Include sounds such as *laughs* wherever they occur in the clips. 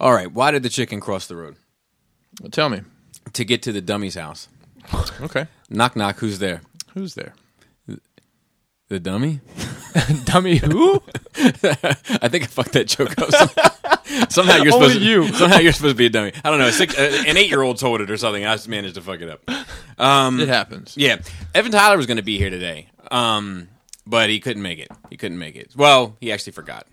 All right. Why did the chicken cross the road Well, tell me. to get to the dummy's house? Okay. Knock knock. Who's there? Who's there? The dummy. *laughs* Dummy who? I think I fucked that joke up. Some- *laughs* somehow you're Only supposed to, you. somehow you're supposed to be a dummy. I don't know. Six, uh, an eight year old told it or something. And I just managed to fuck it up. *laughs* it happens. Yeah, Evan Tyler was going to be here today, um, but he couldn't make it. He couldn't make it. Well, he actually forgot.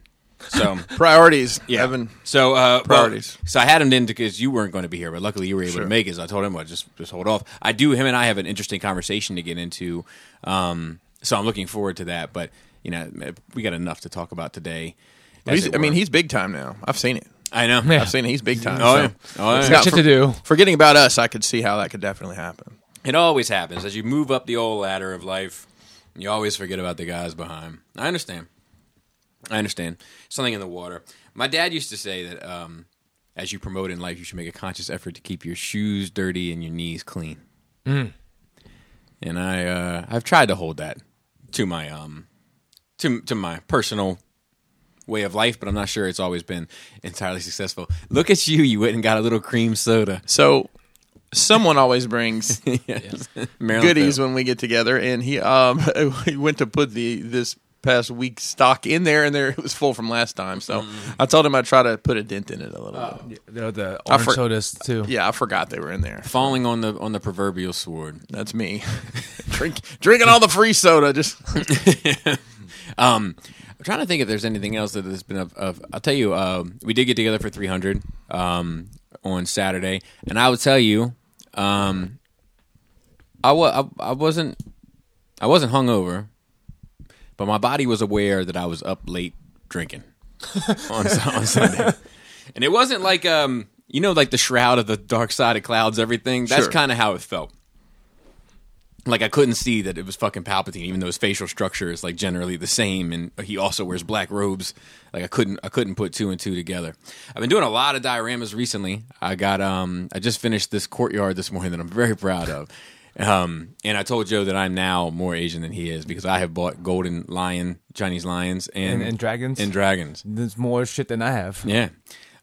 So Priorities. yeah. Evan. So uh, well, Priorities. so I had him in because you weren't going to be here, but luckily you were able to make it. So I told him, well, just just hold off. I do. Him and I have an interesting conversation to get into. Um, so I'm looking forward to that. But you know, we got enough to talk about today. as He's, it I mean, were. he's big time now. I've seen it. I *laughs* know. I've seen it. He's big time. Oh, so. yeah. Oh, It's yeah. not Shit for- to do. Forgetting about us, I could see how that could definitely happen. It always happens as you move up the old ladder of life. You always forget about the guys behind. I understand. I understand. Something in the water. My dad used to say that um, as you promote in life, you should make a conscious effort to keep your shoes dirty and your knees clean. And I, uh, I've tried to hold that to my, um, to to my personal way of life, but I'm not sure it's always been entirely successful. Look at you! You went and got a little cream soda. *laughs* So, someone always brings yes. Maryland goodies Phil. when we get together, and he um *laughs* he went to put the this past week's stock in there, and there it was full from last time. So Mm-hmm. I told him I'd try to put a dent in it a little Oh, bit. The, the orange for- sodas too. Yeah, I forgot they were in there. falling on the on the proverbial sword. That's me. *laughs* Drink drinking all the free soda. Just Um, I'm trying to think if there's anything else that has been of. of I'll tell you, um, we did get together for 300 um, on Saturday, and I would tell you, um, I, wa- I, I wasn't I wasn't hungover, but my body was aware that I was up late drinking on, Su- on Sunday, *laughs* and it wasn't like um, you know, like the shroud of the dark side of clouds, everything. That's Sure. kind of how it felt. like I couldn't see that it was fucking Palpatine, even though his facial structure is like generally the same, and he also wears black robes. Like I couldn't, I couldn't put two and two together. I've been doing a lot of dioramas recently. I got, um, I just finished this courtyard this morning that I'm very proud of. Um, and I told Joe that I'm now more Asian than he is because I have bought golden lion, Chinese lions, and And- and dragons? and dragons. There's more shit than I have. Yeah.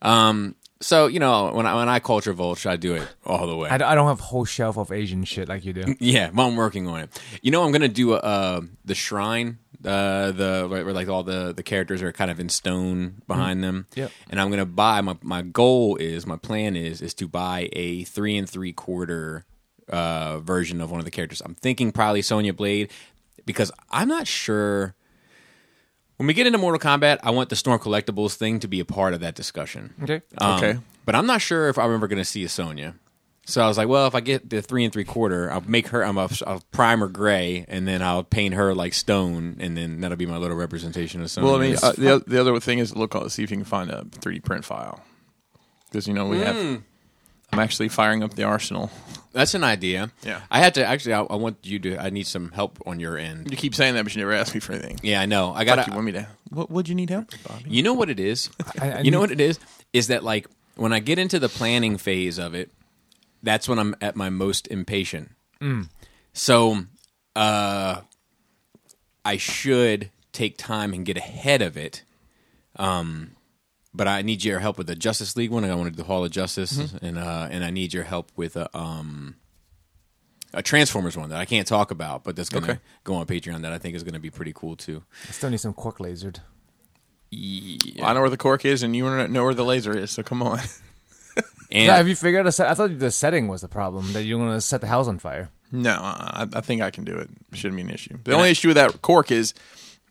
Um. So you know, when I when I culture vulture, I do it all the way. I, don't- I don't have a whole shelf of Asian shit like you do. Yeah, well, I'm working on it. You know, I'm gonna do uh, the shrine, uh, the where, where like all the the characters are kind of in stone behind them. Mm-hmm. Yep. And I'm gonna buy my my goal is my plan is is to buy a three and three quarter uh, version of one of the characters. I'm thinking probably Sonya Blade because I'm not sure. When we get into Mortal Kombat, I want the Storm Collectibles thing to be a part of that discussion. Okay. Um, Okay. But I'm not sure if I'm ever going to see a Sonya. So I was like, well, if I get the three and three quarter, I'll make her. I'm a, I'll prime her gray, and then I'll paint her like stone, and then that'll be my little representation of Sonya. well, I mean, uh, the oth- the other thing is look uh, see if you can find a 3D print file because you know we have. I'm actually firing up the arsenal. that's an idea. Yeah. I had to actually. I, I want you to. I need some help on your end. You keep saying that, but you never ask me for anything. Yeah, I know. I got. Like to you want me to? What would you need help, with, Bobby? You know what it is? *laughs* I- I you know need- what it is? Is that like when I get into the planning phase of it, that's when I'm at my most impatient. Mm. So uh I should take time and get ahead of it. Um but I need your help with the Justice League one. I want to do the Hall of Justice Mm-hmm. and uh and I need your help with a um a Transformers one that I can't talk about, but that's gonna Okay. go on Patreon that I think is gonna be pretty cool too. I still need some cork lasered. I know where the cork is, and you wanna know where the laser is. So come on. And Yeah, have you figured out a set? I thought the setting was the problem that you're going to set the house on fire. No, I, I think I can do it. Shouldn't be an issue. The only issue with that cork is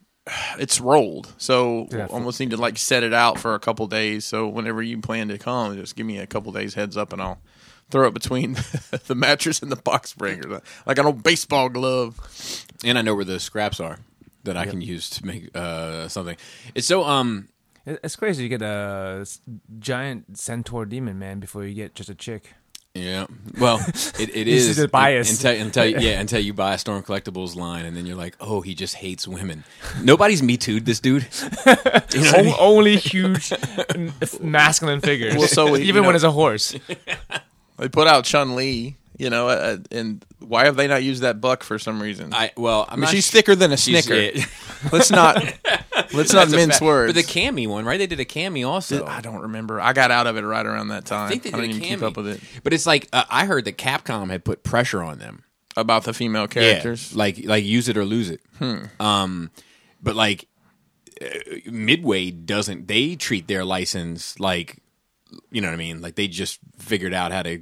*sighs* it's rolled, so Yeah, for- almost need to like set it out for a couple days. So whenever you plan to come, just give me a couple days heads up, and I'll throw it between *laughs* the mattress and the box breaker, like an old baseball glove. and I know where the scraps are that I can use to make uh, something. It's so um It- It's crazy. You get a s- giant centaur demon man before you get just a chick. yeah. *laughs* Well, it, it This is is a bias. until, until yeah until you buy a Storm Collectibles line and then you're like oh he just hates women. Nobody's me too'd this *laughs* dude. You know what I mean? *laughs* *laughs* only huge *laughs* masculine figures. Well, so we- you *laughs* even know- when it's a horse. They put out Chun Li. You know, uh, and why have they not used that buck for some reason? I well, I'm I mean, not she's sure- thicker than a she's- snicker. *laughs* yeah. Let's not let's *laughs* not That's a mince fact. words. But the cami one, right? They did a cami also. I don't remember. I got out of it right around that time. I think they did didn't a even keep cami. up with it But it's like uh, I heard that Capcom had put pressure on them. about the female characters. Hmm. Yeah, like like use it or lose it. Um, but like uh, Midway doesn't. They treat their license like you know what I mean. Like they just figured out how to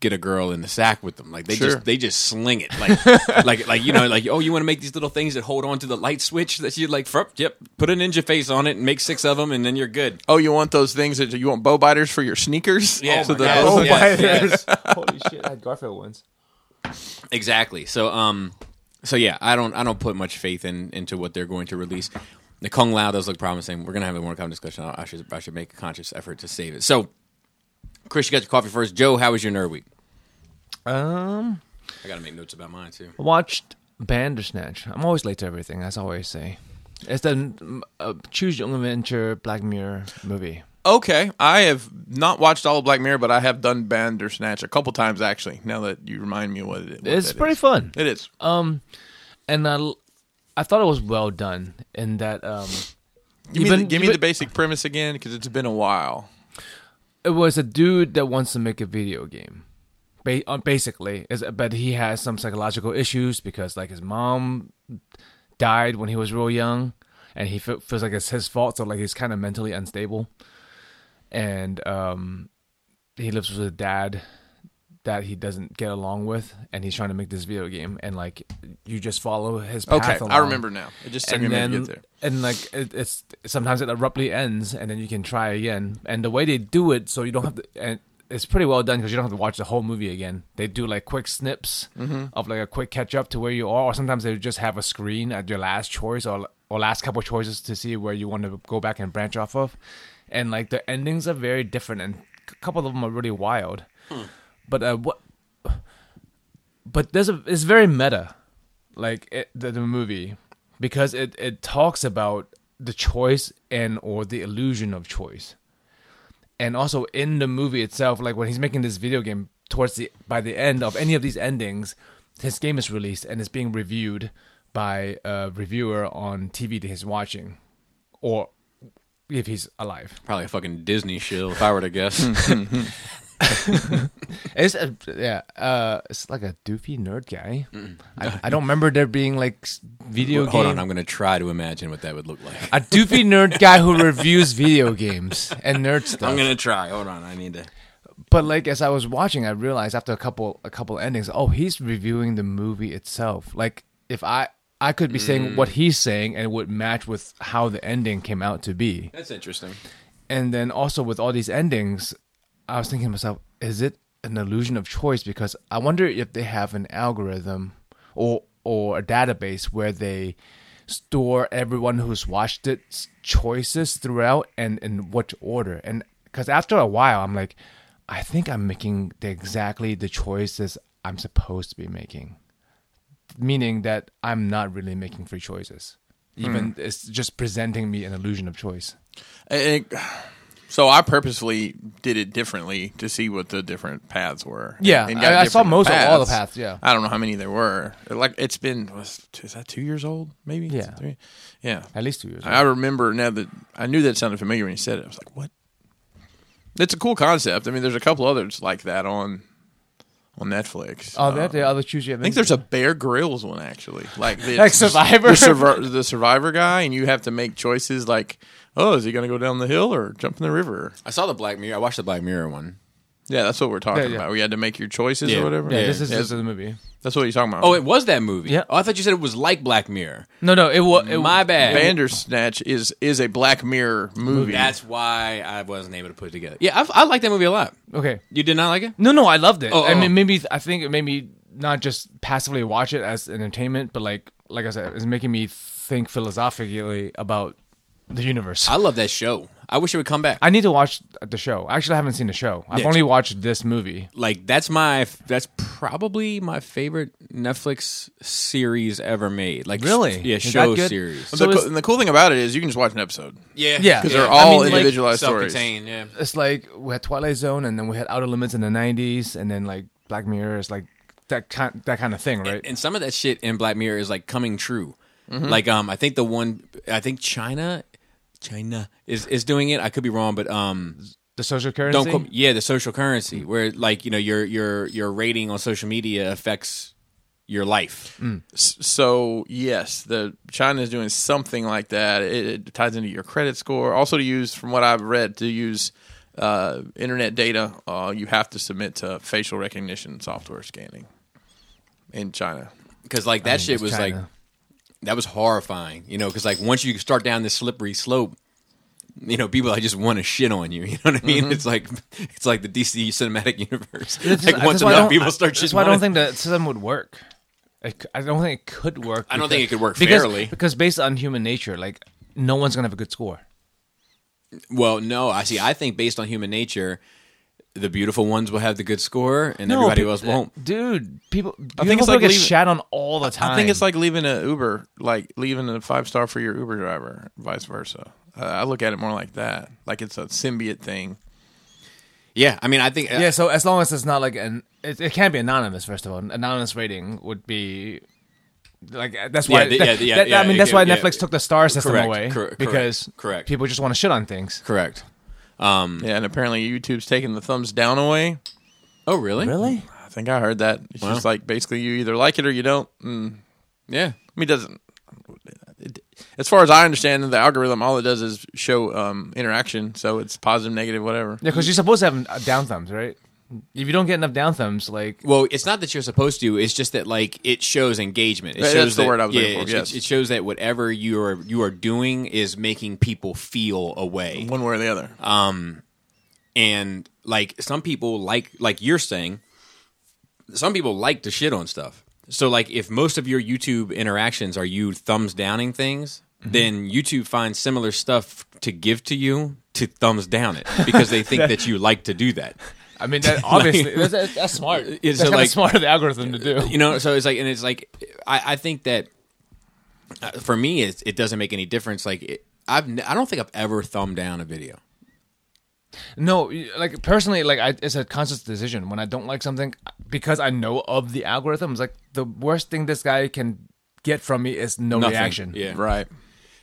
get a girl in the sack with them. Like they Sure. just they just sling it. *laughs* Like like like you know like oh you want to make these little things that hold on to the light switch that you like. "Frup, Yep, put a ninja face on it and make six of them and then you're good. Oh, you want those things that you want bow biters for your sneakers? Yeah. So Oh my the- God. Oh Yes, my yes. Holy shit! I had Garfield once. Exactly. So um so yeah, I don't I don't put much faith in into what they're going to release. The Kung Lao does look promising. We're gonna have a more common discussion. I I should I should make a conscious effort to save it. So Chris, you got your coffee first. Joe, how was your nerd week? Um, I gotta make notes about mine too. watched Bandersnatch. I'm always late to everything, as I always say. It's the mm, uh, choose your own adventure Black Mirror movie. okay, I have not watched all of Black Mirror, but I have done Bandersnatch a couple times actually. Now that you remind me what it what It's that pretty is. fun. It is. Um, and I, l- I thought it was well done in that um, Give me, even- the, give me even- the basic premise again, because it's been a while. it was a dude that wants to make a video game. Ba- uh, basically, is but he has some psychological issues because like his mom died when he was real young, and he fe- feels like it's his fault. So like he's kind of mentally unstable, and um, he lives with a dad that he doesn't get along with, and he's trying to make this video game. And like you just follow his path. Okay, I along. remember now. It just took me a and minute to then get there. and like it, it's sometimes it abruptly ends and then you can try again and the way they do it so you don't have to and it's pretty well done because you don't have to watch the whole movie again they do like quick snips Mm-hmm. of like a quick catch up to where you are or sometimes they just have a screen at your last choice or, or last couple choices to see where you want to go back and branch off of and like the endings are very different and a couple of them are really wild Hmm. but uh what but there's a it's very meta like it, the, the movie because it it talks about the choice and or the illusion of choice and also in the movie itself like when he's making this video game towards the by the end of any of these endings his game is released and it's being reviewed by a reviewer on TV that he's watching or if he's alive Probably a fucking Disney shill, if I were to *laughs* guess. It's a, yeah, uh, it's like a doofy nerd guy. I, I don't remember there being like s- video Hold game. on, I'm gonna try to imagine what that would look like. a doofy nerd guy who reviews video games and nerd stuff. I'm gonna try. Hold on, I need to But like as I was watching, I realized after a couple a couple endings, oh, he's reviewing the movie itself. Like if I I could be saying Mm. what he's saying and it would match with how the ending came out to be. That's interesting. and then also with all these endings, I was thinking to myself, is it an illusion of choice? Because I wonder if they have an algorithm or or a database where they store everyone who's watched its choices throughout and in what order. And because after a while, I'm like, I think I'm making the, exactly the choices I'm supposed to be making meaning that I'm not really making free choices. Even it's just presenting me an illusion of choice. And it- so I purposefully did it differently to see what the different paths were. Yeah, got I- I saw different most of all the paths, yeah. I don't know how many there were. Like it's been was is that two years old? Maybe. Yeah. Three? Yeah. At least two years. I remember now that I knew that sounded familiar when you said it. I was like, what? It's a cool concept. I mean, there's a couple others like that on on Netflix. Oh, Um, that the other choose you. I think there's a Bear Grylls one actually, like the Like Survivor? the, survivor, the Survivor guy, and you have to make choices like, oh, is he going to go down the hill or jump in the river? I saw the Black Mirror. I watched the Black Mirror one. Yeah, that's what we're talking Yeah, yeah. about. We had to make your choices Yeah. or whatever. Yeah, this is Yeah, this is the movie. that's what you're talking about. Oh, it was that movie. Yeah. Oh, I thought you said it was like Black Mirror. No, no, it was it, My bad. Bandersnatch is is a Black Mirror movie. That's why I wasn't able to put it together. Yeah, I, I like that movie a lot. Okay, You did not like it? no, no, I loved it. Oh, I oh. mean, maybe I think it made me not just passively watch it as entertainment, but like like I said, it's making me think philosophically about the universe. I love that show. I wish it would come back. I need to watch the show. Actually, I haven't seen the show. I've Yeah. only watched this movie. like that's my that's probably my favorite Netflix series ever made. Like Really? sh- yeah, Is that show good? series. The So co- is- and the cool thing about it is you can just watch an episode. Yeah, Yeah. 'Cause they're all like, individualized stories. self-contained, Yeah, It's like we had Twilight Zone, and then we had Outer Limits in the '90s, and then like Black Mirror is like that kind that kind of thing, right? And some of that shit in Black Mirror is like coming true. Mm-hmm. Like um, I think the one I think China, China is is doing it. I could be wrong, but um, the social currency. Mm. don't quote, yeah, the social currency where like you know your your your rating on social media affects your life. Mm. S- So yes, the China is doing something like that. It, it ties into your credit score. Also, to use from what I've read, to use uh, internet data, uh, you have to submit to facial recognition software scanning in China. Because like that shit it's was like China. that was horrifying. You know, because like once you start down this slippery slope. You know, people I just want to shit on you. *laughs* You know what I Mm-hmm. mean? It's like it's like the DC cinematic *laughs* universe. That's- like that's once why I enough don't- people start That's just why I wanna- don't think that system would work. It c- I don't think it could work. I don't think it could work because, fairly. because based on human nature, like no one's gonna have a good score. Well, no, I see. I think based on human nature, the beautiful ones will have the good score, and everybody pe- else won't. Dude, people. I think think it's people like get leaving- shat on all the time. I think it's like leaving an Uber, like leaving a five star for your Uber driver, vice versa. Uh, I look at it more like that, like it's a symbiote thing. Yeah, I mean, I think. uh, yeah. So as long as it's not like an, it, it can't be anonymous. First of all, An anonymous rating would be. Like uh, that's why, Yeah, the- that- yeah, the- yeah, that- I yeah, mean it that's why can- yeah. Netflix took the star system Correct, away cor- correct, because correct. people just want to shit on things. correct. Yeah, and apparently YouTube's taking the thumbs down away. Oh, really? Really? I think I heard that. It's just like basically you either like it or you don't. Mm. Yeah. I mean, it doesn't. It, as far as I understand, the algorithm all it does is show um, interaction, so it's positive, negative, whatever. Yeah, because you're supposed to have uh, down thumbs, right? If you don't get enough down thumbs, like Well, it's not that you're supposed to. It's just that like it shows engagement. It That's shows the that- word I was yeah, looking for, It, yes. it shows that whatever you are you are doing is making people feel a way. One way or the other. and like some people like like you're saying some people like to shit on stuff so like if most of your youtube interactions are you thumbs downing things Mm-hmm. then youtube finds similar stuff to give to you to thumbs down it because they *laughs* think that you like to do that I mean, that, obviously, that's, that's, that's smart. *laughs* Is It's it that's like- like, Uh, smart of the algorithm to do. you know so it's like and it's like i, I think that uh, for me it, it doesn't make any difference like it, I've, n- i don't think i've ever thumbed down a video No, you- like personally, like I, it's a conscious decision when I don't like something because I know of the algorithms. Like the worst thing this guy can get from me is no Nothing. reaction. yeah right.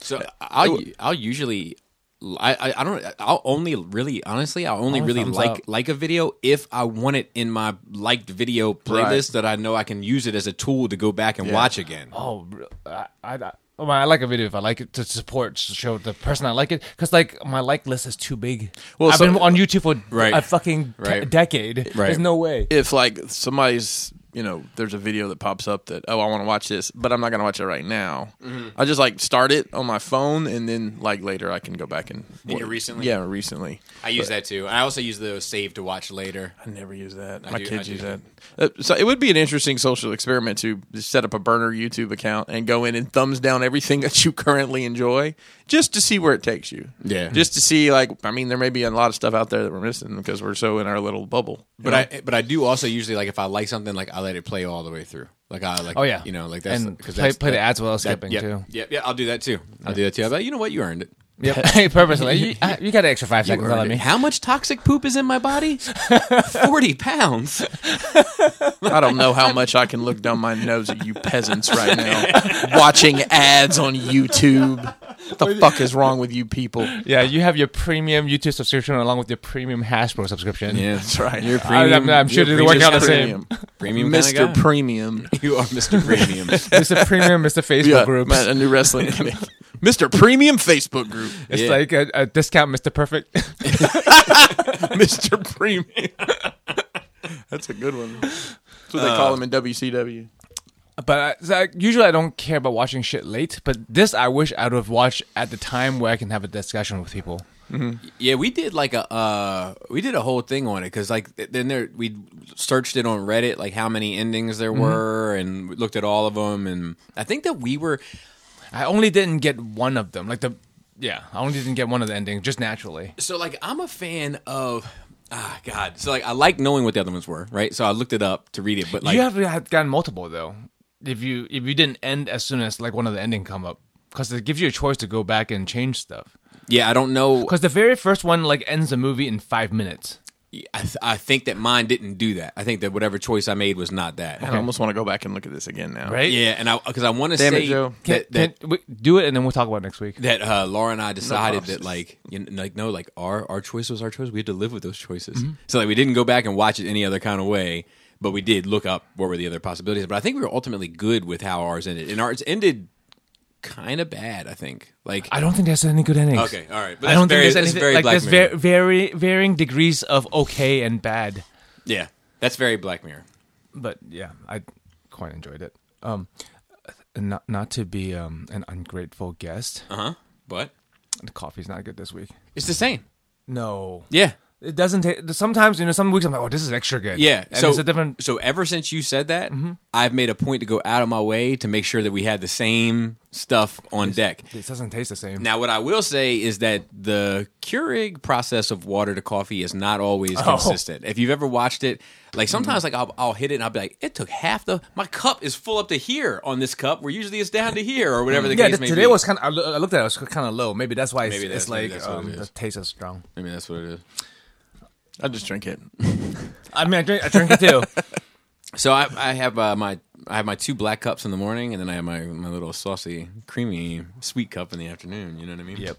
So Uh, I'll I'll usually I, I I don't I'll only really honestly I'll only, really thumbs like up. like a video if I want it in my liked video playlist that I know I can use it as a tool to go back and watch again. Oh, re- I, I, I- oh my, I like a video if I like it to support to show the person I like it because like my like list is too big. Well, Well, I've so- been on YouTube for Right. a fucking te- Right. decade. Right. There's no way. If like somebody's, you know, there's a video that pops up that oh I want to watch this, but I'm not gonna watch it right now. I just like start it on my phone, and then like later I can go back and. your recently? Yeah, recently. I use that too. I also use the save to watch later. I never use that. My do- kids I use do. that. Uh, so it would be an interesting social experiment to set up a burner YouTube account and go in and thumbs down everything *laughs* that you currently enjoy, just to see where it takes you. Yeah. just to see like I mean, there may be a lot of stuff out there that we're missing because we're so in our little bubble. you But know? I but I do also usually like if I like something like I let it play all the way through. Like I like Oh yeah, you know like that's and play, that's- play the that- ads while that- skipping yeah, *laughs* too. Yeah, yeah, I'll do that too. I'll do that too. I'm like, you know what? You earned it. Yep. *laughs* hey, purposely. You, I- you got an extra five seconds Earned out of it. me. How much toxic poop is in my *laughs* body? Forty pounds. I don't know how much I can look down my nose at you peasants right *laughs* now watching ads on YouTube. What the fuck is wrong with you people? Yeah, you have your premium YouTube subscription along with your premium Hasbro subscription. Yeah, That's right. You're I- premium. I'm- I'm sure you're it didn't work premium- out the same. Premium. Premium kinda guy. Mr. Premium. You are *laughs* Mr. Premium. Mr. Premium, *laughs* Mr. Facebook yeah, groups. man, a new wrestling Mr. Premium Facebook *laughs* group. It's Yeah. like a, a discount Mr. Perfect. *laughs* Mr. Premium. That's a good one. That's what they call him in WCW. but I, so I- usually I don't care about watching shit late, but this I wish I would have watched at the time where I can have a discussion with people. yeah, we did like a uh, we did a whole thing on it because like th- then there we searched it on Reddit like how many endings there were and we looked at all of them and I think that we were I only didn't get one of them. Like the yeah, I only didn't get one of the endings just naturally. so like I'm a fan of ah God so like I like knowing what the other ones were right so I looked it up to read it but like you have to have gotten multiple though. If you if you didn't end as soon as like one of the ending come up, because it gives you a choice to go back and change stuff. yeah I don't know Because the very first one like ends the movie in five minutes. I, th- I think that mine didn't do that. I think that whatever choice I made was not that. I almost want to go back and look at this again now. Right? Yeah, and I because I want to Damn it, say Joe. Can, that, that can we do it and then we'll talk about it next week. that uh, Laura and I decided that promises. like you know, like no like our our choice was our choice. We had to live with those choices. So like we didn't go back and watch it any other kind of way, but we did look up what were the other possibilities. But I think we were ultimately good with how ours ended, and ours ended kind of bad. I think like I don't think there's any good endings. Okay, all right. But I don't that's very- think there's that's anything very like Black there's Mirror. ver- very varying degrees of okay and bad. yeah, that's very Black Mirror. But yeah, I quite enjoyed it. Um, not not to be um an ungrateful guest. Uh huh. But The coffee's not good this week. it's the same. No, Yeah. it doesn't take. Sometimes you know, some weeks I'm like, oh, this is extra good. Yeah, and it's a different. Mm-hmm. So ever since you said that, I've made a point to go out of my way to make sure that we had the same stuff on deck. It doesn't taste the same. Now, what I will say is that the Keurig process of water to coffee is not always Oh. consistent. If you've ever watched it, like Mm-hmm. sometimes, like I'll, I'll hit it and I'll be like, "It took half the my cup is full up to here on this cup, where usually it's down to here or whatever the yeah, case th- may today be." was kind. Of, I loo- I looked at it, it was kind of low. Maybe that's why it's, Maybe it's that's- maybe like that's what um, it the is. taste is strong. I mean, that's what it is. I just drink it. I mean, I drink, I drink it too. *laughs* So I, I have uh, my I have my two black cups in the morning, and then I have my, my little saucy, creamy, sweet cup in the afternoon. You know what I mean? Yep.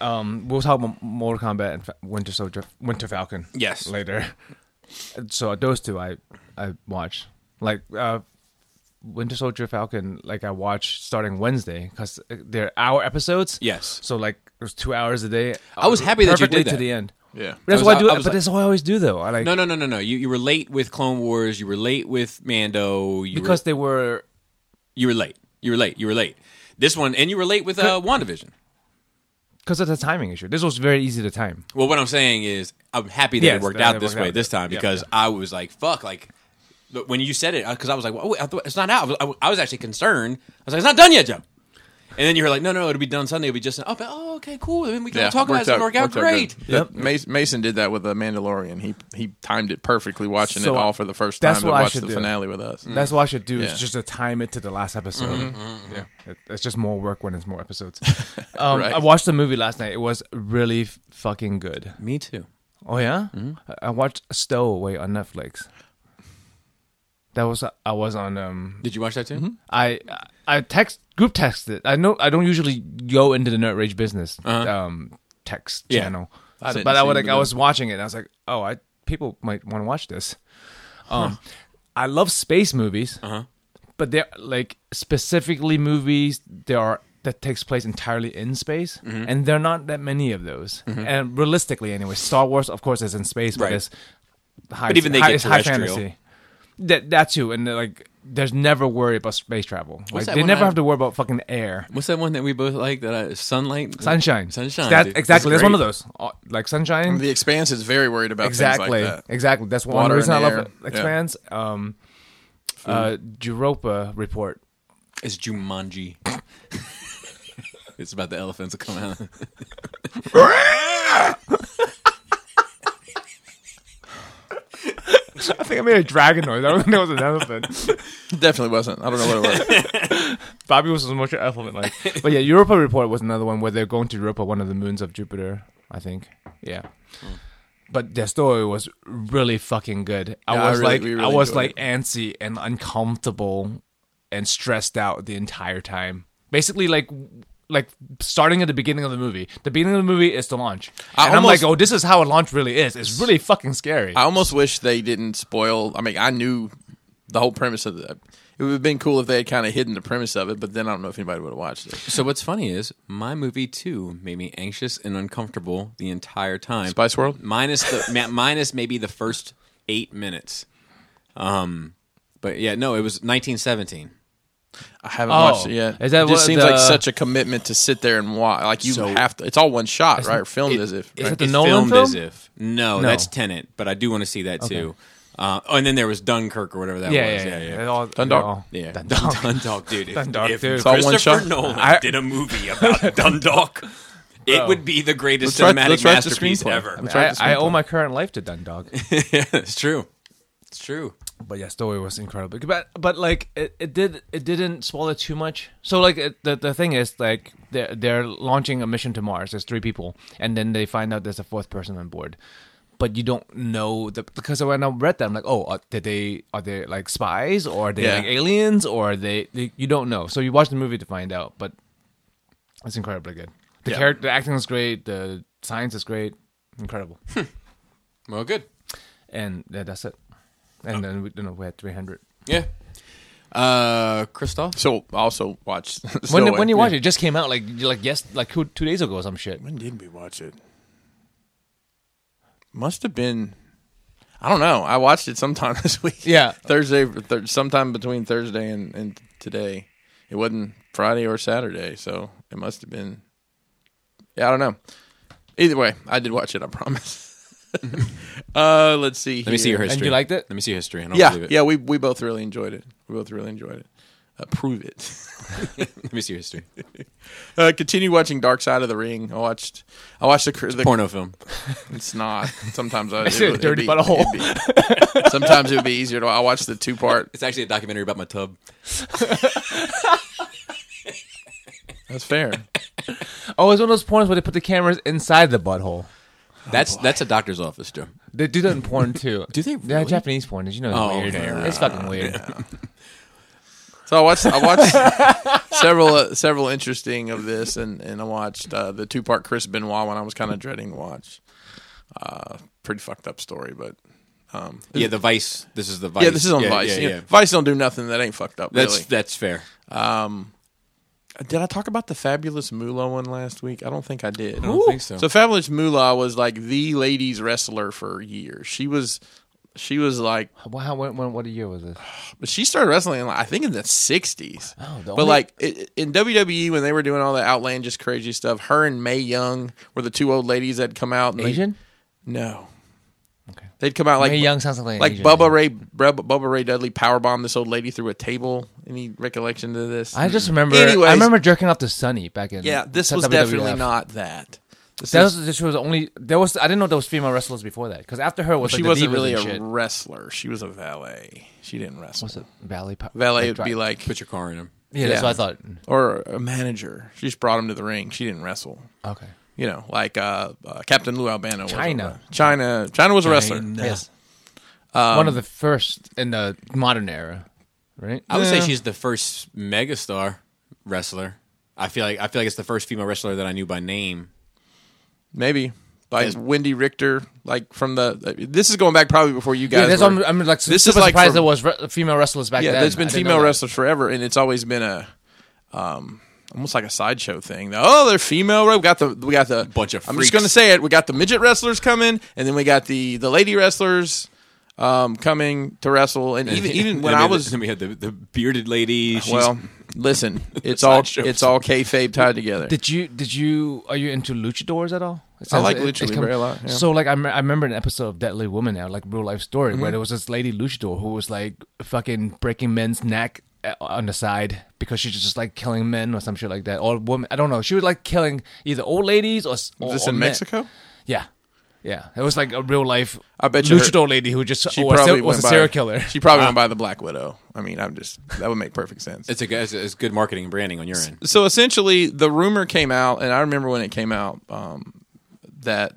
Um, we'll talk about Mortal Kombat and Fa- Winter Soldier, Winter Falcon. Yes. later. So those two I I watch like uh, Winter Soldier, Falcon. Like I watch starting Wednesday because they're hour episodes. Yes. So like there's two hours a day. I was happy that you Perfectly did that. to the end. Yeah. That's was- why I I- do I it. was But like- that's what I always do though. I like No, no, no, no, no. You you were late with Clone Wars. You were late with Mando. You because were, they were you were late. You were late. You were late. This one, and you were late with uh, WandaVision. because of the timing issue. This was very easy to time. Well, what I'm saying is, I'm happy that Yes, it worked that out it this worked way out. this time Yeah, because I was like, "Fuck!" Like, but when you said it, because I was like, well, wait, I thought "It's not out." I was- I was, I was actually concerned. I was like, "It's not done yet, Joe." And then you were like, "No, no, it'll be done Sunday. It'll be just oh, but- oh okay, cool. Then we can all talk about it. worked It's gonna work out worked great." good. Yeah, Mas- Mason did that with the Mandalorian. He he timed it perfectly, watching So, it all for the first time that's and what I watched should the do. finale with us. That's what I should do Mm-hmm. Yeah. Mm-hmm. is just to time it to the last episode. Yeah, it, it's just more work when it's more *laughs* episodes. Um, Right. I watched the movie last night. It was really f- fucking good. Me too. Oh yeah, Mm-hmm. I, I watched Stowaway on Netflix. That was I was on. Um, Did you watch that too? I I text group texted. I know I don't usually go into the nerd rage business um, text Uh-huh. Yeah. channel, I So- didn't but I see was them, like I but- was watching it. and I was like, oh, I people might want to watch this. Um, I love space movies, Uh-huh. but they're like specifically movies that are that takes place entirely in space, Mm-hmm. and there are not that many of those. And realistically, anyway, Star Wars, of course, is in space, but Right. it's high, But even they high, get it's high terrestrial. fantasy. That that too, and they're, like there's never worry about space travel. Like, that they one never I- have to worry about fucking air. What's that one that we both like? That uh, sunlight, Sunshine, sunshine. That dude. exactly. That's It's one of great. those, Uh, like Mm. sunshine. The Expanse is very worried about exactly, things like that. exactly. That's one Water reason I and love air. it. Expanse. Um, uh, Europa report. It's Jumanji. it's about the elephants that come out. I think I made a dragon noise. I don't think it was an elephant. Definitely wasn't. I don't know what it was. Bobby was as much an elephant like. But yeah, Europa report was another one where they're going to Europa, one of the moons of Jupiter, I think. Yeah. Hmm. But their story was really fucking good. I Yeah, I was really- like, we really I was like enjoyed antsy and uncomfortable and stressed out the entire time. Basically, like, like starting at the beginning of the movie. The beginning of the movie is the launch, I and almost- I'm like, oh, this is how a launch really is. It's really fucking scary. I almost wish they didn't spoil. I mean, I knew the whole premise of the. It would have been cool if they had kind of hidden the premise of it, but then I don't know if anybody would have watched it. So what's funny is my movie too made me anxious and uncomfortable the entire time. Spice World? minus the ma- minus maybe the first eight minutes. Um, but yeah, no, it was 1917. I haven't Oh. watched it yet. Is that it just what seems the- like such a commitment to sit there and watch. Like you So- have to. It's all one shot, right? Filmed It- as if. is right? it the it's Nolan filmed film? as if no, No. that's Tenant, but I do want to see that too. Uh, oh, and then there was Dunkirk or whatever that yeah, was. yeah, yeah. yeah. All, Dundalk. all- Yeah. Dundalk. *laughs* Dundalk, dude. If, Dundalk, if dude. It's all one Christopher shot. Nolan I- did a movie *laughs* about Dundalk, it would be the greatest Let's write- cinematic let's write the masterpiece screenplay. ever. Let's I, write the I owe screenplay. my current life to Dundalk. yeah, it's true. It's true. but yeah, story was incredible. But but like it, it did it didn't spoil it too much. So like it, the the thing is like they're they're launching a mission to Mars. There's three people, and then they find out there's a fourth person on board. but you don't know the, because when I read that, I'm like, oh, are, did they are they like spies or are they Yeah. like aliens or are they, they- you don't know. So you watch the movie to find out, but it's incredibly good. The Yeah. character, the acting is great, the science is great, *laughs* incredible, Well, good. and yeah, that's it. And Oh. then we, you know, we had 300. Yeah. Uh, Christoph. So also watch. *laughs* Stowaway. When, did, when you watch it, it just came out like like yes, like two, two days ago or some shit. When did we watch it? Must have been. I don't know. I watched it sometime *laughs* this week. Yeah. Thursday, th- sometime between Thursday and, and today. It wasn't Friday or Saturday, so it must have been. Yeah, I don't know. Either way, I did watch it. I promise. *laughs* uh, let's see. Let me see your history. history. And you liked it? Let me see your history. I don't Yeah, believe it. yeah. We we both really enjoyed it. We both really enjoyed it. Uh, prove it. *laughs* Let me see your history. uh, continue watching Dark Side of the Ring. I watched. I watched the, cr- the Porno film. It's not. Sometimes *laughs* I, said would- dirty it'd butthole. it'd be- sometimes it would be easier to. I watched the two part. It's actually a documentary about my tub. Oh, That's fair. Oh, it's one of those porns where they put the cameras inside the butthole. That's that's a doctor's office, Joe. They do that in porn too. Do they Yeah, really? Japanese porn. Did you know? Oh, it's weird. okay. It's fucking weird. So I watched. I watched several uh, several interesting of this, and and I watched uh, the two part Chris Benoit one. I was kind of dreading to watch. Uh, pretty fucked up story, but um, Yeah, the Vice. This is the Vice. yeah, this is on Vice. Yeah, You know, yeah. Vice don't do nothing that ain't fucked up. That's really. that's fair. Um, did I talk about the Fabulous Moolah one last week? I don't think I did. I don't Ooh. think so. So Fabulous Moolah was like the ladies wrestler for years. She was, she was like, *laughs* Well, how, when, when, what year was this? she started wrestling. Like, I think in the sixties. Oh, the but only- like it, in WWE when they were doing all the outlandish crazy stuff, her and May Young were the two old ladies that come out. And they- Asian? no. Okay. They'd come out like Mae Young sounds like an like Asian Bubba name. Ray Bub- Bubba Ray Dudley powerbombed this old lady through a table. Any recollection to this? I just remember. Mm. Anyways. I remember jerking off to Sunny back in. Yeah, this was WWF. definitely not that. This E That is- was, this was only there was. I didn't know there was female wrestlers before that because after her was she like wasn't the divas really a and shit. wrestler. She was a valet. She didn't wrestle. What's it? Valley Power. Valet would be like, Put your car in him. Yeah, yeah. that's what I thought. or a manager. She just brought him to the ring. She didn't wrestle. Okay. You know, like uh, uh, Captain Lou Albano. was a- China. China. China was a wrestler. Yes. One of the first in the modern era, right? I would say she's the first megastar wrestler. I feel like I feel like it's the first female wrestler that I knew by name. Maybe. Like Wendy Richter, like from the. uh, This is going back probably before you guys. Yeah, that's were- what I'm, I'm like. This super is like surprised from- there was re- female wrestlers back yeah, then. there's I been didn't know female that. wrestlers forever, and it's always been a. Um, Almost like a sideshow thing. Oh, they're female. right? We got the we got the Bunch of I'm freaks. just going to say it. We got the midget wrestlers coming, and then we got the the lady wrestlers um, coming to wrestle. And even *laughs* even And when then I we- was then we had the, the bearded lady. She's, well, *laughs* listen, it's all Sideshow. it's all kayfabe tied together. Did you? Did you? Are you into luchadors at all? It I like sounds- Lucha it Libre a lot, yeah. So like I, me- I remember an episode of Deadly Woman now, like real life story, Mm-hmm. where there was this lady luchador who was like fucking breaking men's neck uh, on the side because she's just like killing men or some shit like that, or women. I don't know. She was like killing either old ladies or s- Was or- this or in men. Mexico? Yeah, yeah. It was like a real life. I bet you her- luchador lady who just was, a- was a by- serial killer. Uh, She probably went by the Black Widow. I mean, I'm just that would make perfect sense. it's a g- it's, it's good marketing and branding on your end. so essentially the rumor came out and i remember when it came out um, that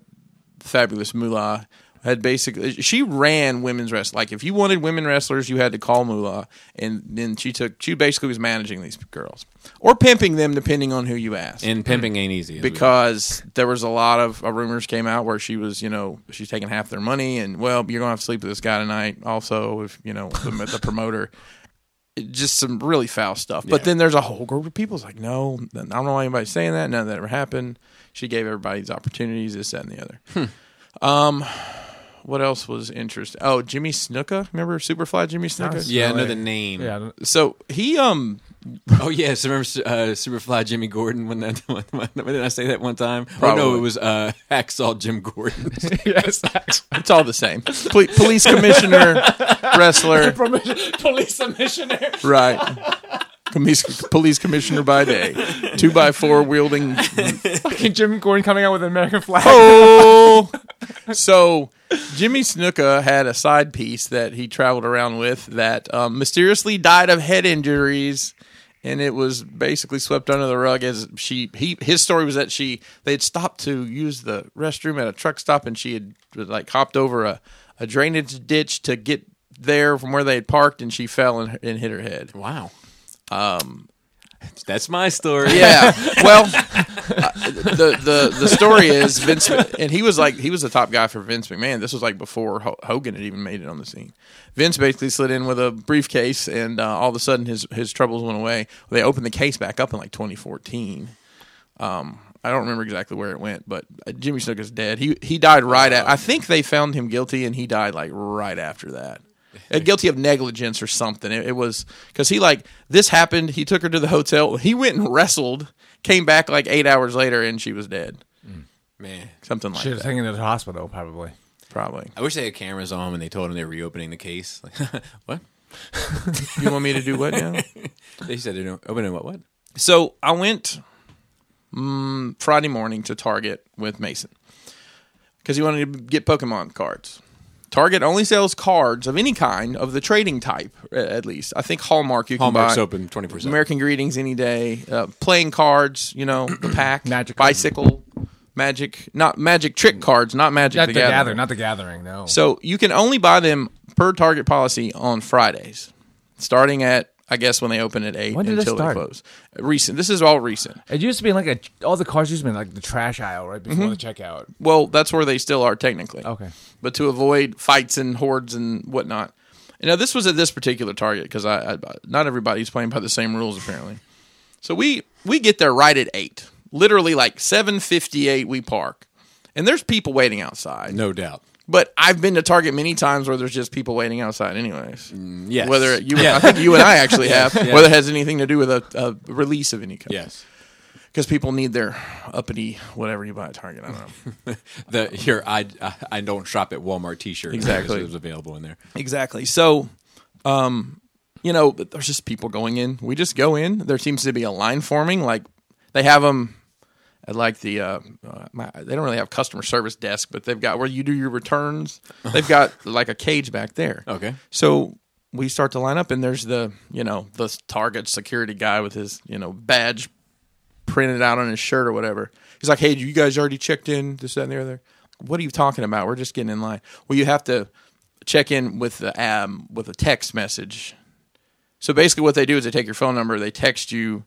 fabulous moolah had basically she ran women's wrestling like if you wanted women wrestlers you had to call moolah and then she took she basically was managing these girls or pimping them depending on who you asked And pimping ain't easy. as we- because there was a lot of uh, rumors came out where she was, you know, she's taking half their money, and well, you're gonna have to sleep with this guy tonight. Also, if you know the, the promoter, It- just some really foul stuff. But then there's a whole group of people's like, no, I don't know why anybody's saying that. None of that ever happened. She gave everybody these opportunities, this, that, and the other. Um, what else was interesting? Oh, Jimmy Snuka, remember Superfly Jimmy Snuka? yeah, I know the name. *laughs* *laughs* Yeah, I don't- So he um Oh yes, remember uh, Superfly Jimmy Gordon when that *laughs* when, when did I say that one time? Oh no, Probably. it was uh, *laughs* Hacksaw Jim Gordon. *laughs* yes. *laughs* it's all the same. Poli- police commissioner, *laughs* wrestler, Police commissioner. Right. Commis- police commissioner by day, two by four wielding. Fucking Jim Gordon coming out with an American flag. Oh, *laughs* so Jimmy Snuka had a side piece that he traveled around with that um, mysteriously died of head injuries and it was basically swept under the rug as she he his story was that she they had stopped to use the restroom at a truck stop and she had like hopped over a, a drainage ditch to get there from where they had parked and she fell and, and hit her head. *laughs* Wow. Um, that's my story. Yeah. Well, uh, the the the story is Vince, and he was like he was the top guy for Vince McMahon. This was like before Ho- Hogan had even made it on the scene. Vince basically slid in with a briefcase, and uh, all of a sudden his his troubles went away. They opened the case back up in like 2014. Um, I don't remember exactly where it went, but uh, Jimmy Snuka's dead. He he died right at. I think they found him guilty, and he died like right after that. Uh, guilty of negligence or something. It, it was because he like this happened. He took her to the hotel. He went and wrestled. Came back like eight hours later, and she was dead. Man. Something like She was that, taken to the hospital, probably. probably. I wish they had cameras on when they told him they were reopening the case. *laughs* Like, what? You want me to do what now? They said they're opening what? What? So I went mm, Friday morning to Target with Mason because he wanted to get Pokemon cards. Target only sells cards of any kind of the trading type, a- at least. I think Hallmark you can Hallmark's buy. open 24/7. American Greetings any day. Uh, playing cards, you know, the pack, *clears throat* Magic. bicycle, magic, not magic trick cards, not magic Not the the Gathering. gathering, not the gathering. No. So you can only buy them per Target policy on Fridays, starting at I guess when they open at eight When did this until start? they close. Recent. This is all recent. it used to be like a, all the cars used to be in, like the trash aisle right before the checkout. Well, that's where they still are technically. Okay. But to avoid fights and hordes and whatnot. You know, this was at this particular Target because I, I not everybody's playing by the same rules apparently. So we we get there right at eight. Literally like seven fifty eight. We park, and there's people waiting outside. No doubt. But I've been to Target many times where there's just people waiting outside, anyways. yes. Whether you, I Yeah. think you and I actually have. Whether it has anything to do with a, a release of any kind. Yes. Because people need their uppity whatever you buy at Target. I don't know. The your I, I I don't shop at Walmart T-shirt. Exactly. It was available in there. Exactly. So, um, you know, but there's just people going in. We just go in. There seems to be a line forming. Like they have them at like the uh, uh, my, they don't really have customer service desk, but they've got where you do your returns. They've got like a cage back there. Okay. So we start to line up, and there's the you know the Target security guy with his you know badge printed out on his shirt or whatever. He's like, "Hey, you guys already checked in? This, that, and the other." What are you talking about? We're just getting in line. Well, you have to check in with the um, with a text message. So basically, what they do is they take your phone number, they text you,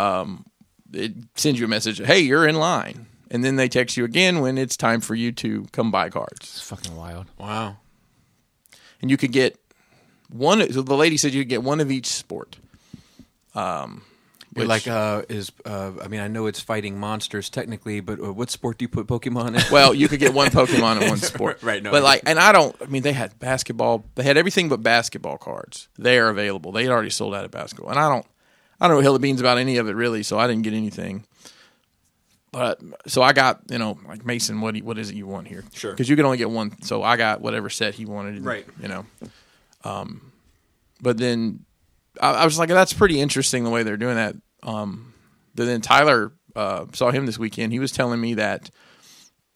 um, it sends you a message, "Hey, you're in line," and then they text you again when it's time for you to come buy cards It's fucking wild. Wow. and you could get one. So the lady said you could get one of each sport. You're Which- like uh, is uh, I mean I know it's fighting monsters technically, but uh, what sport do you put Pokemon in? *laughs* Well, you could get one Pokemon in one *laughs* sport, Right, no, but I- like, and I don't. I mean, they had basketball. They had everything but basketball cards. They are available. They had already sold out of basketball, and I don't. I don't know hill of beans about any of it really, so I didn't get anything. But so I got you know like Mason, what do you, what is it you want here? Sure. because you could only get one. So I got whatever set he wanted, and, Right. You know, um, but then I, I was like, that's pretty interesting the way they're doing that. Um, but then Tyler uh, saw him this weekend. He was telling me that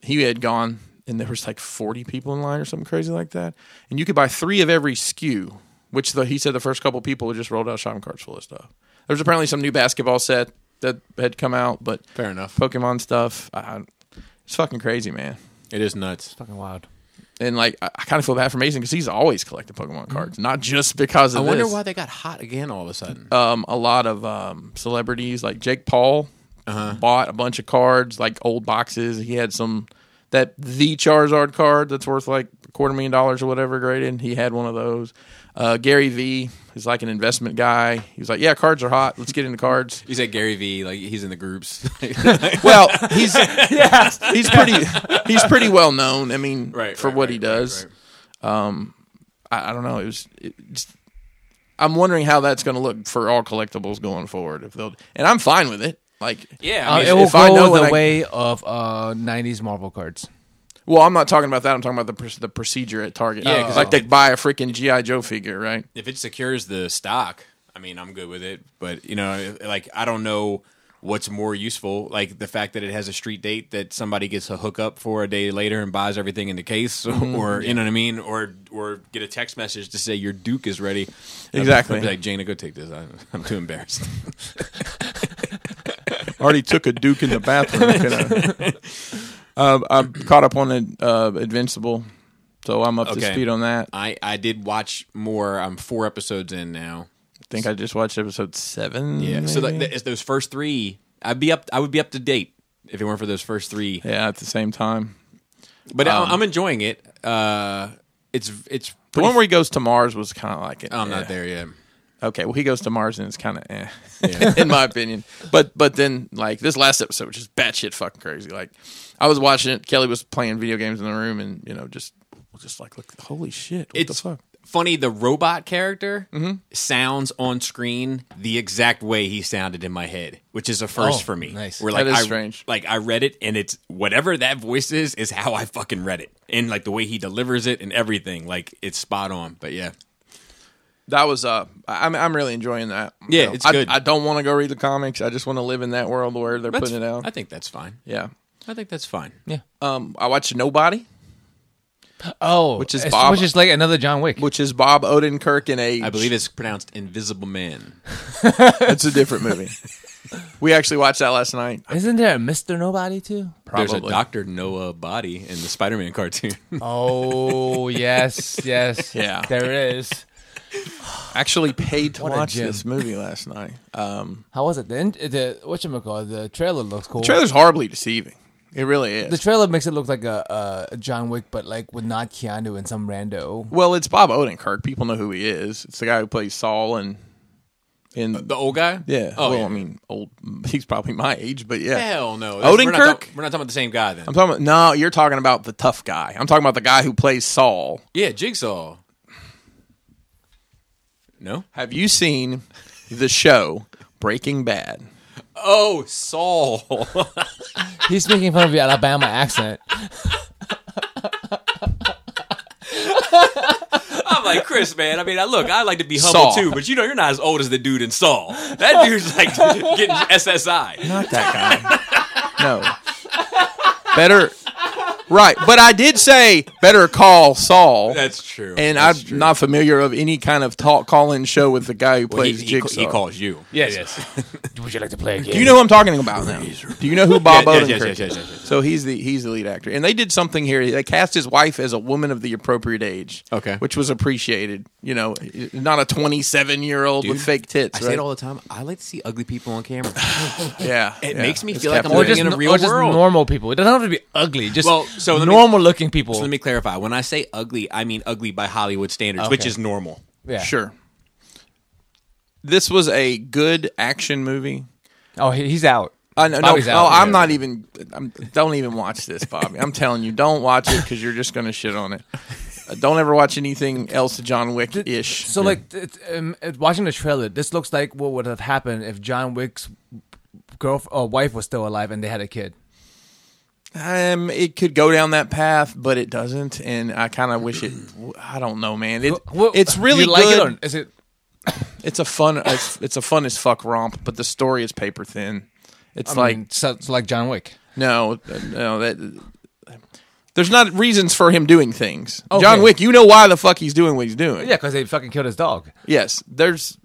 he had gone and there was like 40 people in line or something crazy like that and you could buy three of every skew which the, he said the first couple people just rolled out shopping carts full of stuff there's apparently some new basketball set that had come out but Fair enough. pokemon stuff I, I- it's fucking crazy man It is nuts. Fucking wild. and like i, I kind of feel bad for mason because he's always collected pokemon cards not just because I of wonder this. why they got hot again all of a sudden. um, a lot of um, celebrities like Jake Paul bought a bunch of cards, like old boxes. He had some that the Charizard card that's worth like a quarter million dollars or whatever graded. He had one of those. Uh, Gary V is like an investment guy. He was like, "Yeah, cards are hot. Let's get into cards." He's at Gary V. Like he's in the *laughs* groups. *laughs* Well, he's he's pretty he's pretty well known. I mean, Right, for right, what right, he right, does. Um, right. I, I don't know. It was. It just, I'm wondering how that's going to look for all collectibles going forward. If they'll, and I'm fine with it. Like, Yeah, Uh, I mean, it will if go I know the that I- way of uh, '90s Marvel cards. well, I'm not talking about that. I'm talking about the pr- the procedure at Target. Oh. Yeah, 'cause like they buy a freaking GI Joe figure, right? if it secures the stock, I mean, I'm good with it. But you know, like I don't know what's more useful, like the fact that it has a street date that somebody gets a hookup for a day later and buys everything in the case, *laughs* Mm-hmm. or you know what I mean, or or get a text message to say your Duke is ready. Exactly. I'd be like Jana, go take this. I'm, *laughs* I'm too embarrassed. Already took a Duke in the bathroom. Can I- *laughs* Uh, I'm caught up on uh, Invincible, so I'm up to Okay. speed on that. I I I did watch more. I'm four episodes in now. think I just watched episode seven. Yeah. So like maybe? th- it's those first three, I'd be up. I would be up to date if it weren't for those first three. yeah, at the same time. But Um, I- I'm enjoying it. Uh, it's it's The one where he goes to Mars was kind of like it. I'm yeah. not there yet. Okay, well, he goes to Mars and it's kind of, eh, Yeah. *laughs* in my opinion. But but then like this last episode was just batshit fucking crazy. Like I was watching it, Kelly was playing video games in the room, and you know just just like look, holy shit, what It's the fuck? funny. The robot character sounds on screen the exact way he sounded in my head, which is a first Oh, for me. nice. Where That like is I strange. like I read it and it's whatever that voice is is how I fucking read it and like the way he delivers it and everything like it's spot on. But yeah, That was uh, I- I'm I'm really enjoying that. Yeah, You know, it's I, good. I don't want to go read the comics. I just want to live in that world where they're That's- putting it out. I think that's fine. yeah. I think that's fine. Yeah. Um, I watched Nobody, Oh, Which is it's- Bob- which is like another John Wick. which is Bob Odenkirk in a I believe *laughs* it's pronounced Invisible Man. it's a *laughs* different movie. we actually watched that last night. Isn't there a Mister Nobody too? There's a Doctor Noah body in the Spider-Man cartoon. *laughs* Oh *laughs* yes, yes, Yeah. There is. Actually, paid to What a watch gem. this movie last night. Um, How was it? The in- the what you call the trailer looks cool. The trailer's horribly deceiving. It really is. The trailer makes it look like a, a John Wick, but like with not Keanu and some rando. well, it's Bob Odenkirk. People know who he is. It's the guy who plays Saul and in the old guy? Uh, yeah. Oh, well, yeah. I mean, old. He's probably my age, but yeah. hell no. That's- We're not, Odenkirk. talk- we're not talking about the same guy then. I'm talking. About, no, you're talking about the tough guy. I'm talking about the guy who plays Saul. yeah, Jigsaw. No. Have you seen the show Breaking Bad? Oh, Saul. He's making fun of your Alabama accent. *laughs* I'm like Chris, man. I mean, I look, I like to be humble Saul. too, but you know, you're not as old as the dude in Saul. That dude's *laughs* like getting SSI. Not that guy. *laughs* no. Better. Right, but I did say better call Saul. That's true. and That's I'm true. not familiar of any kind of talk call-in show with the guy who Well, he, plays he- Jigsaw. he calls you. Yes. yes. Would you like to play a game? Do you know who I'm talking about now? Do you know who *laughs* Bob Yeah, Odenkirk yes, yes, yes, is? yes, yes, yes. So he's the he's the lead actor, and they did something here. They cast his wife as a woman of the appropriate age, Okay. which was appreciated. You know, not a 27 year old with Dude, fake tits. I say right? it all the time. I like to see ugly people on camera. yeah, It yeah. makes me It's feel like I'm *laughs* or living captivating. just, in a n- real or just world. normal people. It doesn't have to be ugly. Just Well, so let me- normal looking people. So *sighs* let me clarify. When I say ugly, I mean ugly by Hollywood standards, Okay. which is normal. yeah. sure. This was a good action movie. Oh, he, he's out. I know, Uh, no, Bobby's no, out. I'm Yeah. not even. I'm, don't even watch this, Bobby. I'm telling you, don't watch it because you're just going to shit on it. Uh, Don't ever watch anything else John Wick ish. So like, it's, um, it- watching the trailer, this looks like what would have happened if John Wick's girl or wife was still alive and they had a kid. um, it could go down that path, but it doesn't, and I kind of wish it. I don't know, man. It, What- it's really you like good. It or is it? It's a fun. It's, it's a fun as fuck romp, but the story is paper thin. It's I like mean, so, it's like John Wick. No, uh, no. That there's not reasons for him doing things. Okay. John Wick, you know why the fuck he's doing what he's doing. Oh, Yeah, because they fucking killed his dog, Yes. There's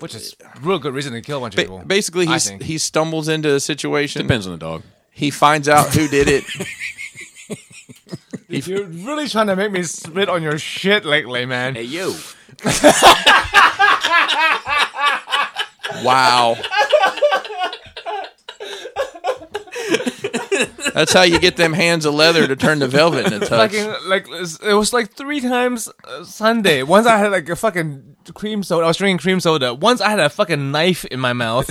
which is real good reason to kill a bunch of people. ba- basically I he's, think. he stumbles into a situation. Depends on the dog. He finds out who did *laughs* it. If you're really trying to make me spit on your shit lately, man. you. *laughs* wow. That's how you get them hands of leather to turn to velvet in a touch. Fucking like it was like three times uh, Sunday. Once I had like a fucking cream soda. I was drinking cream soda. Once I had a fucking knife in my *laughs* mouth.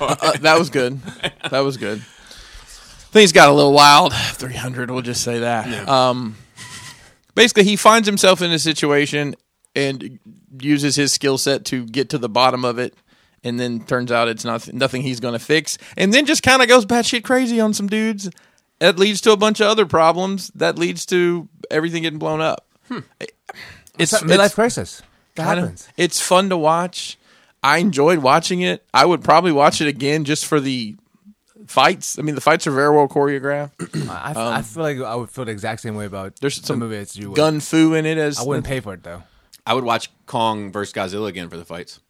Uh, that was good. That was good. Things got a little wild. 300, we'll just say that. Um, basically, he finds himself in a situation and uses his skill set to get to the bottom of it. And then turns out it's not, nothing he's going to fix. And then just kind of goes batshit crazy on some dudes. That leads to a bunch of other problems. That leads to everything getting blown up. It's, It's a midlife crisis. That kinda- happens. It's fun to watch. I enjoyed watching it. I would probably watch it again just for the fights. I mean, the fights are very well choreographed. I, I- I feel like I would feel the exact same way about There's some the movie as you would. Gun fu in it as I wouldn't pay for it though. I would watch Kong versus Godzilla again for the fights.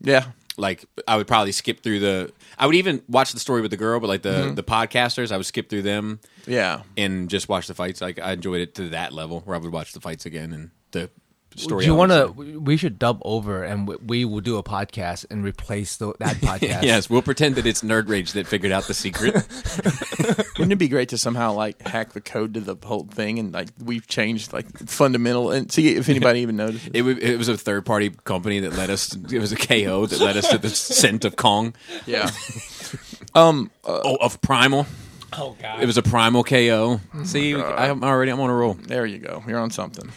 yeah. Like I would probably skip through the. I would even watch the story with the girl, but like the Mm-hmm. the podcasters, I would skip through them Yeah. and just watch the fights. Like I enjoyed it to that level where I would watch the fights again and the story. Do you want elements. to? We should dub over, and we, we will do a podcast and replace tho- *laughs* that *laughs* podcast. Yes, we'll pretend that it's Nerd Rage that figured out the secret. *laughs* Wouldn't it be great to somehow like hack the code to the whole thing and like we've changed like fundamental and see if anybody even *laughs* notices. It, wa- it was a third party company that led us. It was a KO that led us to the scent of Kong. Uh, Yeah. oh, of Primal. Oh God. Oh, It was a Primal KO. See, I'm already. I'm on a roll. There you go. You're on something.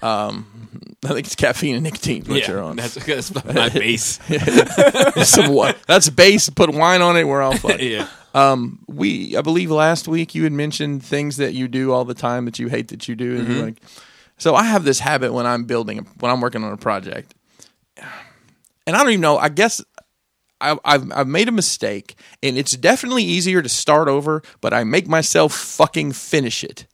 Um, I think it's caffeine and nicotine. What you're on. that's, that's my *laughs* base. *laughs* Some wa- That's base. Put wine on it. We're *laughs* all fucked. yeah. We, I believe, last week you had mentioned things that you do all the time that you hate that you do, and Mm-hmm. you're like, so I have this habit when I'm building, when I'm working on a project, and I don't even know. I guess I, I've I've made a mistake, and it's definitely easier to start over, but I make myself fucking finish it.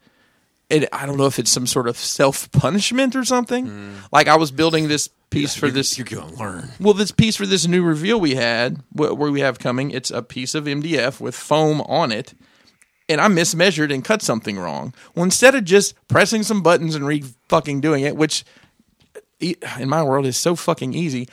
And I don't know if it's some sort of self punishment or something. Like I was building this piece for this Mm. You're gonna learn. well, this piece for this new reveal we had, wh- where we have coming, it's a piece of MDF with foam on it, and I mismeasured and cut something wrong. Well, instead of just pressing some buttons and re fucking doing it, which e- in my world is so fucking easy,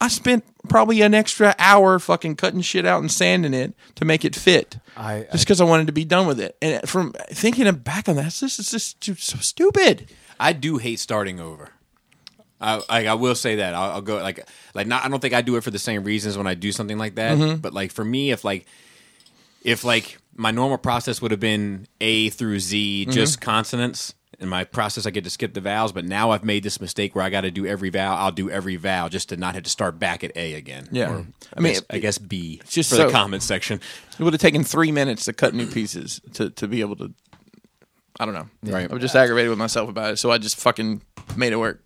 I spent probably an extra hour fucking cutting shit out and sanding it to make it fit, I- just because I wanted to be done with it. And from thinking back on that, this is just too, so stupid. I do hate starting over. I, I, I will say that I'll, I'll go like like not. I don't think I do it for the same reasons when I do something like that. But like for me, if like if like my normal process would have been A through Z, just consonants. In my process, I get to skip the vowels. But now I've made this mistake where I got to do every vowel. I'll do every vowel just to not have to start back at A again. Yeah. Or I mean, guess- I guess B. just for so- the comment section. It would have taken three minutes to cut new pieces to, to be able to. I don't know. Right. I'm just aggravated with myself about it, so I just fucking made it work.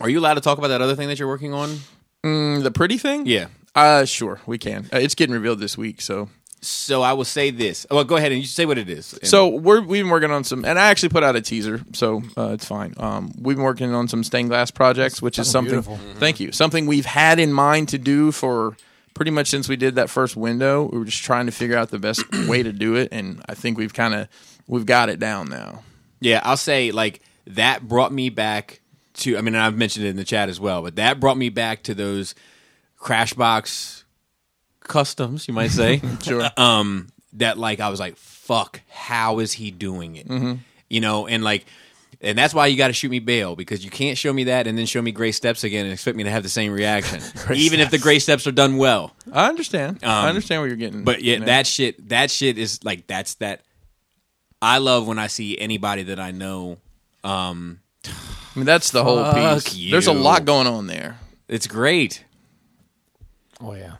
Are you allowed to talk about that other thing that you're working on? Mm, the pretty thing? Yeah. Uh, sure, we can. Uh, it's getting revealed this week, so So I will say this. Well, go ahead and you say what it is. And- so we're we've been working on some, and I actually put out a teaser, so uh, it's fine. Um, we've been working on some stained glass projects, which is something. beautiful. Thank you. Something we've had in mind to do for pretty much since we did that first window. We were just trying to figure out the best *clears throat* way to do it, and I think we've kind of we've got it down now. Yeah, I'll say like that brought me back to. I mean, and I've mentioned it in the chat as well, but that brought me back to those Crashbox customs, you might *laughs* say. Sure. um, that like I was like, fuck, how is he doing it? You know, and like. And that's why you got to shoot me bail because you can't show me that and then show me gray steps again and expect me to have the same reaction, even if the *laughs* gray steps are done well. I understand. I understand where you're getting. Um, But yeah, you know. that shit, that shit is like that's that. I love when I see anybody that I know. Um, I mean, that's the whole Fuck piece. you. There's a lot going on there. It's great, Oh yeah.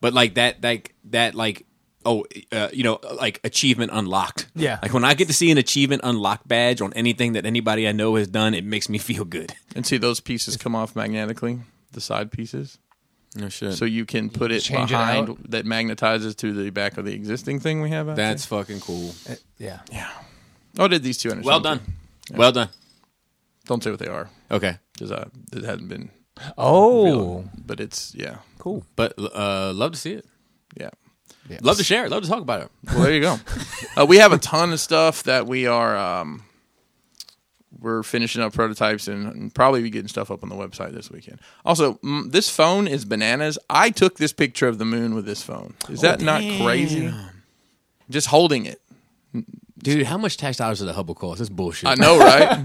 but like that, like that, like oh, uh, you know, like achievement unlocked. Yeah. Like when I get to see an achievement unlocked badge on anything that anybody I know has done, it makes me *laughs* feel good. And see those pieces come off magnetically, the side pieces, No shit. so you can put it Change it behind out. that magnetizes to the back of the existing thing we have. Out that's fucking cool. It- yeah. there. oh, did these two? understand Well done. too. Well done. Don't say what they are Okay, because it hadn't been. Oh, revealed. But it's yeah, cool. but uh, love to see it. yeah. Love to share it. Love to talk about it. Well, there you *laughs* go. uh, we have a ton of stuff that we are. Um, we're finishing up prototypes and, and probably be getting stuff up on the website this weekend. Also, mm, this phone is bananas. I took this picture of the moon with this phone. Is that Oh, not crazy? Just holding it. Dude, how much tax dollars did the Hubble cost? That's bullshit. I know, right?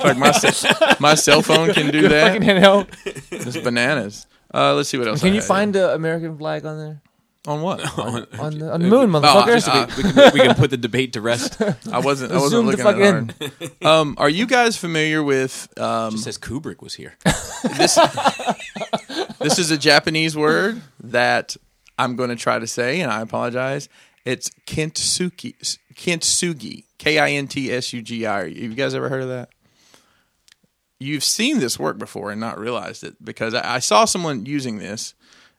*laughs* like my ce- my cell phone can *laughs* do Fucking that. handheld. It's bananas. Uh, let's see what else. Can I you had. find the American flag on there? on *laughs* what? On the, on the moon, Oh, motherfucker. just- uh, we, *laughs* can, we can put the debate to *laughs* rest. Um, It I wasn't. I wasn't Zoom the looking fuck at it hard. Um, are you guys familiar with um, says Kubrick was here. this this is a Japanese word that I'm going to try to say, and I apologize. It's kintsugi. Kintsugi. K i n t s u g i. Have you guys ever heard of that? you've seen this work before and not realized it because I, I saw someone using this.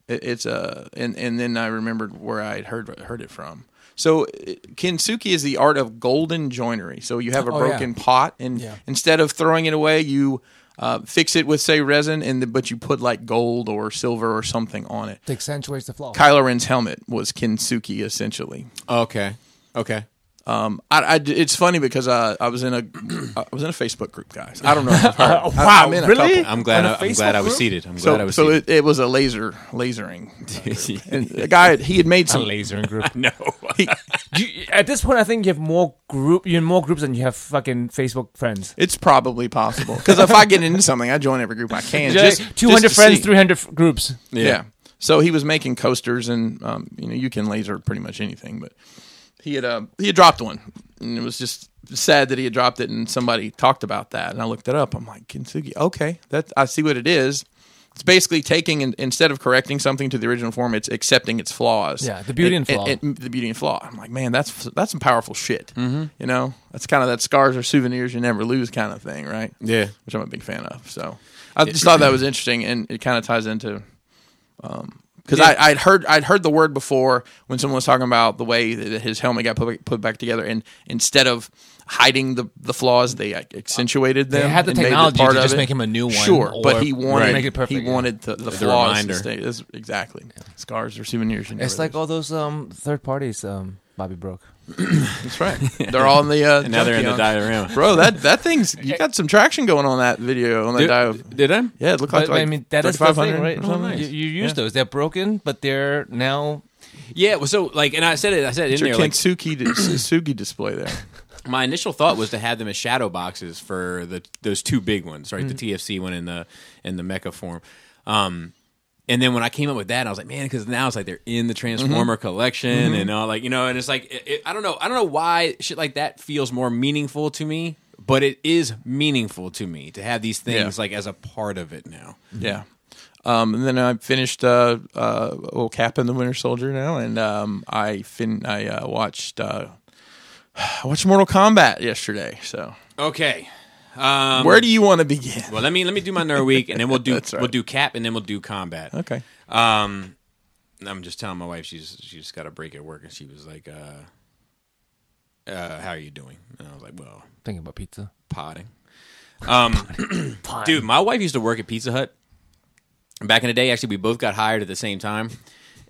It, it's a and and then I remembered where I had heard heard it from. So it- kintsugi is the art of golden joinery. So you have a Oh, yeah. broken pot, and Yeah. instead of throwing it away, you uh, fix it with say resin, and the, but you put like gold or silver or something on it. to accentuate the flaw. Kylo Ren's helmet was kintsugi essentially. *laughs* Okay. Okay. Um, I, I- it's funny because I, I was in a *clears throat* I was in a Facebook group, guys. I don't know. If you've heard. Oh, I- *laughs* wow, I'm in a really? couple. I'm glad. On a I, am glad Facebook I was group? seated. I'm glad I So, was so seated. it, it was a laser lasering, and the guy he had made A some. lasering *laughs* group. *laughs* no. he- You- at this point, I think you have more group. You're in more groups than you have fucking Facebook friends. *laughs* it's probably possible because if I get into something, I join every group I can. Just just two hundred to friends, see. three hundred f- groups. Yeah. So he was making coasters, and um, you know you can laser pretty much anything, but he had uh, he had dropped one, and it was just sad that he had dropped it, and somebody talked about that, and I looked it up. I'm like kintsugi, okay, that I see what it is. It's basically taking and instead of correcting something to the original form, it's accepting its flaws. Yeah, the beauty and flaw. the beauty and flaw. I'm like, man, that's that's some powerful shit. Mm-hmm. You know, that's kind of that scars are souvenirs you never lose kind of thing, right? Yeah. which I'm a big fan of. So I just thought that was interesting, and it kind of ties into because I I'd heard I'd heard the word before when someone was talking about the way that his helmet got put, put back together, and instead of hiding the, the flaws, they like, accentuated them. They had the and made it technology part to of just it. make him a new one Sure, but or he wanted make it perfect, he yeah. wanted the, the flaws. reminder. To stay, that's- exactly, scars or souvenirs. you It's never like all those um, third parties. Um, Bobby broke. lose. that's right. They're all in the uh, And now they're in the Pantheon. diorama. Bro, that that thing's you got some traction going on that video on that dive. Did, did I? Yeah, it looked like, But, like I mean, that is the thing, 3,500 right? or something. nice. You, you use Yeah. those. They're broken, but they're now. Yeah. Well, so like, and I said it. I said it in It's your there. Like, Kintsugi Sugi display there. my initial thought was to have them as shadow boxes for the those two big ones, right? Mm. The TFC one and the and the mecha form. Um, and then when I came up with that, I was like, man, because now it's like they're in the Mm-hmm. Transformer collection and all like you know, and it's like it, it- I don't know, I don't know why shit like that feels more meaningful to me, but it is meaningful to me to have these things Yeah. like as a part of it now. Yeah. Um, and then I finished uh, uh, old Cap and the Winter Soldier now, and um, I fin I uh, watched uh, *sighs* I watched Mortal Kombat yesterday. So Okay, um, where do you want to begin? well let me let me do my nerd week and then we'll do *laughs* That's right. we'll do cap and then we'll do combat. okay. Um, I'm just telling my wife she's she just got a break at work, and she was like, uh, uh, "How are you doing?" And I was like, "Well, Thinking about pizza. potting." *clears throat* Um, dude, my wife used to work at Pizza Hut back in the day. Actually, we both got hired at the same time,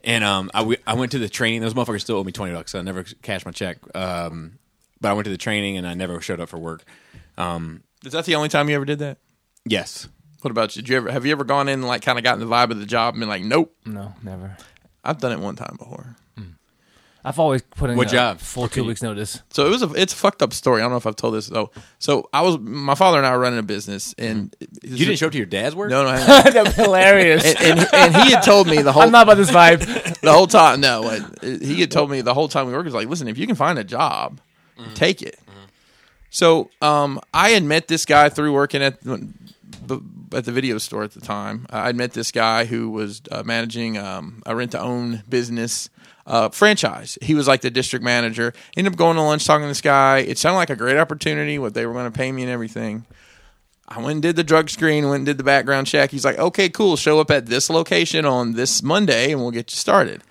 and um, I we- I went to the training. Those motherfuckers still owe me twenty bucks. So I never cashed my check. Um, but I went to the training and I never showed up for work. Um, Is that the only time you ever did that? yes, What about you? Did you ever have you ever gone in and like kind of gotten the vibe of the job and been like, nope? No, never. I've done it one time before. I've always put in What a job? full two weeks *laughs* notice. So it was a it's a fucked up story. I don't know if I've told this though. So I was my father and I were running a business, and you didn't show up to your dad's work. *laughs* No, no, hang on. That'd be hilarious. and, and, and he had told *laughs* me the whole I'm not about this vibe. *laughs* the whole time. No, what- he had told me the whole time we worked. He was like, listen, if you can find a job, take it. So um, I had met this guy through working at the, at the video store at the time. I had met this guy who was uh, managing um, a rent to own business. Uh, franchise. He was like the district manager. Ended up going to lunch talking to this guy. It sounded like a great opportunity, what they were going to pay me and everything. I went and did the drug screen, went and did the background check. He's like, okay, cool. Show up at this location on this Monday and we'll get you started.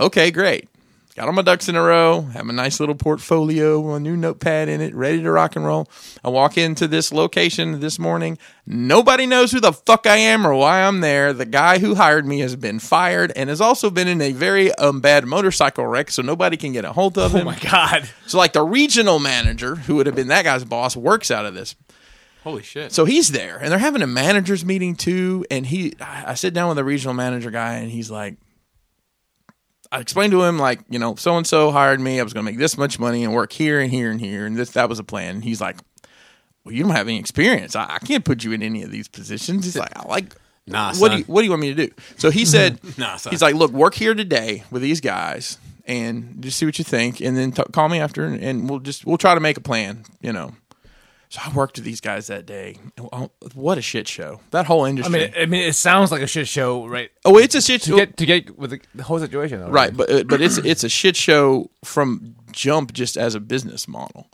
Okay, great. Got all my ducks in a row, have a nice little portfolio, with a new notepad in it, ready to rock and roll. I walk into this location this morning. Nobody knows who the fuck I am or why I'm there. The guy who hired me has been fired and has also been in a very um, bad motorcycle wreck, so nobody can get a hold of him. Oh my God. So, like the regional manager, who would have been that guy's boss, works out of this Holy shit! so he's there, and they're having a managers meeting too. And he, I I sit down with the regional manager guy, and he's like, I explained to him like, you know, so and so hired me. I was going to make this much money and work here and here and here, and this that was a plan. And he's like, Well, you don't have any experience. I, I can't put you in any of these positions. He's like, I like. Nah, what do son. you what do you want me to do? So he said, *laughs* Nah, son. he's like, look, work here today with these guys and just see what you think, and then t- call me after, and, and we'll just we'll try to make a plan, you know. So I worked with these guys that day. Oh, What a shit show! That whole I industry. mean, I mean, it sounds like a shit show, right? oh, it's a shit To show. uh, get to get with the, the whole situation, though, right, but but it's it's a shit show from jump just as a business model.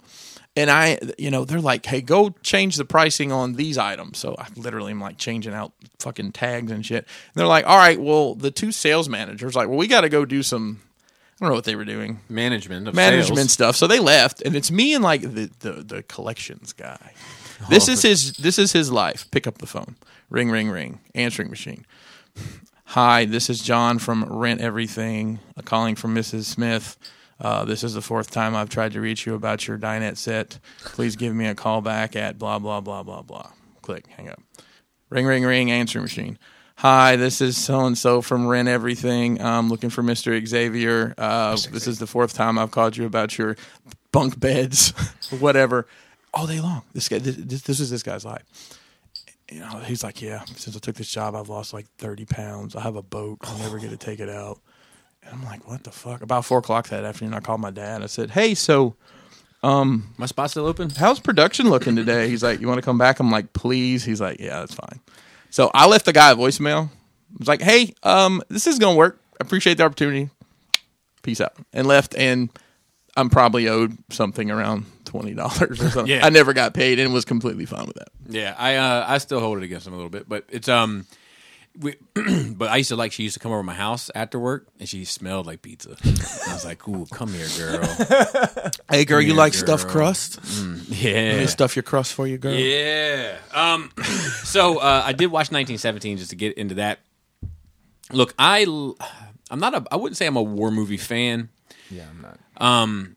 And I, you know, they're like, hey, go change the pricing on these items. So I literally am like changing out fucking tags and shit. And they're like, all right, well, the two sales managers, like, well, we got to go do some, I don't know what they were doing, management of management sales. stuff. So they left, and it's me and like the the, the collections guy. This Oh, is his this is his life. Pick up the phone. Ring ring ring. Answering machine. Hi, this is John from Rent Everything. uh, calling from Mrs. Smith. Uh, this is the fourth time I've tried to reach you about your dinette set. Please give me a call back at blah blah blah blah blah. Click. Hang up. Ring, ring, ring, answering machine. Hi, this is so and so from Rent Everything. I'm looking for Mr. Xavier. Uh, this is the fourth time I've called you about your bunk beds, *laughs* whatever, all day long. This guy, this, this is this guy's life. You know, he's like, yeah. Since I took this job, I've lost like 30 pounds. I have a boat. I'm never going to take it out. And I'm like, what the fuck? About four o'clock that afternoon, I called my dad. I said, hey, so My spot's still open. how's production looking today? He's like, you want to come back? I'm like, please. He's like, yeah, that's fine. So I left the guy a voicemail. I was like, hey, um, this is gonna work. I appreciate the opportunity. Peace out, and left. And I'm probably owed something around twenty dollars or something. *laughs* Yeah. I never got paid, and was completely fine with that. Yeah, I uh, I still hold it against him a little bit, but it's um, we, *clears throat* but I used to like she used to come over to my house after work and she smelled like pizza. And I was like, "Ooh, come here, girl." *laughs* Hey, girl, you Yeah, like stuffed girl. crust? Let Yeah, me stuff your crust for you, girl. yeah. Um, *coughs* so uh, I did watch 1917 just to get into that. Look, I l- I'm not a I wouldn't say I'm a war movie fan. Um, Yeah, I'm not.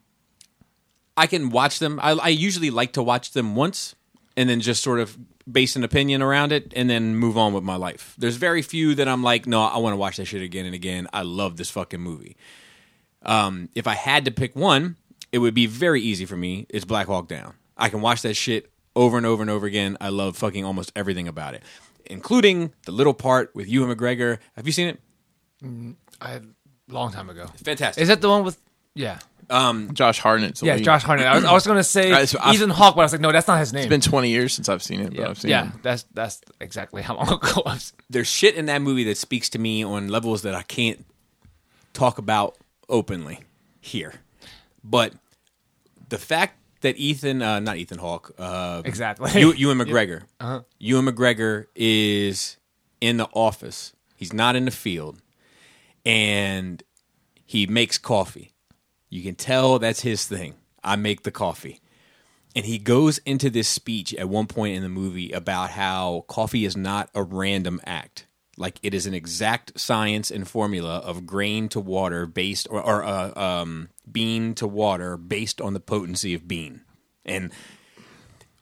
I can watch them. I, I usually like to watch them once and then just sort of base an opinion around it and then move on with my life. There's very few that I'm like, no, I want to watch that shit again and again. I love this fucking movie. Um, if I had to pick one, it would be very easy for me. It's Black Hawk Down. I can watch that shit over and over and over again. I love fucking almost everything about it, including the little part with Ewan McGregor. Have you seen it? I long time ago. Fantastic. Is that the one with? Yeah, Josh Hartnett's. yeah, elite. Josh Hartnett. I was, I was gonna say Right, so I- Ethan Hawke, but I was like, no, that's not his name. It's been twenty years since I've seen it, but yeah, I've seen yeah, it. that's that's exactly how long ago. I was. there's shit in that movie that speaks to me on levels that I can't talk about openly here. But the fact that Ethan, uh, not Ethan Hawke, uh, Exactly. you, Ewan McGregor, Ewan McGregor is in the office. He's not in the field, and he makes coffee. You can tell that's his thing. I make the coffee. And he goes into this speech at one point in the movie about how coffee is not a random act. Like it is an exact science and formula of grain to water based, or, or uh, um, bean to water based on the potency of bean. And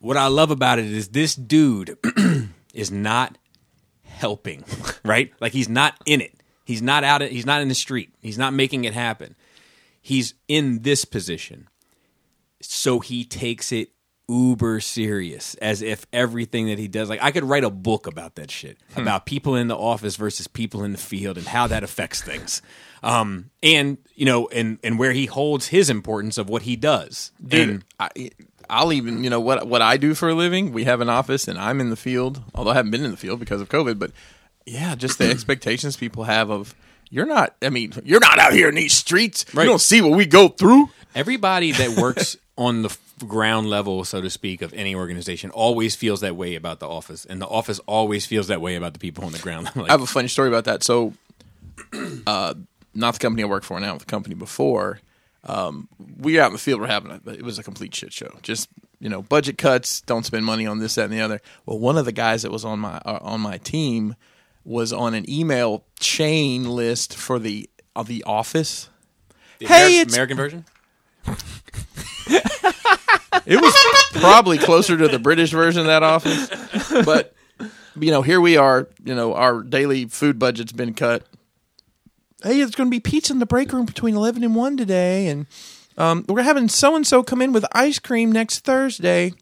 what I love about it is this dude *clears throat* is not helping, *laughs* right? Like he's not in it. He's not out. He's not in the street. He's not making it happen. He's in this position, so he takes it uber serious, as if everything that he does. Like I could write a book about that shit, about people in the office versus people in the field, and how that affects things. Um, and you know, and and where he holds his importance of what he does. dude. And- I, I'll even you know what what I do for a living. We have an office, and I'm in the field. Although I haven't been in the field because of COVID, but yeah, just the expectations people have of you're not. I mean, you're not out here in these streets. Right. You don't see what we go through. Everybody *laughs* that works on the f- ground level, so to speak, of any organization always feels that way about the office, and the office always feels that way about the people on the ground *laughs* level. I have a funny story about that. So, *clears throat* uh, not the company I work for now, the company before. Um, we were out in the field. We're having a, it was a complete shit show. Just you know, budget cuts. Don't spend money on this, that, and the other. Well, one of the guys that was on my uh, on my team was on an email chain list for the of the office. the hey, Ameri- it's- American version. It was probably closer to the British version of that office. But you know, here we are, you know, our daily food budget's been cut. Hey, it's gonna be pizza in the break room between eleven and one today and um, we're having so and so come in with ice cream next Thursday.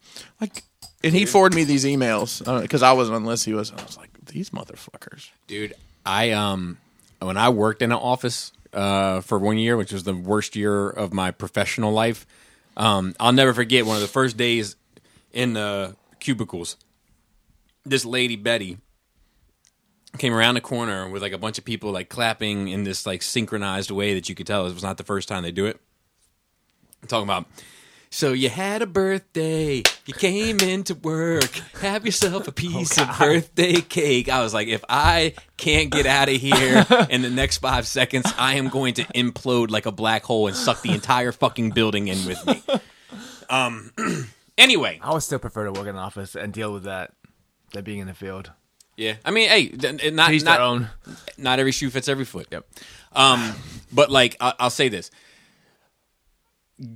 Like and he forwarded me these emails because I wasn't unless he was. I was like, these motherfuckers. Dude, I um when I worked in an office uh for one year, which was the worst year of my professional life, um I'll never forget one of the first days in the cubicles. This lady Betty came around the corner with like a bunch of people like clapping in this like synchronized way that you could tell it was not the first time they do it. I'm talking about So you had a birthday. You came into work. Have yourself a piece of birthday cake. I was like, if I can't get out of here in the next five seconds, I am going to implode like a black hole and suck the entire fucking building in with me. Um. *clears throat* anyway, I would still prefer to work in an office and deal with that than being in the field. yeah. I mean, hey, th- th- not Each not their own. not every shoe fits every foot. Yep. Um, but like I- I'll say this: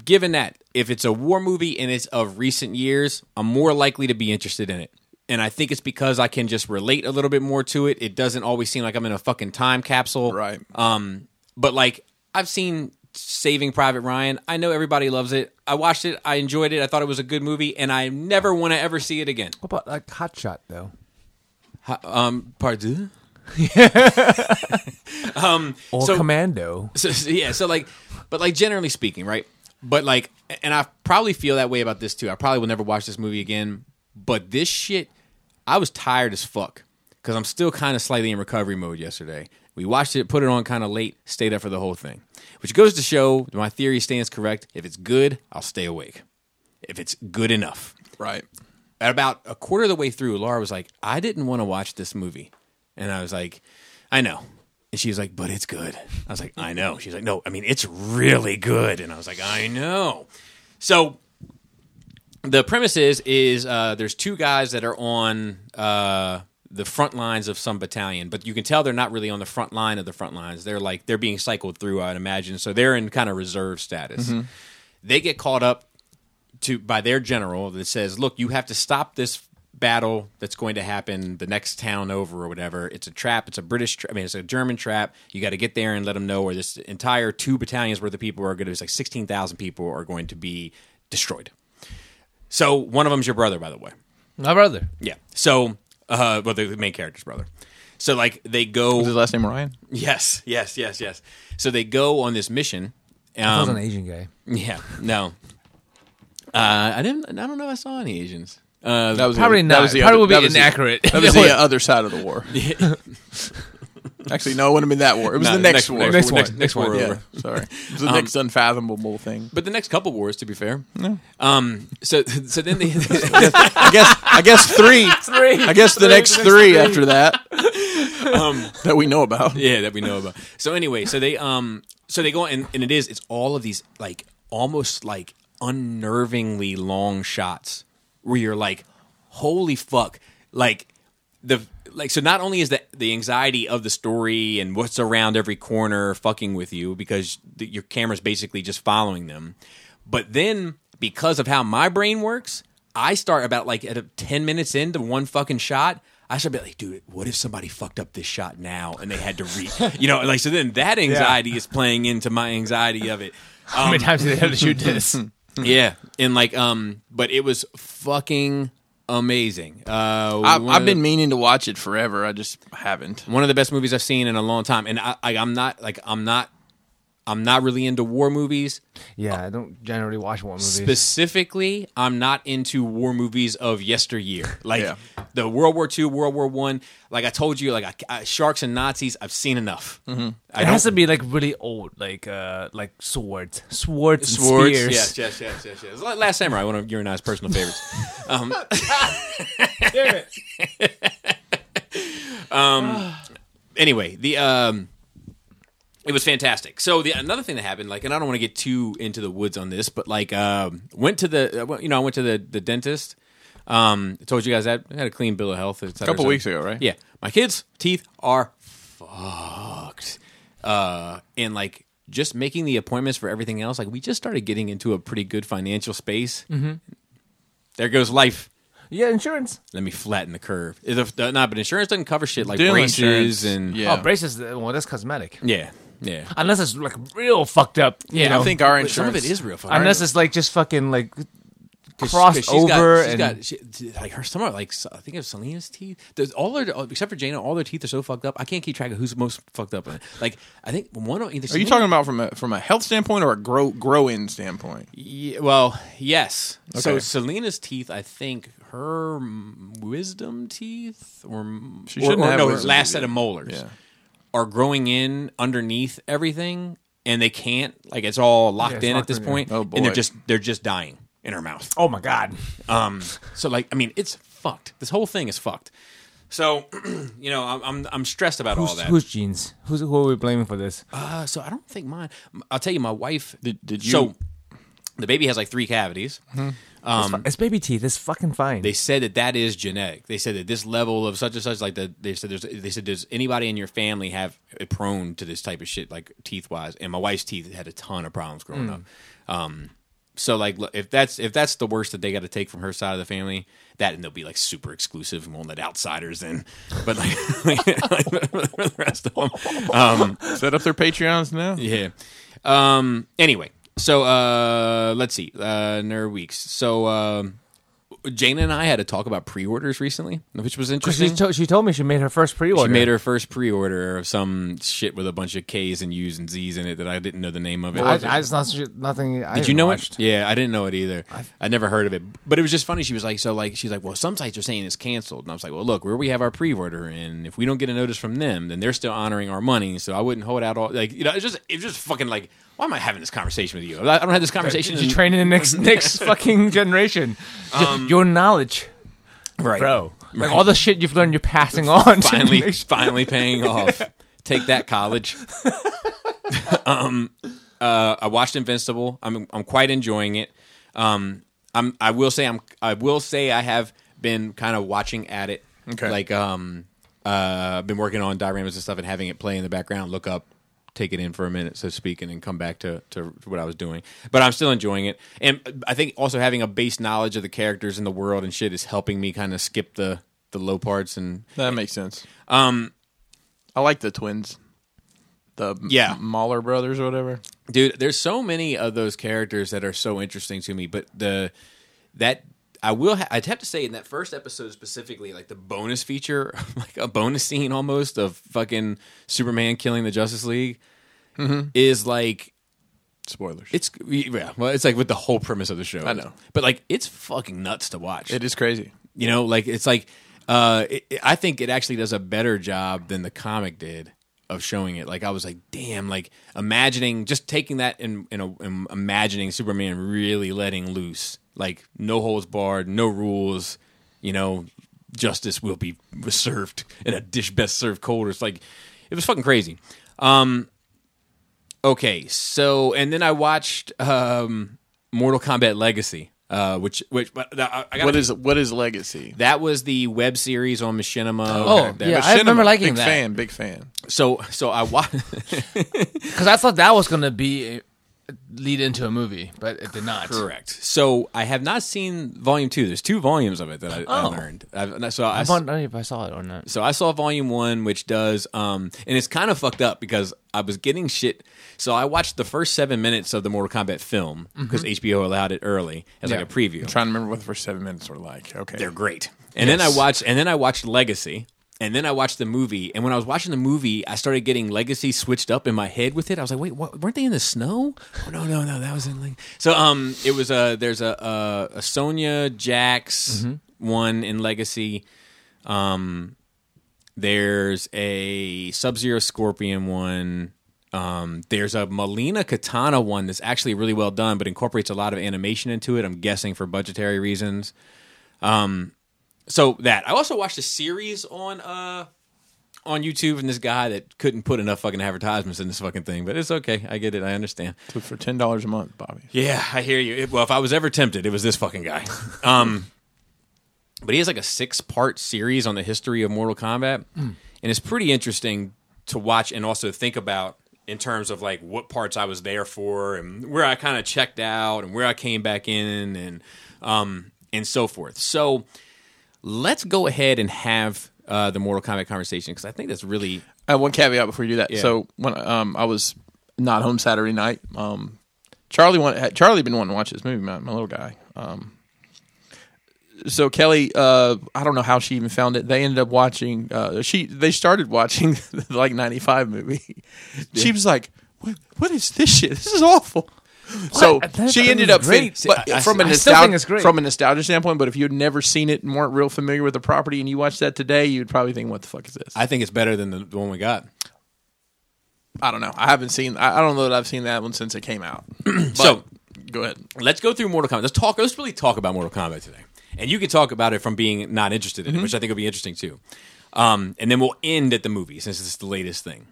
given that if it's a war movie and it's of recent years, I'm more likely to be interested in it. And I think it's because I can just relate a little bit more to it. It doesn't always seem like I'm in a fucking time capsule, Right. Um, but like I've seen Saving Private Ryan. I know everybody loves it. I watched it. I enjoyed it. I thought it was a good movie, and I never want to ever see it again. What about like Hot Shot though? Ha- Um, pardon. Or So- Commando? so, so, yeah so like but like generally speaking right but like and i probably feel that way about this too i probably will never watch this movie again but this shit i was tired as fuck because i'm still kind of slightly in recovery mode yesterday we watched it put it on kind of late stayed up for the whole thing which goes to show my theory stands correct if it's good i'll stay awake if it's good enough Right. at about a quarter of the way through, Laura was like, I didn't want to watch this movie. And I was like, I know. And she was like, but it's good. I was like, I know. She's like, no, I mean, it's really good. And I was like, I know. So the premise is, is uh, there's two guys that are on uh, the front lines of some battalion, but you can tell they're not really on the front line of the front lines. They're like, they're being cycled through, I'd imagine. So they're in kind of reserve status. They get caught up to by their general that says, "Look, you have to stop this battle that's going to happen the next town over or whatever. It's a trap. It's a British. Tra- I mean, it's a German trap. You got to get there and let them know, or this entire two battalions worth of people are going to. It's like sixteen thousand people are going to be destroyed. So one of them's your brother, by the way. My brother. Yeah. So, uh, well, the the main character's brother. So like they go. Is his last name Ryan? yes, yes, yes, yes. So they go on this mission. I Um, was an Asian guy. yeah. No. Uh, I didn't. I don't know. If I saw any Asians. Uh, That was the Probably other- not. That was the Probably other- would be that was the- inaccurate. that *laughs* *laughs* was the uh, other side of the *laughs* war. Actually, no, it wouldn't have been that war. It was No, the next, war. Um, Next, war. next, next war. Yeah, over. *laughs* sorry. It was the next unfathomable thing. But the next couple wars, to be fair. Um. So *laughs* so then *laughs* they. I guess I *laughs* guess three. Three. I guess the next three Um, after *laughs* that that we know *laughs* about. yeah, that we know about. So anyway, so they um so they go and, and it is it's all of these like almost like unnervingly long shots where you're like, holy fuck. Like the like so not only is the the anxiety of the story and what's around every corner fucking with you because the, your camera's basically just following them. But then because of how my brain works, I start about like at a, 10 minutes into one fucking shot. I should be like, dude, what if somebody fucked up this shot now and they had to re, you know, like so then that anxiety is playing into my anxiety of it. *laughs* Um, How many times did they have *laughs* to shoot this? Yeah, and like, um, but it was fucking amazing. Uh, I, one of I've the- been meaning to watch it forever. I just haven't. one of the best movies I've seen in a long time, and I, I, I'm not like I'm not. I'm not really into war movies. Yeah, I don't generally watch war movies. Specifically, I'm not into war movies of yesteryear, like Yeah. the World War II, World War One. Like I told you, like I, I, sharks and Nazis, I've seen enough. Mm-hmm. I it don't- *laughs* has to be like really old, like uh, like swords, swords, and Swords. spears. Yes, yes, yes, yes, yes. La- Last Samurai, one of Uranus' personal favorites. Um, *laughs* um, anyway, the um, it was fantastic. So the another thing that happened, like, and I don't want to get too into the woods on this, but like, um, went to the, uh, well, you know, I went to the the dentist. Um, I told you guys that I had a clean bill of health. A couple weeks ago, right? Yeah, my kids' teeth are fucked. Uh, and like just making the appointments for everything else, like we just started getting into a pretty good financial space. Mm-hmm. There goes life. Yeah, insurance. Let me flatten the curve. If the, nah, but insurance doesn't cover shit like Dental braces insurance, and Yeah. Oh, braces. uh, Well, that's cosmetic. yeah, yeah. Unless it's like real fucked up. you Yeah, I know? think our But insurance. some of it is real fucking. Unless it's like just fucking like Cause crossed she's over got, she's and got she, t- like her some are like s- I think of Selena's teeth. There's all her except for Jana, all their teeth are so fucked up. I can't keep track of who's most fucked up. on it. Like I think one on either. Are you talking about from a from a health standpoint or a grow grow in standpoint? Yeah, well, yes. So Okay. Selena's teeth, I think her mm, wisdom teeth or mm, She or- shouldn't or have no, her wisdom last teeth. set of molars Yeah. are growing in underneath everything, and they can't like it's all locked it's in at locked this in, yeah. point, Oh, and they're boy. just they're just dying. in her mouth. Oh my god. Um, so like, I mean, it's fucked. This whole thing is fucked. So, *clears throat* you know, I'm I'm, I'm stressed about all Who's, that. who's jeans? Who's who are we blaming for this? Uh, so I don't think mine. I'll tell you, my wife. Did- did you- So the baby has like three cavities. It's fi- it's baby teeth. It's fucking fine. They said that that is genetic. They said that this level of such and such, like the, they said, there's, they said, does anybody in your family have prone to this type of shit, like teeth wise? And my wife's teeth had a ton of problems growing up. Um, so like, look, if that's if that's the worst that they got to take from her side of the family, that and they'll be like super exclusive and won't let outsiders in. But like, *laughs* like for the rest of them, um, Set up their Patreons now. yeah. Um. Anyway, so uh, let's see. Uh, Nerd Weeks. So um, Jana and I had a talk about pre-orders recently, which was she, interesting. to- she told me she made her first She pre-order. made her first pre-order of some shit with a bunch of K's and U's and Z's in it that I didn't know the name of it. I, I just not, she- nothing. I Did you know watched. it? Yeah, I didn't know it either. i never heard of it, but it was just funny. She was like, "So like, she's like, well, some sites are saying it's canceled," and I was like, "Well, look, where we have our pre-order, and if we don't get a notice from them, then they're still honoring our money." So I wouldn't hold out all like you know. It's just it's just fucking like, why am I having this conversation with you? I don't have this conversation. You're training *laughs* the next next fucking generation. Um, Your knowledge, right, bro. Like all the shit you've learned, *laughs* you're passing on. to the *laughs* Finally, next- finally paying off. Take that, college. *laughs* um, uh, I watched Invincible. I'm I'm quite enjoying it. Um, I'm I will say I'm I will say I have been kind of watching at it. Okay. Like um uh been working on dioramas and stuff and having it play in the background, look up, take it in for a minute, so to speak, and then come back to, to what I was doing. But I'm still enjoying it. And I think also having a base knowledge of the characters in the world and shit is helping me kind of skip the the low parts and That makes sense. Um, I like the twins, the Yeah. Mahler brothers or whatever. dude there's so many of those characters that are so interesting to me but the that i will ha- i'd have to say in that first episode specifically like the bonus feature *laughs* like a bonus scene almost of fucking superman killing the justice league Mm-hmm. is like Spoilers. it's yeah well it's like with the whole premise of the show I know. but like it's fucking nuts to watch it is crazy. you know, like it's like uh, it, it- I think it actually does a better job than the comic did of showing it. Like I was like, damn, like imagining just taking that and you know and imagining Superman really letting loose, like no holds barred, no rules. You know, justice will be served in a dish best served cold. It's like it was fucking crazy. Um, Okay, so and then I watched um, Mortal Kombat Legacy, uh, which which but uh, I, I got What is what is legacy? that was the web series on Machinima. Oh, That- yeah, Machi- I remember liking big that. fan, big fan. So, so I *laughs* watched. Because I thought that was going to be a, lead into a movie, but it did not. Correct. So I have not seen Volume Two. There's two volumes of it that I, I learned. I've, so I, I don't know if I saw it or not. so I saw Volume One, which does, um, and it's kind of fucked up because I was getting shit. So I watched the first seven minutes of the Mortal Kombat film because HBO allowed it early as like a preview. Trying to remember what the first seven minutes were like. Okay, they're great. And then I watched and then I watched Legacy. And then I watched the movie, and when I was watching the movie, I started getting Legacy switched up in my head with it. I was like, "Wait, what, weren't they in the snow? Oh no, no, no, that was in." Leg-. So, um, it was a there's a a, a Sonya Jax one in Legacy. Um, there's a Sub Zero Scorpion one. Um, there's a Melina Katana one that's actually really well done, but incorporates a lot of animation into it. I'm guessing for budgetary reasons so that I also watched a series on uh on YouTube and this guy that couldn't put enough fucking advertisements in this fucking thing, but it's okay. I get it. I understand. So for ten dollars a month, Bobby. Yeah, I hear you. It- well, if I was ever tempted, it was this fucking guy. Um, but he has like a six part series on the history of Mortal Kombat, and it's pretty interesting to watch and also think about in terms of like what parts I was there for and where I kind of checked out and where I came back in and um and so forth. So let's go ahead and have uh, the Mortal Kombat conversation because I think that's really I have one caveat before you do that. So when um I was not home Saturday night, um Charlie want, had- Charlie been wanting to watch this movie, my, my little guy. Um so Kelly, uh, I don't know how she even found it. They ended up watching. Uh, she they started watching *laughs* the, like '95 movie. She was like, what, "What is this shit? This is awful." So I thought she it ended was up fin- great. but I- I- from a I still think it's nostalgia great. from a nostalgia standpoint. But if you'd never seen it and weren't real familiar with the property, and you watched that today, you'd probably think, "What the fuck is this?" I think it's better than the, the one we got. I don't know. I haven't seen. I, I don't know that I've seen that one since it came out. *clears throat* so Go ahead. let's go through Mortal Kombat. Let's talk. Let's really talk about Mortal Kombat today, and you can talk about it from being not interested in Mm-hmm. it, which I think will be interesting too. Um, and then we'll end at the movie since it's the latest thing.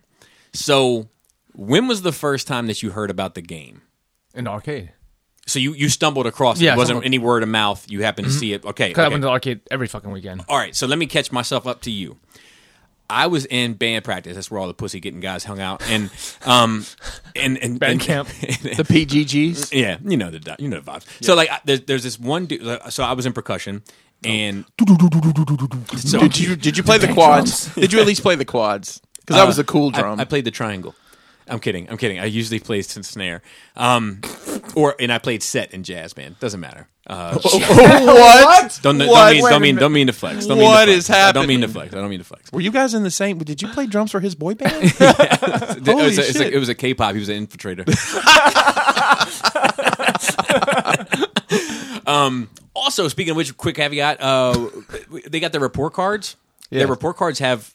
So, when was the first time that you heard about the game? in the arcade. So you you stumbled across it. Yeah, it wasn't stumbled- Mm-hmm. any word of mouth. You happened to see it. Okay, Because I okay. went to the arcade every fucking weekend. all right. So let me catch myself up to you. I was in band practice. That's where all the pussy getting guys hung out, and um, and and Band and- *laughs* camp. The PGGs. Yeah, you know the you know the vibes. So like, I, there's, there's this one dude. like, So I was in percussion, and so Did you did you play *laughs* the quads? Did you at least play the quads? Because that was a cool I- drum. I, played the triangle. I'm kidding. I'm kidding. I usually play some snare, um, or and I played set in jazz band. Doesn't matter. *laughs* Uh, what? don't, don't What? mean Wait a don't mean don't mean to flex. Don't mean What to is flex. I don't mean to happening? flex. I don't mean to flex. Were you guys in the same? Did you play drums for his boy *laughs* band? Holy it, was a, it's a- shit. it was a K-pop. He was an infiltrator. um, *laughs* Um, also, speaking of which, quick caveat: uh, they got their report cards. Yeah. Their report cards have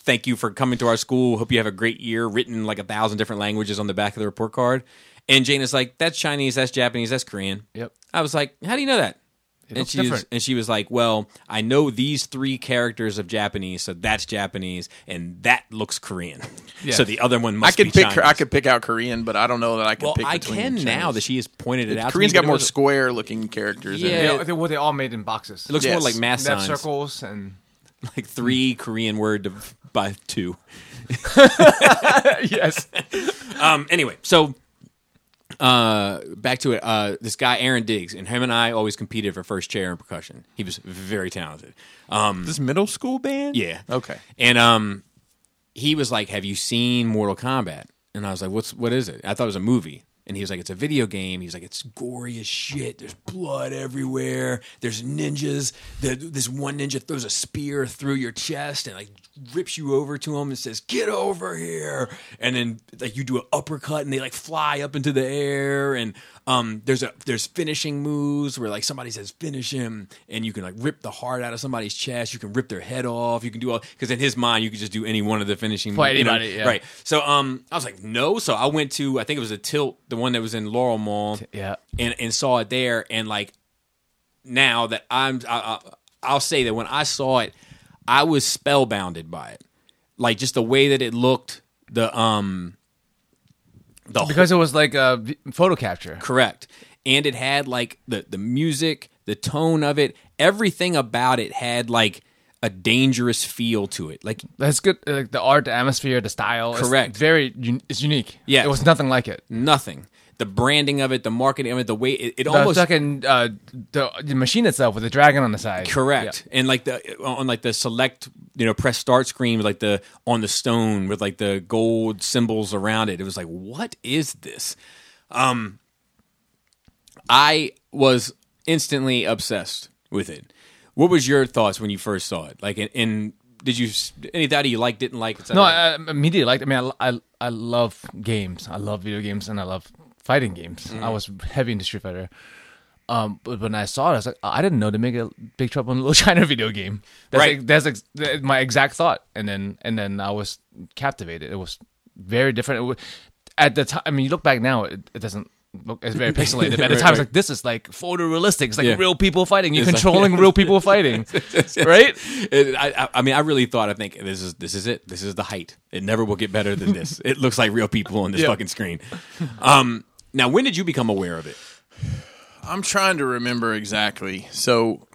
"Thank you for coming to our school. Hope you have a great year." Written in, like a thousand different languages on the back of the report card. And Jane is like, "That's Chinese. That's Japanese. That's Korean." Yep. I was like, "How do you know that?" And looks she was, different. and she was like, "Well, I know these three characters of Japanese, so that's Japanese, and that looks Korean. So the other one I must could be pick. Chinese. I could pick out Korean, but I don't know that I could. Well, pick I between can Chinese. now that she has pointed it out. to Korean's me, got but it more was- square-looking characters. In it. Yeah. Yeah, they were they all made in boxes. It looks more Yes. like math They have signs, circles and like three Korean word div- by *laughs* two. yes, *laughs* Um, anyway, so uh, back to it. Uh, this guy Aaron Diggs and him and I always competed for first chair in percussion. He was very talented. This middle school band. Yeah. Okay. And um, he was like, "Have you seen Mortal Kombat?" And I was like, "What's what is it?" I thought it was a movie. And he was like, "It's a video game." He was like, "It's gory as shit. There's blood everywhere. There's ninjas. The, this one ninja throws a spear through your chest and like rips you over to him and says, "Get over here!" And then like you do an uppercut and they like fly up into the air. And um, there's a there's finishing moves where like somebody says finish him and you can like rip the heart out of somebody's chest. You can rip their head off. You can do all because in his mind you could just do any one of the finishing For you know, anybody, yeah. Right. So um, I was like, no. So I went to I think it was a tilt, the one that was in Laurel Mall, yeah. and and saw it there. And like now that I'm, I, I, I'll say that when I saw it, I was spellbounded by it, like just the way that it looked, the um, the because it was like a v- photo capture. Correct. And it had like the the music, the tone of it, everything about it had like a dangerous feel to it. Like That's good. uh, Like the art, the atmosphere, the style. it's Correct. very. Un- it's unique. Yes. it was nothing like it. nothing. The branding of it, the marketing of it, the way it, it The almost fucking uh, the, the machine itself with the dragon on the side. correct. And like the on like the select, you know, press start screen with like the on the stone with like the gold symbols around it. It was like, what is this? Um I was instantly obsessed with it. What was your thoughts when you first saw it? Like, and, and did you s- any thought you liked, didn't like? et cetera? No, I, I immediately liked. I mean, I, I I love games. I love video games, and I love fighting games. Mm. I was heavy into Street Fighter. Um, but when I saw it, I was like, I didn't know to make a Big Trouble in Little *laughs* China video game. That's Right. Like, that's ex- that- my exact thought, and then and then I was captivated. It was very different. It was, at the time, I mean, you look back now, it, it doesn't look. It's very *laughs* pixelated. But at the time, it's like this is like photorealistic. It's like Yeah. real people fighting. You're It's like- controlling *laughs* real people fighting, right? It- I, I- I mean, I really thought. I think this is this is it. This is the height. It never will get better than *laughs* this. it looks like real people on this fucking screen. Um, now, when did you become aware of it? I'm trying to remember exactly. So,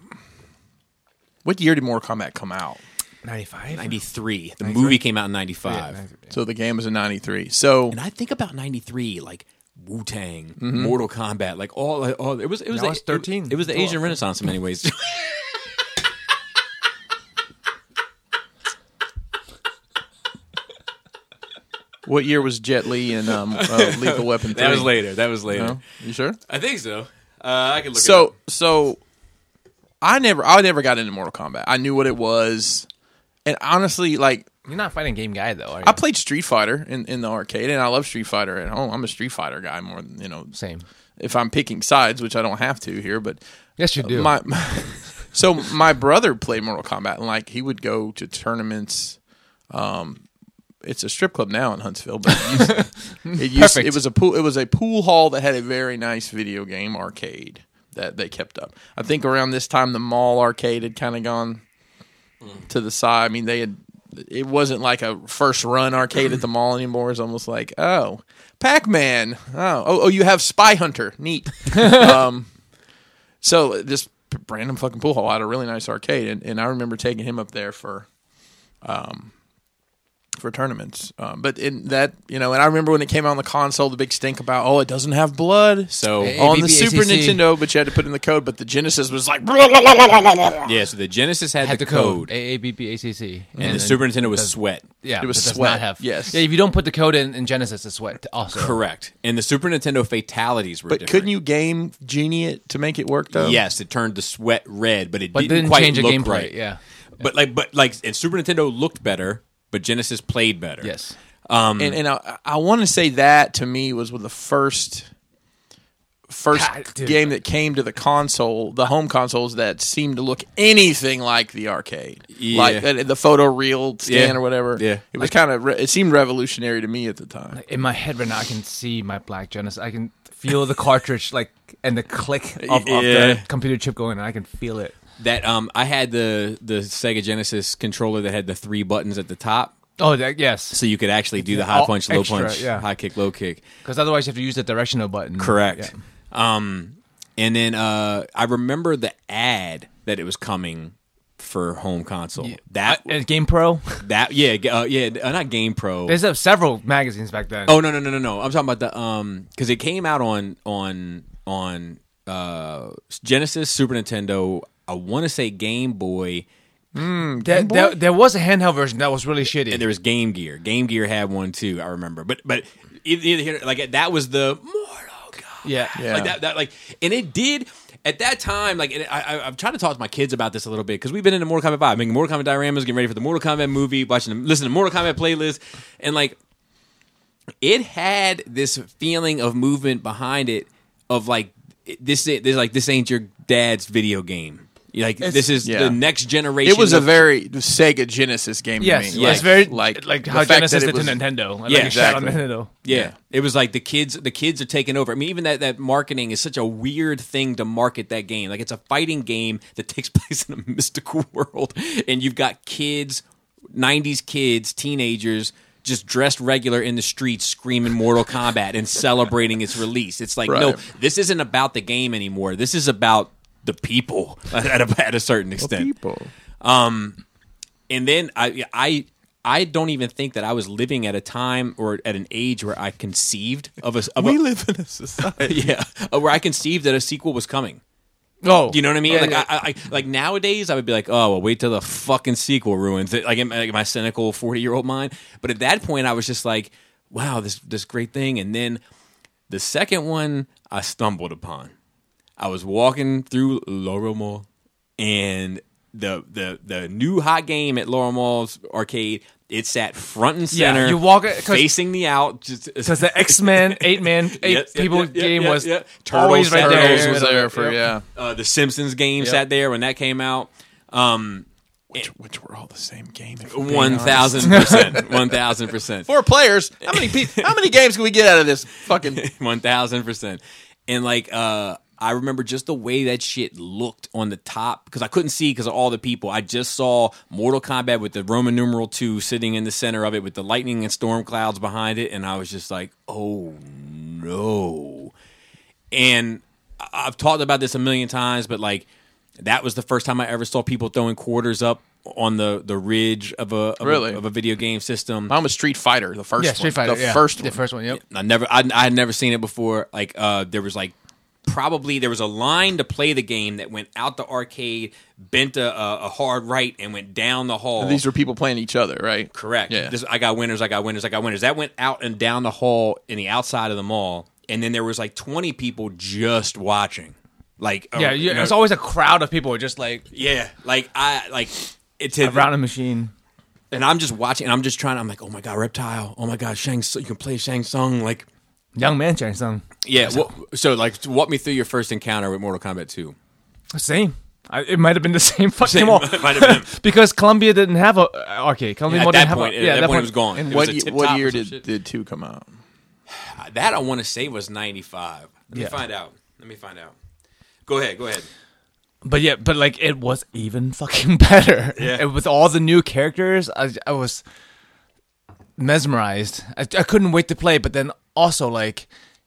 what year did Mortal Kombat come out? Ninety five. Ninety three. The movie came out in ninety five, So the game was in '93. So and I think about ninety three, like Wu Tang, Mm-hmm. Mortal Kombat, like all, all. It was it was No, the- I was 13. It, was the Asian Renaissance in many *laughs* ways. *laughs* what year was Jet Li in um, *laughs* uh, Lethal Weapon? 3? that was later. That was later. No? You sure? I think so. Uh, I can look. it So up. so I never I never got into Mortal Kombat. I knew what it was. And honestly, like You're not a fighting game guy though. Are you? I played Street Fighter in, in the arcade and I love Street Fighter at home. I'm a Street Fighter guy more than you know Same. if I'm picking sides, which I don't have to here, but Yes, you do. my, my- *laughs* so my brother played Mortal Kombat and like he would go to tournaments um, it's a strip club now in Huntsville, but it used, *laughs* it, used, it was a pool. It was a pool hall that had a very nice video game arcade that they kept up. I think around this time the mall arcade had kind of gone to the side. I mean, they had. It wasn't like a first run arcade at the mall anymore. It's almost like oh, Pac Man. Oh, oh, oh, you have Spy Hunter. *laughs* Neat. um, so this p- random fucking pool hall had a really nice arcade, and, and I remember taking him up there for um, for tournaments. Um, but in that, you know, and I remember when it came out on the console, the big stink about, oh, it doesn't have blood. So- A- on the ABBACC. Super Nintendo, but you had to put in the code. But the Genesis was like, Yeah, so the Genesis had, Had the code, A A B B A C C. and the Super Nintendo was sweat. Yeah, It was that does sweat, Not have, yes. Yeah, if you don't put the code in, in Genesis, it's sweat. Also, Correct. And the Super Nintendo fatalities were but different. couldn't you game genie it to make it work though? Yes, it turned the sweat red, but it But didn't, didn't quite change the look gameplay, right. yeah. But like, but like, and Super Nintendo looked better, but Genesis played better. Yes. and and I, I want to say that to me was the first first God, dude. game that came to the console, the home consoles that seemed to look anything like the arcade, Yeah. like uh, the photo reel scan Yeah. or whatever. Yeah. it was kind of re- it seemed revolutionary to me at the time. in my head right now, I can see my black Genesis. I can feel the cartridge like and the click of, of Yeah. the computer chip going, and I can feel it. That um, I had the the Sega Genesis controller that had the three buttons at the top, Oh, that, yes. so you could actually do the high all punch, low extra, punch, yeah. high kick, low kick. Because otherwise, you have to use the directional button. Correct. Yeah. Um, and then uh, I remember the ad that it was coming for home console. That And Uh, Game Pro. that yeah g- uh, yeah uh, not Game Pro. There's uh, several magazines back then. Oh no no no no no! I'm talking about the um because it came out on on on uh Genesis, Super Nintendo. I want to say Game Boy, there, there, there was a handheld version that was really shitty. and there was Game Gear. Game Gear had one too. I remember, but but either, either here- like that was the Mortal Kombat. yeah. Yeah. Like that, that, like, and it did at that time. Like, and I, I, I'm trying to talk to my kids about this a little bit because we've been into Mortal Kombat Five, making Mortal Kombat dioramas, getting ready for the Mortal Kombat movie, watching, them, listening to Mortal Kombat playlist, and like, it had this feeling of movement behind it, of like, it- this, i- this, like, this ain't your dad's video game. You're Like, this is yeah. the next generation. It was a of- very Sega Genesis game. Yes, to me. yes, Like- very like like like the how fact that Genesis it did to was- Nintendo. Like Yeah, a shot on exactly. Nintendo. Yeah. It was like the kids the kids are taking over. I mean, even that, that marketing is such a weird thing to market that game. Like it's a fighting game that *laughs* takes place in a mystical *laughs* world and you've got kids, nineties kids, teenagers just dressed regular in the streets screaming Mortal Kombat and celebrating its release. It's like, no, Right. this isn't about the game anymore. This is about the people *laughs* at a, at a certain extent people. and then I I I don't even think that I was living at a time or at an age where I conceived of a of We a, live in a society. *laughs* yeah Oh, where I conceived that a sequel was coming. Oh, *laughs* Do you know what I mean? yeah, like yeah. I, I, I like nowadays I would be like, oh well, wait till the fucking sequel ruins it. Like in my, like my cynical forty year old mind. But at that point, I was just like, wow, this this great thing. And then the second one I stumbled upon. I was walking through Laurel Mall, and the the the new hot game at Laurel Mall's arcade. It sat front and Yeah, center. you walk it- 'cause- facing the out. *laughs* Just because the X Men eight man Yep, eight yep, people yep, yep, game yep, was yep. always Turtles, right Turtles there. was there for yeah, uh, the Simpsons game sat there when that came out. Um, which, which were all the same game. if we're being One honest. thousand percent. One thousand percent. *laughs* Four players. How many? pe- how many games can we get out of this fucking One thousand percent. And like, uh, I remember just the way that shit looked on the top because I couldn't see because of all the people. I just saw Mortal Kombat with the Roman numeral two sitting in the center of it with the lightning and storm clouds behind it, and I was just like, oh no. And I- I've talked about this a million times, but like that was the first time I ever saw people throwing quarters up on the the ridge of a of a- Really? of a video game system. Mine was Street Fighter, the first Yeah, one. Street Fighter. The yeah. first one. the first one. Yep. I never I, I had never seen it before. Like uh there was like probably there was a line to play the game that went out the arcade, bent a, a, a hard right and went down the hall. These were people playing each other, right? correct. Yeah. This, I got winners, I got winners, I got winners. That went out and down the hall in the outside of the mall and then there was like 20 people just watching. Like uh, Yeah, you yeah. know, It's always a crowd of people just like yeah, like I like it's a around a machine. and I'm just watching and I'm just trying I'm like, "Oh my god, Reptile. Oh my god, Shang Tsung. you can play Shang Tsung like Young man, Chang Sung. yeah, wha- so like walk me through your first encounter with Mortal Kombat 2. Same. I, it might have been the *laughs* same fucking Same- mall *laughs* might have been. *laughs* because Columbia didn't have a uh, arcade. Columbia At Mall that didn't point, at have a, yeah, that, that point, it was gone. And It what, was a ye- tip what top or year some did, shit. did two come out? that? I want to say was ninety five. Let me Yeah. find out. Let me find out. Go ahead. Go ahead. But yeah, but like it was even *laughs* fucking better. Yeah. And with all the new characters, I, I was mesmerized. I, I couldn't wait to play. But then also like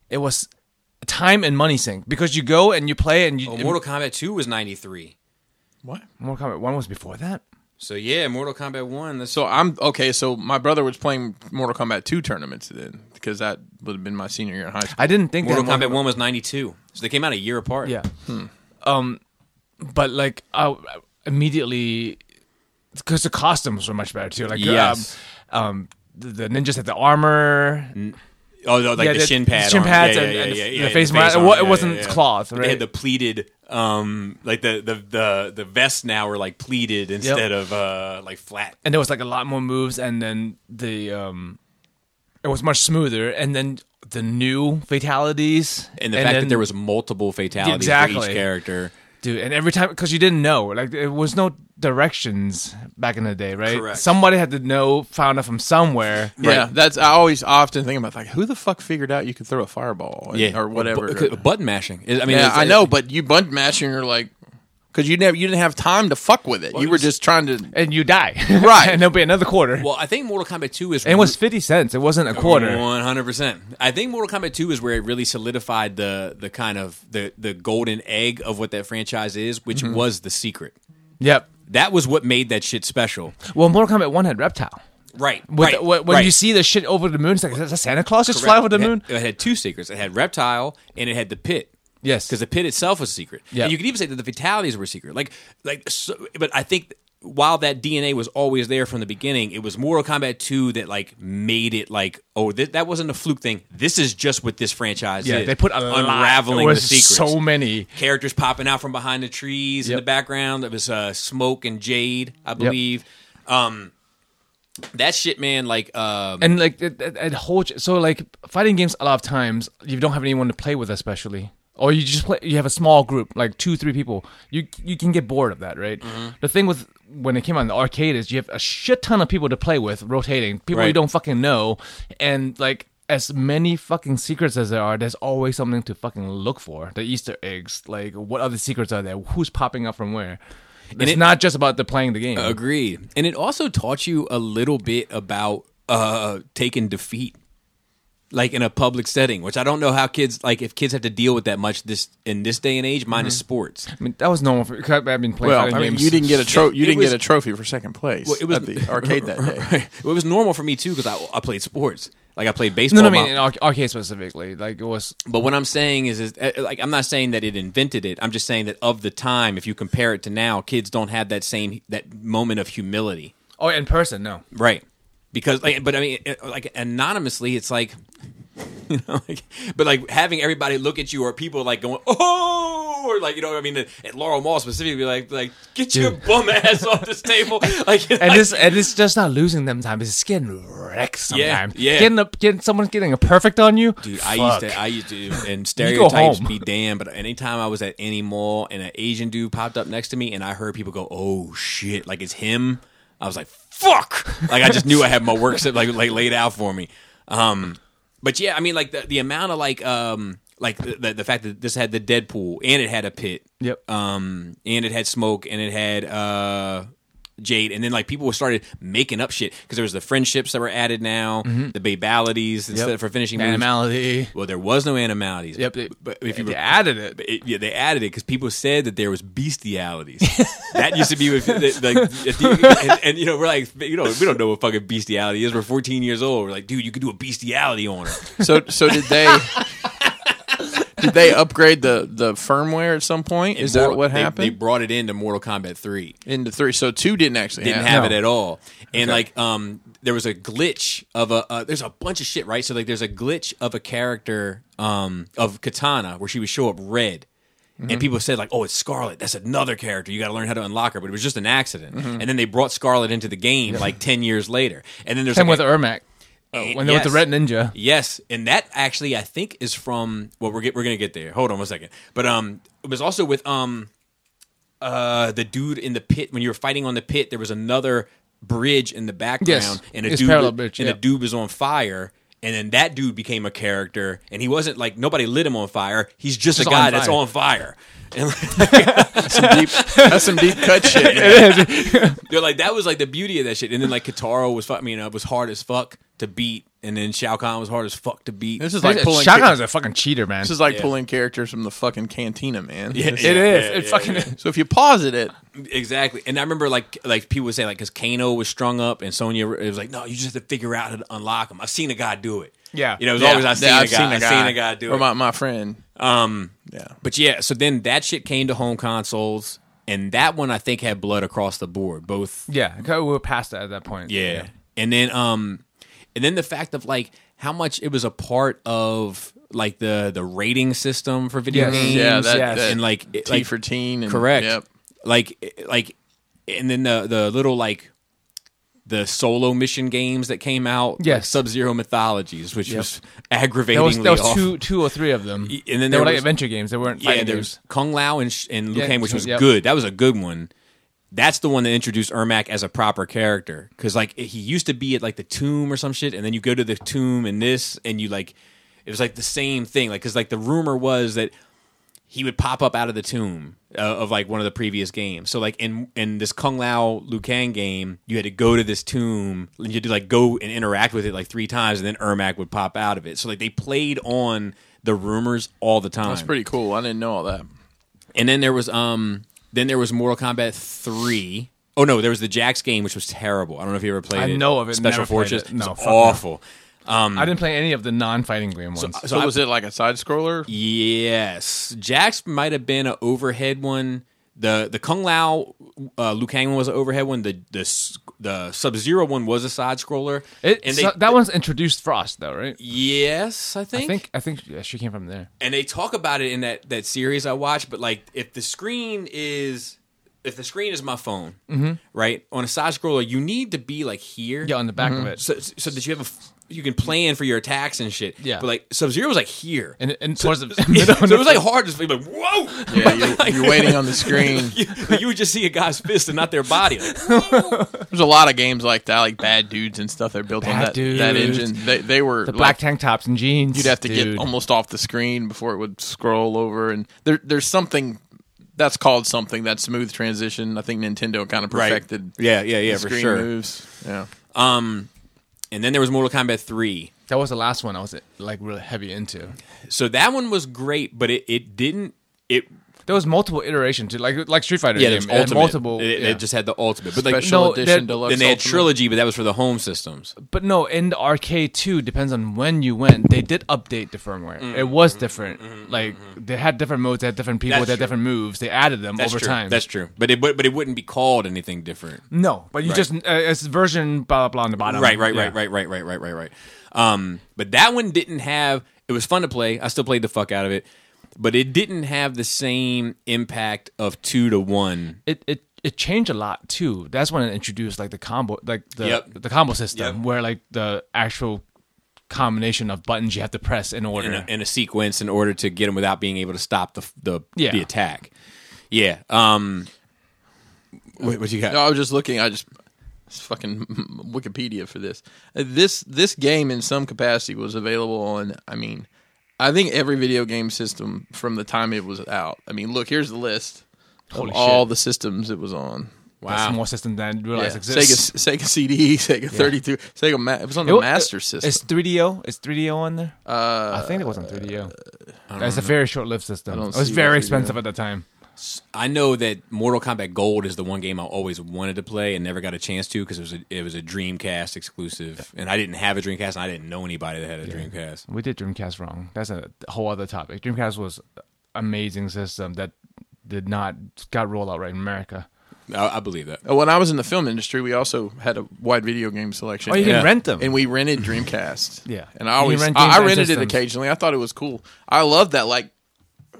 it was time and money sink because you go and you play and you. Oh, Mortal Kombat two was ninety three. What? Mortal Kombat One was before that. So yeah, Mortal Kombat one. That's So I'm okay. So my brother was playing Mortal Kombat two tournaments then because that would have been my senior year in high school. I didn't think Mortal that Kombat one was ninety two. So they came out a year apart. Yeah. Hmm. Um, but like I I immediately because the costumes were much better too. Like Yes. um, um, the, the ninjas had the armor. Oh, no, like Yeah, the, the- shin pad, the shin armor. pads yeah, and- yeah, and yeah, the- yeah, the yeah, face mask. It wa- it armor, wasn't cloth, They right? had the pleated, um, like the the the the vests now were like pleated instead of uh like flat. and there was like a lot more moves and then the um it was much smoother and then the new fatalities And the fact then- that there was multiple fatalities for Exactly. each character. dude and every time because you didn't know like there was no directions back in the day right Correct. somebody had to know found out from somewhere yeah, Right. that's I always often think about like who the fuck figured out you could throw a fireball and- or whatever. Bu- bu- uh, button mashing. It- I mean, yeah, it's- I know, but you button mashing are like because you never you didn't have time to fuck with it. you were just trying to and you die *laughs* Right. and there'll be another quarter Well, I think Mortal Kombat two is and it was 50 cents it wasn't a quarter One hundred percent. I think Mortal Kombat Two is where it really solidified the the kind of the the golden egg of what that franchise is, which was the secret. Mm-hmm. yep That was what made that shit special. well mortal kombat 1 had reptile Right. With- right. when when right. you see the shit over the moon it's like is that santa claus just fly over the It had- moon It had, two secrets. It had reptile and it had the pit. Yes. because the pit itself was secret. Yeah. and you could even say that the fatalities were secret. Like, like, so, but I think while that DNA was always there from the beginning, it was Mortal Kombat Two that like made it like, oh, th- that wasn't a fluke thing. This is just what this franchise yeah is. they put a lot- unraveling it the was secrets. so many Characters popping out from behind the trees in Yep. the background. It was uh, Smoke and Jade, I believe. Um, that shit, man. Like, um, and like it, it, it whole so like fighting games a lot of times you don't have anyone to play with especially or you just play you have a small group like two three people you you can get bored of that right Mm-hmm. the thing with when it came out in the arcade is you have a shit ton of people to play with rotating people Right. you don't fucking know and like as many fucking secrets as there are there's always something to fucking look for the easter eggs like what other secrets are there who's popping up from where it's it- not just about the playing the Uh, game Agreed. And it also taught you a little bit about uh taking defeat like in a public setting, which I don't know how kids like if kids have to deal with that much this in this day and age Mm-hmm. minus sports. i mean that was normal for, 'cause i've been playing well, fighting I mean, games you didn't get a tro- you It didn't was- get a trophy for second place Well, it was- at the arcade that day. *laughs* Right. Well, it was normal for me too cuz I I played sports. Like I played baseball. No, no, I mean my- in our, our case specifically, like it was But what I'm saying is, is uh, like I'm not saying that it invented it. I'm just saying that of the time, if you compare it to now, kids don't have that same that moment of humility. oh in person. No, right because like but i mean it- like anonymously it's like *laughs* you know like but like having everybody look at you or people like going oh or like you know what i mean at laurel mall specifically like like get your bum ass off this table *laughs* like and it's and it's just not losing them time. It's just getting wrecked Yeah, sometimes. yeah. Getting up, getting someone's getting a perfect on you. Dude, I used to, I used *laughs* to, and stereotypes home. be damned. But anytime I was at any mall and an Asian dude popped up next to me, and I heard people go, "Oh shit!" Like it's him. I was like, "Fuck!" Like I just knew I had my work set like, like laid out for me. Um, but yeah, I mean, like the, the amount of like, um, like the, the the fact that this had the Deadpool and it had a pit. Yep. Um, and it had smoke and it had uh Jade, and then like people started making up shit because there was the friendships that were added now, Mm-hmm. the babalities instead for finishing moves. Animality. Well, there was no animalities. Yep, they- but if you They were, added it. it, yeah, they added it because people said that there was *laughs* bestialities. that used to be with the- like, if you- and, and you know we're like you know we don't know what fucking bestiality is. We're 14 years old. We're like, dude, you could do a bestiality on her. So so did they did they upgrade the the firmware at some point? Is that Mortal- what they- They, happened? brought it into Mortal Kombat 3. Into three, so two didn't actually didn't have have, it at all. And like, um, there was a glitch of a. Uh, there's a bunch of shit, right? So like, there's a glitch of a character um, of Katana where she would show up red. Mm-hmm. And people said like, "Oh, it's Scarlet. That's another character. You got to learn how to unlock her." But it was just an accident. Mm-hmm. And then they brought Scarlet into the game like ten years later. And then there's Same like, with a- Ermac. Eh, when they were with the yes. Red Ninja. Yes, and that actually I think is from well we're get, we're gonna get there. Hold on one second, but um it was also with um uh, the dude in the pit when you were fighting on the pit, there was another bridge in the background, Yes, and a it's dude parallel bridge, and yeah. a dude was on fire. And then that dude became a character, and he wasn't like nobody lit him on fire. He's just, Just a guy on that's fire. on fire. *laughs* And Some deep, that's some deep *laughs* cut shit. man. They're like that was like the beauty of that shit. And then like Katara was fuck I mean, uh, was hard as fuck to beat, and then Shao Kahn was hard as fuck to beat. This is like pulling. Shao cha- Kahn is a fucking cheater, man. this is like Yeah. pulling characters from the fucking cantina, man. *laughs* Yeah, It yeah, is. yeah, it yeah, fucking yeah. So if you pause it, exactly. And I remember like like people would say like because Kano was strung up, and Sonya it was like, no, you just have to figure out how to unlock him. I've seen a guy do it. Yeah. you know, it was Yeah, always I've seen, yeah, a, guy, I've seen a guy do or it. my my friend. um, Yeah, but yeah, so then that shit came to home consoles, and that one I think had blood across the board, both yeah, 'cause we were past that at that point. Yeah. And then um and then the fact of like how much it was a part of like the the rating system for video Yes. games. yeah, that, yes. that and like it- T like for teen, and, correct. Yep. Like it- like and then the the little like the solo mission games that came out, like Yes. Sub Zero Mythologies, which was aggravatingly There was, there was awful. two, two or three of them. Y- and then they there were like was- adventure games. They weren't Yeah, fighting there's games. Kung Lao and, sh- and Liu Yeah, Kang, which was yep. good. That was a good one. That's the one that introduced Ermac as a proper character because like he used to be at like the tomb or some shit, and then you go to the tomb and this, and you like it was like the same thing. Like because like the rumor was that he would pop up out of the tomb uh, of like one of the previous games. So like in in this Kung Lao Liu Kang game, you had to go to this tomb, and you had to like go and interact with it like three times, and then Ermac would pop out of it. So like they played on the rumors all the time. That's pretty cool. I didn't know all that. And then there was um then there was Mortal Kombat 3. Oh no, there was the Jax game which was terrible. I don't know if you ever played I it. know of it, Special never played Fortress. it. No, It's fuck no. awful. I didn't play any of the non-fighting game ones. uh, So, was it like a side scroller? Yes. Jax might have been an overhead one. The the Kung Lao uh, Liu Kang one was an overhead one. The the s- the Sub Zero one was a side scroller. It- and so- that one's introduced Frost, though, right? yes, I think I think yeah, she came from there. and they talk about it in that that series I watched. But like, if the screen is if the screen is my phone, right on a side scroller, you need to be like here, Mm-hmm. Yeah, on the back of it. Mm-hmm. so, so that you have a f- you can plan for your attacks and shit. Yeah. but like Sub Zero was like here, *laughs* and *laughs* and towards the so middle. it was like hard to be like whoa. *laughs* Yeah, you're, *laughs* you're waiting on the *laughs* screen. You, you would just see a guy's fist and not their *laughs* body. Like, There's a lot of games like that, like Bad Dudes and stuff. They're built on Bad that, that Dudes. engine. They, they were the like, black tank tops and jeans. You'd have to oh dude. get almost off the screen before it would scroll over, and there, there's something that's called something that smooth transition. I think Nintendo kind of perfected Yeah, yeah, yeah, the for screen sure. moves. Yeah, And then there was Mortal Kombat Three. That was the last one I was like really heavy into. So that one was great, but it, it didn't. It There was multiple iterations, too, like like Street Fighter. yeah, game. there's It had ultimate. multiple. It, yeah. it just had the ultimate, but like special no, edition that- deluxe. then they had Ultimate. trilogy, but that was for the home systems. but no, in the arcade too. Depends on when you went. They did update the firmware. Mm-hmm. it was different. like they had different modes. They had different people. That's they had true. different moves. They added them That's over true. time. That's true. But it would- but it wouldn't be called anything different. no, but you Right. just uh, it's version blah blah blah on the bottom. Right, right, Yeah. right, right, right, right, right, right, right. Um, but that one didn't have. It was fun to play. I still played the fuck out of it, but it didn't have the same impact of two to one. it it it changed a lot too. That's when it introduced like the combo, like the Yep. the combo system, Yep. where like the actual combination of buttons you have to press in order. in a, in a sequence in order to get him without being able to stop the the, Yeah. the attack. Yeah. Um. What, what you got? No, I was just looking. I just it's fucking *laughs* Wikipedia for this. Uh, This this game in some capacity was available on. I mean, I think every video game system from the time it was out. I mean, look here's the list Holy of all shit. the systems it was on. That's more system than I realized Yeah. exists. Sega Sega CD, *laughs* Sega 32, Sega. Ma- it was on the It- uh, Master it- system. It's 3DO. It's 3DO on there. Uh, I think it was on 3DO. That's a very short-lived system. don't It was see very 3DO. expensive at the time. I know that Mortal Kombat Gold is the one game I always wanted to play and never got a chance to because it was a, it was a Dreamcast exclusive, and I didn't have a Dreamcast, and I didn't know anybody that had a Dreamcast. We did Dreamcast wrong. That's a whole other topic. Dreamcast was an amazing system that did not got rolled out right in America. I, I believe that. Oh. Uh, when I was in the film industry, we also had a wide video game selection. Oh, you can Yeah. rent them. and we rented Dreamcast. *laughs* Yeah. and I You can always rent I, I Dreamcast rented it systems. occasionally. I thought it was cool. I loved that. Like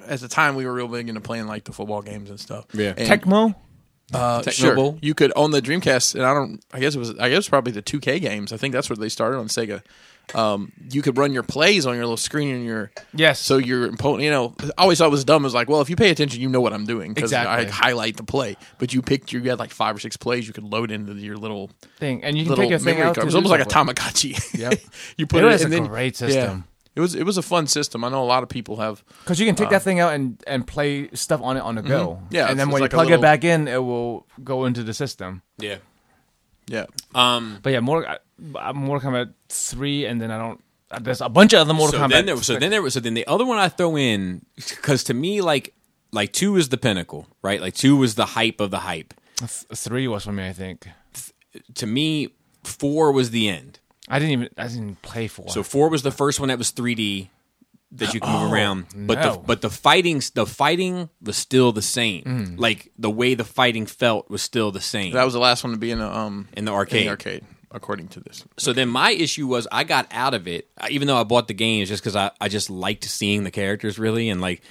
at the time, we were real big into playing like the football games and stuff. Yeah. and, Tecmo. uh, Tecmo sure, Bowl? you could own the Dreamcast, and I don't. I guess it was. I guess probably the 2K games. I think that's where they started on Sega. um, you could run your plays on your little screen and your Yes. So your opponent, you know, I always thought it was dumb. It was like, well, if you pay attention, you know what I'm doing because Exactly. I highlight the play. But you picked, you had like five or six plays you could load into your little thing, and you can little pick a thing memory card. out. to It was do almost like a stuff Tamagotchi. Yep. *laughs* you put It it, was and a then, great yeah. system. It was it was a fun system. I know a lot of people have. with. Cause you can take that thing out and, and play stuff on it on the go. Uh. Mm-hmm. Yeah, it's- and then it's when like a you plug little- it back in, it will go into the system. Yeah. Yeah, Um, But yeah, more I, I'm Mortal Kombat three, and then I don't. uh, There's a bunch of other Mortal so Kombat. then there was so then there was so then the other one I throw in because to me like like two is the pinnacle right like two was the hype of the hype Th- three was for me, I think. to me four was the end I didn't even I didn't even play for. so four was the first one that was 3D that you can move around but the Oh, no. but the fighting the fighting was still the same Hmm. like the way the fighting felt was still the same that was the last one to be in the um in the arcade in the arcade, according to this. So then my issue was I got out of it, I- even though I bought the games just because I, I just liked seeing the characters really and like,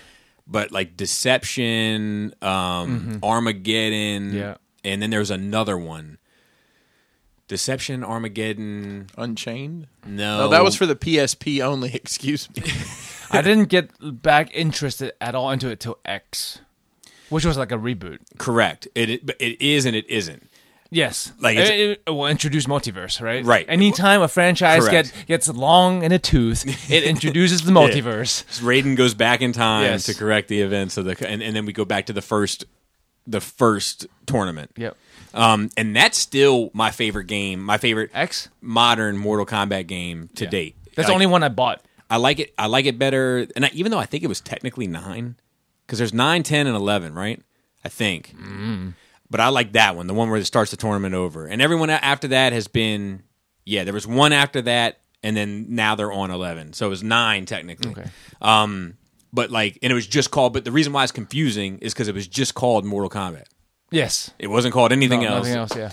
but like Deception, um, Armageddon, Mm-hmm. Yeah. and then there was another one. Deception, Armageddon, Unchained. no, No, that Oh. was for the PSP only. *laughs* Excuse me. I didn't get back interested at all into it till X, which was like a reboot. correct. It, it but it is and it isn't. Yes, Like, like it's- it, it- it will introduce multiverse, right? Right. Anytime a franchise Correct. get, gets long in a tooth, *laughs* it introduces the multiverse. So Raiden goes back in time Yes. to correct the events of the, and, and then we go back to the first, the first tournament. Yep. Um, and that's still my favorite game, my favorite X? modern Mortal Kombat game to date. That's Like, the only one I bought. I like it. I like it better, and I, even though I think it was technically nine, because there's nine, ten, and eleven, right? I think. Mm. But I like that one, the one where it starts the tournament over, and everyone a- after that has been, yeah. There was one after that, and then now they're on eleven, so it was nine technically. Um, but like, and it was just called. But the reason why it's confusing is because it was just called Mortal Kombat. Yes. It wasn't called anything No, else Nothing else. Yeah.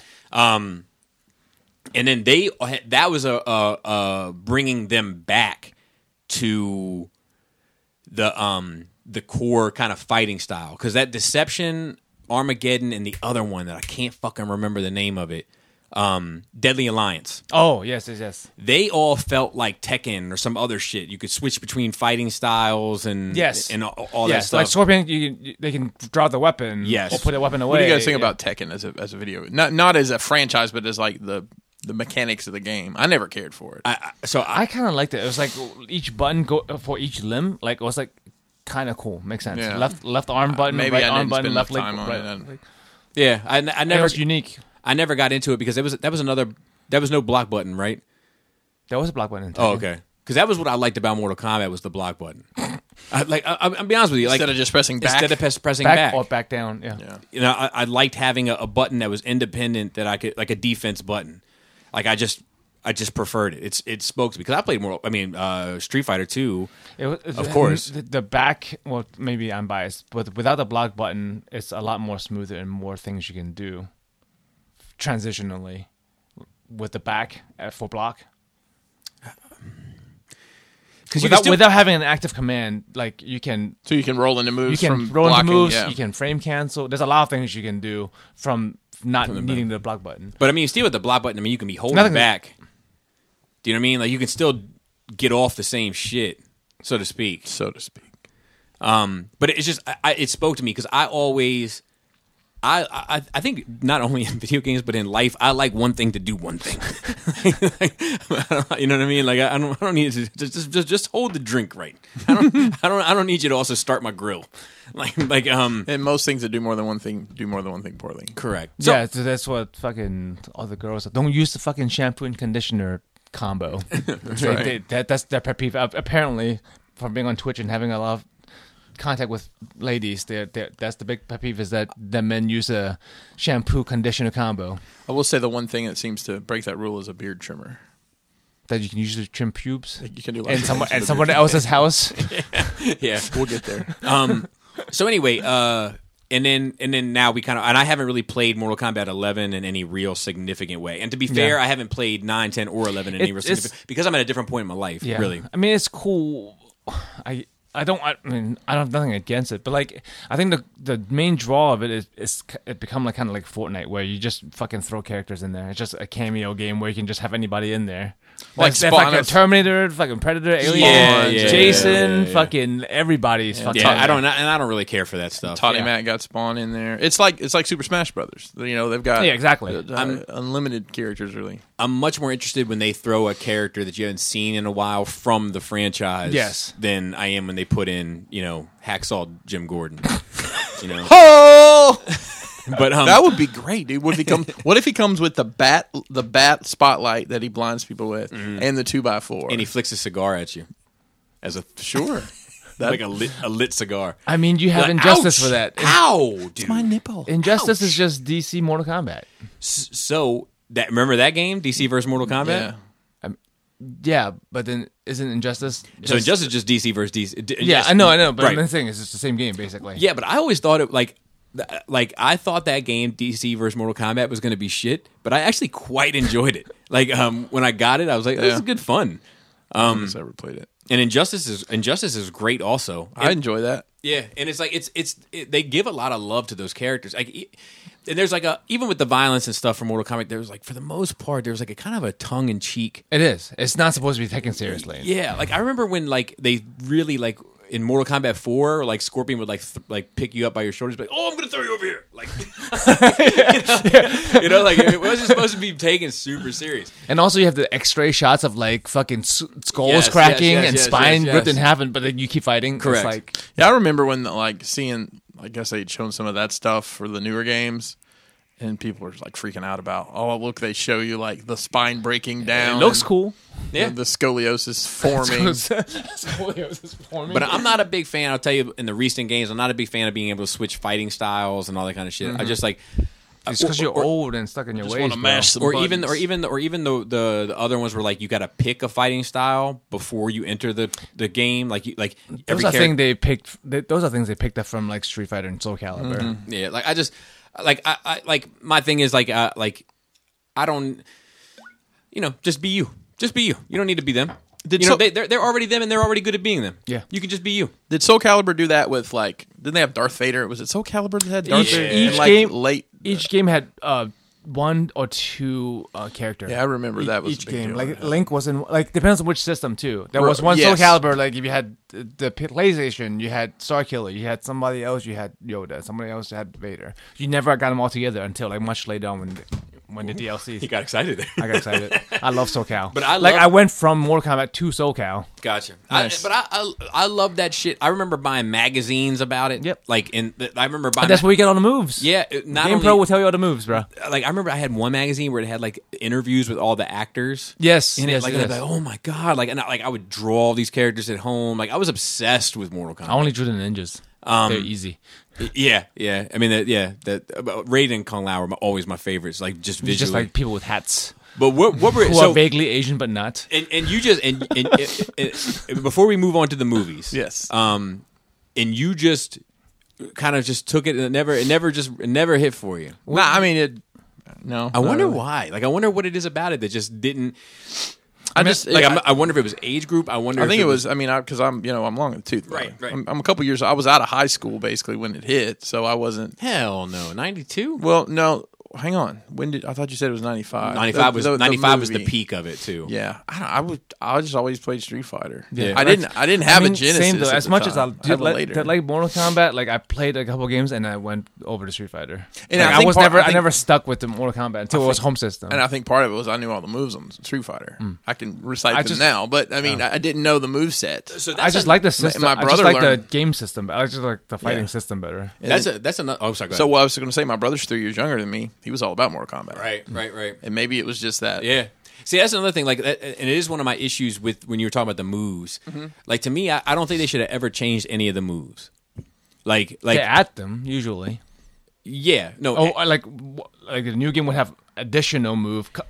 and then they that was a, a, a bringing them back to the um the core kind of fighting style because that deception armageddon and the other one that i can't fucking remember the name of it um deadly alliance Oh yes, yes, yes. they all felt like tekken or some other shit you could switch between fighting styles and Yes. and all, all that Yes. stuff Like Scorpion, you, you, they can draw the weapon. Yes. Or put a weapon away. What do you guys think Yeah. about Tekken as a as a video? Not not as a franchise, but as like the the mechanics of the game. I never cared for it. I, I- so I kind of liked it. It was like each button go uh, for each limb. Like it was like kind of cool. Makes sense. Yeah. Left left arm button, Maybe right I arm didn't button, spend left enough leg. time on right. it. I- yeah i, I It never was unique. i never got into it because it was that was another that was no block button right There was a block button. in Oh, Tekken. okay. Because that was what I liked about Mortal Kombat was the block button. I, like, I, I'm I'll be honest with you, like Instead of just pressing back. instead of pres- pressing Back, back, or back down. Yeah. you know, I, I liked having a, a button that was independent that I could like a defense button. Like I just, I just preferred it. It's it spoke to me because I played more. I mean, uh, Street Fighter Two. It was, of course. the, the back. Well, maybe I'm biased, but without the block button, it's a lot more smoother and more things you can do transitionally with the back uh, for block. Because Without, without having an active command, like you can so you can roll into you moves. can from roll into blocking, moves, yeah. you can frame cancel. There's a lot of things you can do from not needing the block button. but I mean, still with the block button, I mean, you can be holding Nothing- back. Do you know what I mean? Like you can still get off the same shit, so to speak. so to speak. but it's just I, I, it spoke to me because I always. I, I I think not only in *laughs* video games but in life I like one thing to do one thing, *laughs* I don't- you know what I mean? Like I, I don't I don't need to just, just just just hold the drink right. I don't *laughs* I don't I don't need you to also start my grill, *laughs* like like um And most things that do more than one thing do more than one thing poorly. correct. So, yeah, so that's what fucking all the girls don't use the fucking shampoo and conditioner *laughs* combo. that's right. that, that's their pet peeve. Uh, Apparently, from being on Twitch and having a lot of contact with ladies, they're, they're, that's the big pet peeve is that the men use a shampoo conditioner combo I will say the one thing that seems to break that rule is a beard trimmer. that you can use to trim pubes You can do lots in of someone things at with a someone beard else's house. yeah. trimmer. We'll get there. *laughs* Um. So anyway, uh, and then and then now we kind of and I haven't really played Mortal Kombat 11 in any real significant way. And to be fair, I haven't played 9, 10, or 11 in any It- real it's- significant because I'm at a different point in my life. Really, *sighs* I mean, it's cool. I I don't. I mean, I don't have nothing against it, but like, I think the the main draw of it is is c- it become like kind of like Fortnite, where you just fucking throw characters in there. It's just a cameo game where you can just have anybody in there, Like like, they have, like, Spawn- a Terminator, fucking Predator, Alien, yeah, yeah, Jason, yeah, yeah, yeah. fucking everybody's fucking. Yeah, I don't, and I don't really care for that stuff. Toddy Yeah. Mac got Spawn in there. It's like it's like Super Smash Brothers. You know they've got Yeah, exactly. uh, I'm- unlimited characters really. I'm much more interested when they throw a character that you haven't seen in a while from the franchise. Yes. Than I am when they put in, you know, hacksaw Jim *laughs* Gordon. you know, Oh, but um, that would be great, dude. What if he *laughs* comes? What if he comes with the bat, the bat spotlight that he blinds people with, Mm-hmm. and the two by four? and he flicks a cigar at you as a *laughs* sure, like a lit, a lit cigar. I mean, you have Like, Injustice ouch! for that. Ow, dude. my nipple. Injustice is just DC Mortal Kombat. S- so that remember that game, DC versus Mortal Kombat. yeah, Yeah, but then isn't Injustice? So Injustice is just DC versus DC. D- Yeah, yes. I know, I know, but Right. the thing is, it's the same game basically. Yeah, but I always thought it like th- like I thought that game DC versus Mortal Kombat was going to be shit, but I actually quite enjoyed it. *laughs* Like um when I got it, I was like, this Yeah. is good fun. Mm. I've never played it. And Injustice is Injustice is great also. I And- enjoy that. yeah, and it's like it's it's it, they give a lot of love to those characters. Like e- and there's like a even with the violence and stuff from Mortal Kombat, there was like for the most part there was like a kind of a tongue in cheek it is. It's not supposed to be taken seriously. Yeah, like I remember when like they really like in Mortal Kombat Four, like Scorpion would like th- like pick you up by your shoulders, be like, "Oh, I'm gonna throw you over here," like *laughs* you, know? you know, like it wasn't supposed to be taken super serious. And also, you have the X-ray shots of like fucking s- skulls Yes, yes, cracking yes, and yes, spine yes, yes. ripped in half, and but then you keep fighting. It's Correct. like Yeah, I remember when like seeing. I guess they'd shown some of that stuff for the newer games. And people were like freaking out about, oh look, they show you like the spine breaking down, looks cool. Yeah. the, the *laughs* scoliosis forming. Scoliosis is forming. But I'm not a big fan. I'll tell you, in the recent games, I'm not a big fan of being able to switch fighting styles and all that kind of shit. I just like, Mm-hmm. it's because you're old and stuck in your ways. wanna bro. mash some or even, or buttons. e- even, or even the, the the other ones were like you got to pick a fighting style before you enter the the game. Like, you, like Those every are character- things they picked. They, those are things they picked up from like Street Fighter and Soul Calibur. Yeah, like I just like I, I like my thing is like uh, like I don't you know just be you, just be you. You don't need to be them. Did you know so- they they're, they're already them and they're already good at being them. Yeah. you can just be you. Did Soul Calibur do that with like? Didn't they have Darth Vader? Was it Soul Calibur that had Darth Each- Vader? each And, like game- late. Each game had uh, one or two uh, character. Yeah, I remember that was each a big game. deal. Like Link was in. Like depends on which system too. There Ro- was one yes. Soul Calibur. Like if you had the the PlayStation, you had Star Killer. You had somebody else. You had Yoda. Somebody else had Vader. You never got them all together until like much later on when when the DLCs. got excited there. *laughs* I got excited. I love SoCal. But I like love- I went from Mortal Kombat to SoCal. Gotcha. Nice. I, but I, I I love that shit. I remember buying magazines about it. Yep. Like and th- I remember buying. But that's where you get all the moves. yeah, it- not Game only, Pro will tell you all the moves, bro. like I remember I had one magazine where it had like interviews with all the actors. Yes, in it, yes, like, yes. I'd be like, oh my god, like and I, like I would draw all these characters at home. Like I was obsessed with Mortal Kombat. I only drew the ninjas. They're easy. Yeah, yeah. I mean, that, yeah. That about Raiden and Kung Lao are my, always my favorites. Like just visually. Just like people with hats but what what *laughs* were who so? are vaguely Asian but not. and, and you just and, and, and, and before we move on to the movies, yes, Um, and you just kind of just took it and it never it never just it never hit for you. nah, I mean it. No, Uh, I wonder why. Like I wonder what it is about it that just didn't. I just Like I, I'm, I wonder if it was age group. I wonder. I if think it was. I mean, because I'm you know I'm long in the tooth. though. Right, right. I'm, I'm a couple years. I was out of high school basically when it hit, so I wasn't. hell no ninety two. Well, no, hang on. When did I thought you said it was ninety five? Ninety five was ninety five was the peak of it too. Yeah, I, don't, I would. I just always played Street Fighter. Yeah. I didn't. I didn't have I mean, a Genesis. Same though. at As the much as I time. did had one like, later. did like Mortal Kombat, like I played a couple games and I went over to Street Fighter. And Like, I I, think was part- never, I I, think- never stuck with the Mortal Kombat until it was home system. And I think part of it was I knew all the moves on Street Fighter. I can recite them just- now, but I mean, I I didn't know the move set. So that's I just a- like the system. my I just brother like the learned- game system. better. I just like the fighting Yeah. system better. that's a that's another. Oh, sorry. Go So ahead. what I was going to say, my brother's three years younger than me. He was all about Mortal Kombat, right, right, right. And maybe it was just that. Yeah. See, that's another thing. Like, that, and it is one of my issues with when you were talking about the moves. Mm-hmm. Like to me, I, I don't think they should have ever changed any of the moves. Like, like, They yeah, add them usually. no, Oh, I like w- like the new game would have additional move co-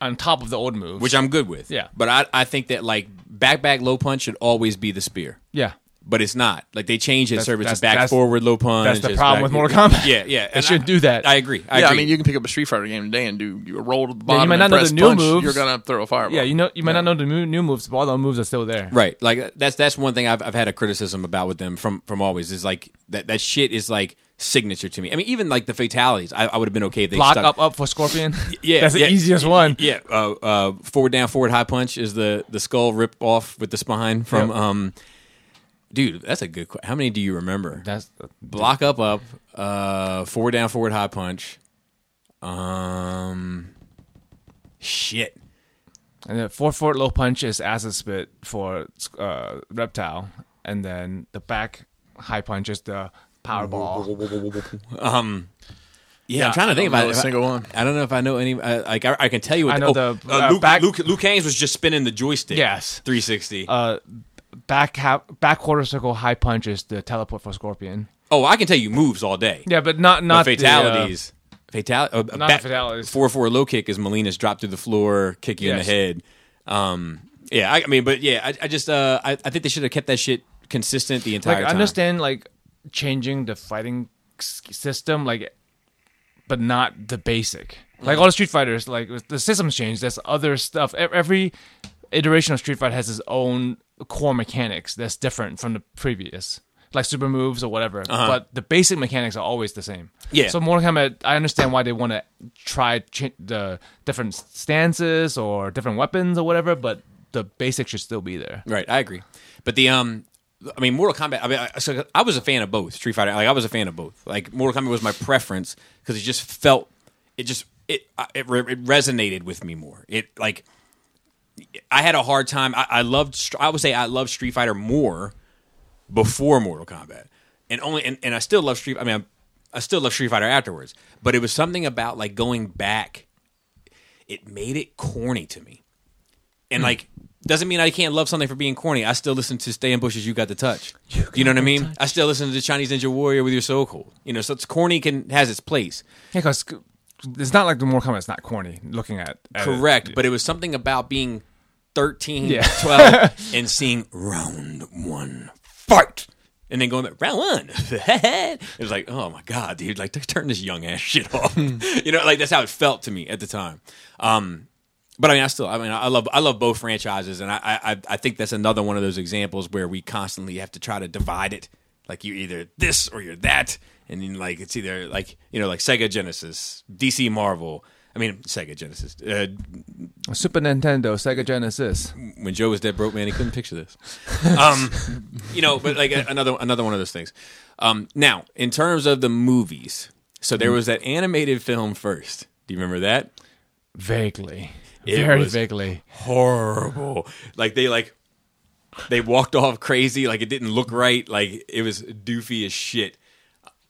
on top of the old moves. which I'm good with. Yeah. but I, I think that like back back low punch should always be the spear. yeah, but it's not. Like they changed his That's- service that's- to back that's- forward, low punch. that's the it's problem back- with Mortal Kombat. *laughs* Yeah, yeah. They shouldn't do that. I agree. I yeah, agree. I mean, you can pick up a Street Fighter game today and do a roll to the bottom. might and not know press the new punch, moves. You're gonna throw a fireball. Yeah, you know, you might not know the new, new moves, but all the moves are still there. Right. Like uh, that's that's one thing I've I've had a criticism about with them from from always is like that that shit is like signature to me. I mean, even like the fatalities, I, I would have been okay if they Block stuck. up, up for *laughs* Scorpion. Yeah, that's yeah, the easiest one. Yeah, uh, uh, forward down, forward high punch is the the skull rip off with the spine from. Um, dude, that's a good. Qu- How many do you remember? That's Block up, up, uh, forward down, forward high punch. Um, shit. and then four foot low punch is acid spit for uh, reptile, and then the back high punch is the power ball. Yeah, I'm trying to think I about don't know it. a single one. I don't know if I know any. I, like I, I can tell you. What I know oh, the, uh, Luke, back- Luke, Luke Haynes was just spinning the joystick. Yes. 360. Uh, back half, back quarter circle high punch is the teleport for Scorpion. oh, I can tell you moves all day. Yeah, but not But not the, uh, fatalities. Fatali- uh, not the fatalities. Four four low kick is Molina's drop through the floor, kick you in Yes. the head. Um, yeah, I, I mean, but yeah, I, I just uh, I, I think they should have kept that shit consistent the entire like I time. understand like changing the fighting s- system, like, but not the basic. Like all the Street Fighters, like with the systems change. There's other stuff. E- Every iteration of Street Fighter has its own core mechanics that's different from the previous, like super moves or whatever. But the basic mechanics are always the same. Uh-huh. Yeah. So Mortal Kombat, I understand why they want to try ch- the different stances or different weapons or whatever, but the basic should still be there. Right, I agree. But the um, I mean, Mortal Kombat. I mean, I, so I was a fan of both Street Fighter. Like I was a fan of both. Like Mortal Kombat was my preference because it just felt it just it I- it, re- it resonated with me more. It like I had a hard time. I, I loved. Str- I would say I loved Street Fighter more before Mortal Kombat, and only and, and I still love Street. I mean, I, I still love Street Fighter afterwards. But it was something about like going back. It made it corny to me and like doesn't mean I can't love something for being corny. I still listen to Stay in Bushes, You Got the Touch. You, know what I mean? I still listen to the Chinese Ninja Warrior with your soul cold. You know, so it's corny can has its place. Yeah, because it's not like the Mortal Kombat is not corny looking at. at it. Correct. But it was something about being 13, *laughs* Yeah. 12, and seeing round one fight. And then going back, round one. *laughs* it was like, oh my God, dude, like turn this young ass shit off. *laughs* you know, like that's how it felt to me at the time. Um, but I mean, I still, I mean, I love, I love both franchises, and I, I, I think that's another one of those examples where we constantly have to try to divide it. Like you're either this or you're that, and then like it's either like you know, like Sega Genesis, DC Marvel. I mean, Sega Genesis, uh, Super Nintendo, Sega Genesis. when Joe was dead broke, man, he couldn't picture this. Um, you know, but like a- another another one of those things. Um, now, in terms of the movies, so there was that animated film first. Do you remember that? Vaguely. It Very was- vaguely. Horrible. Like they like they walked off crazy. Like it didn't look right. Like it was doofy as shit.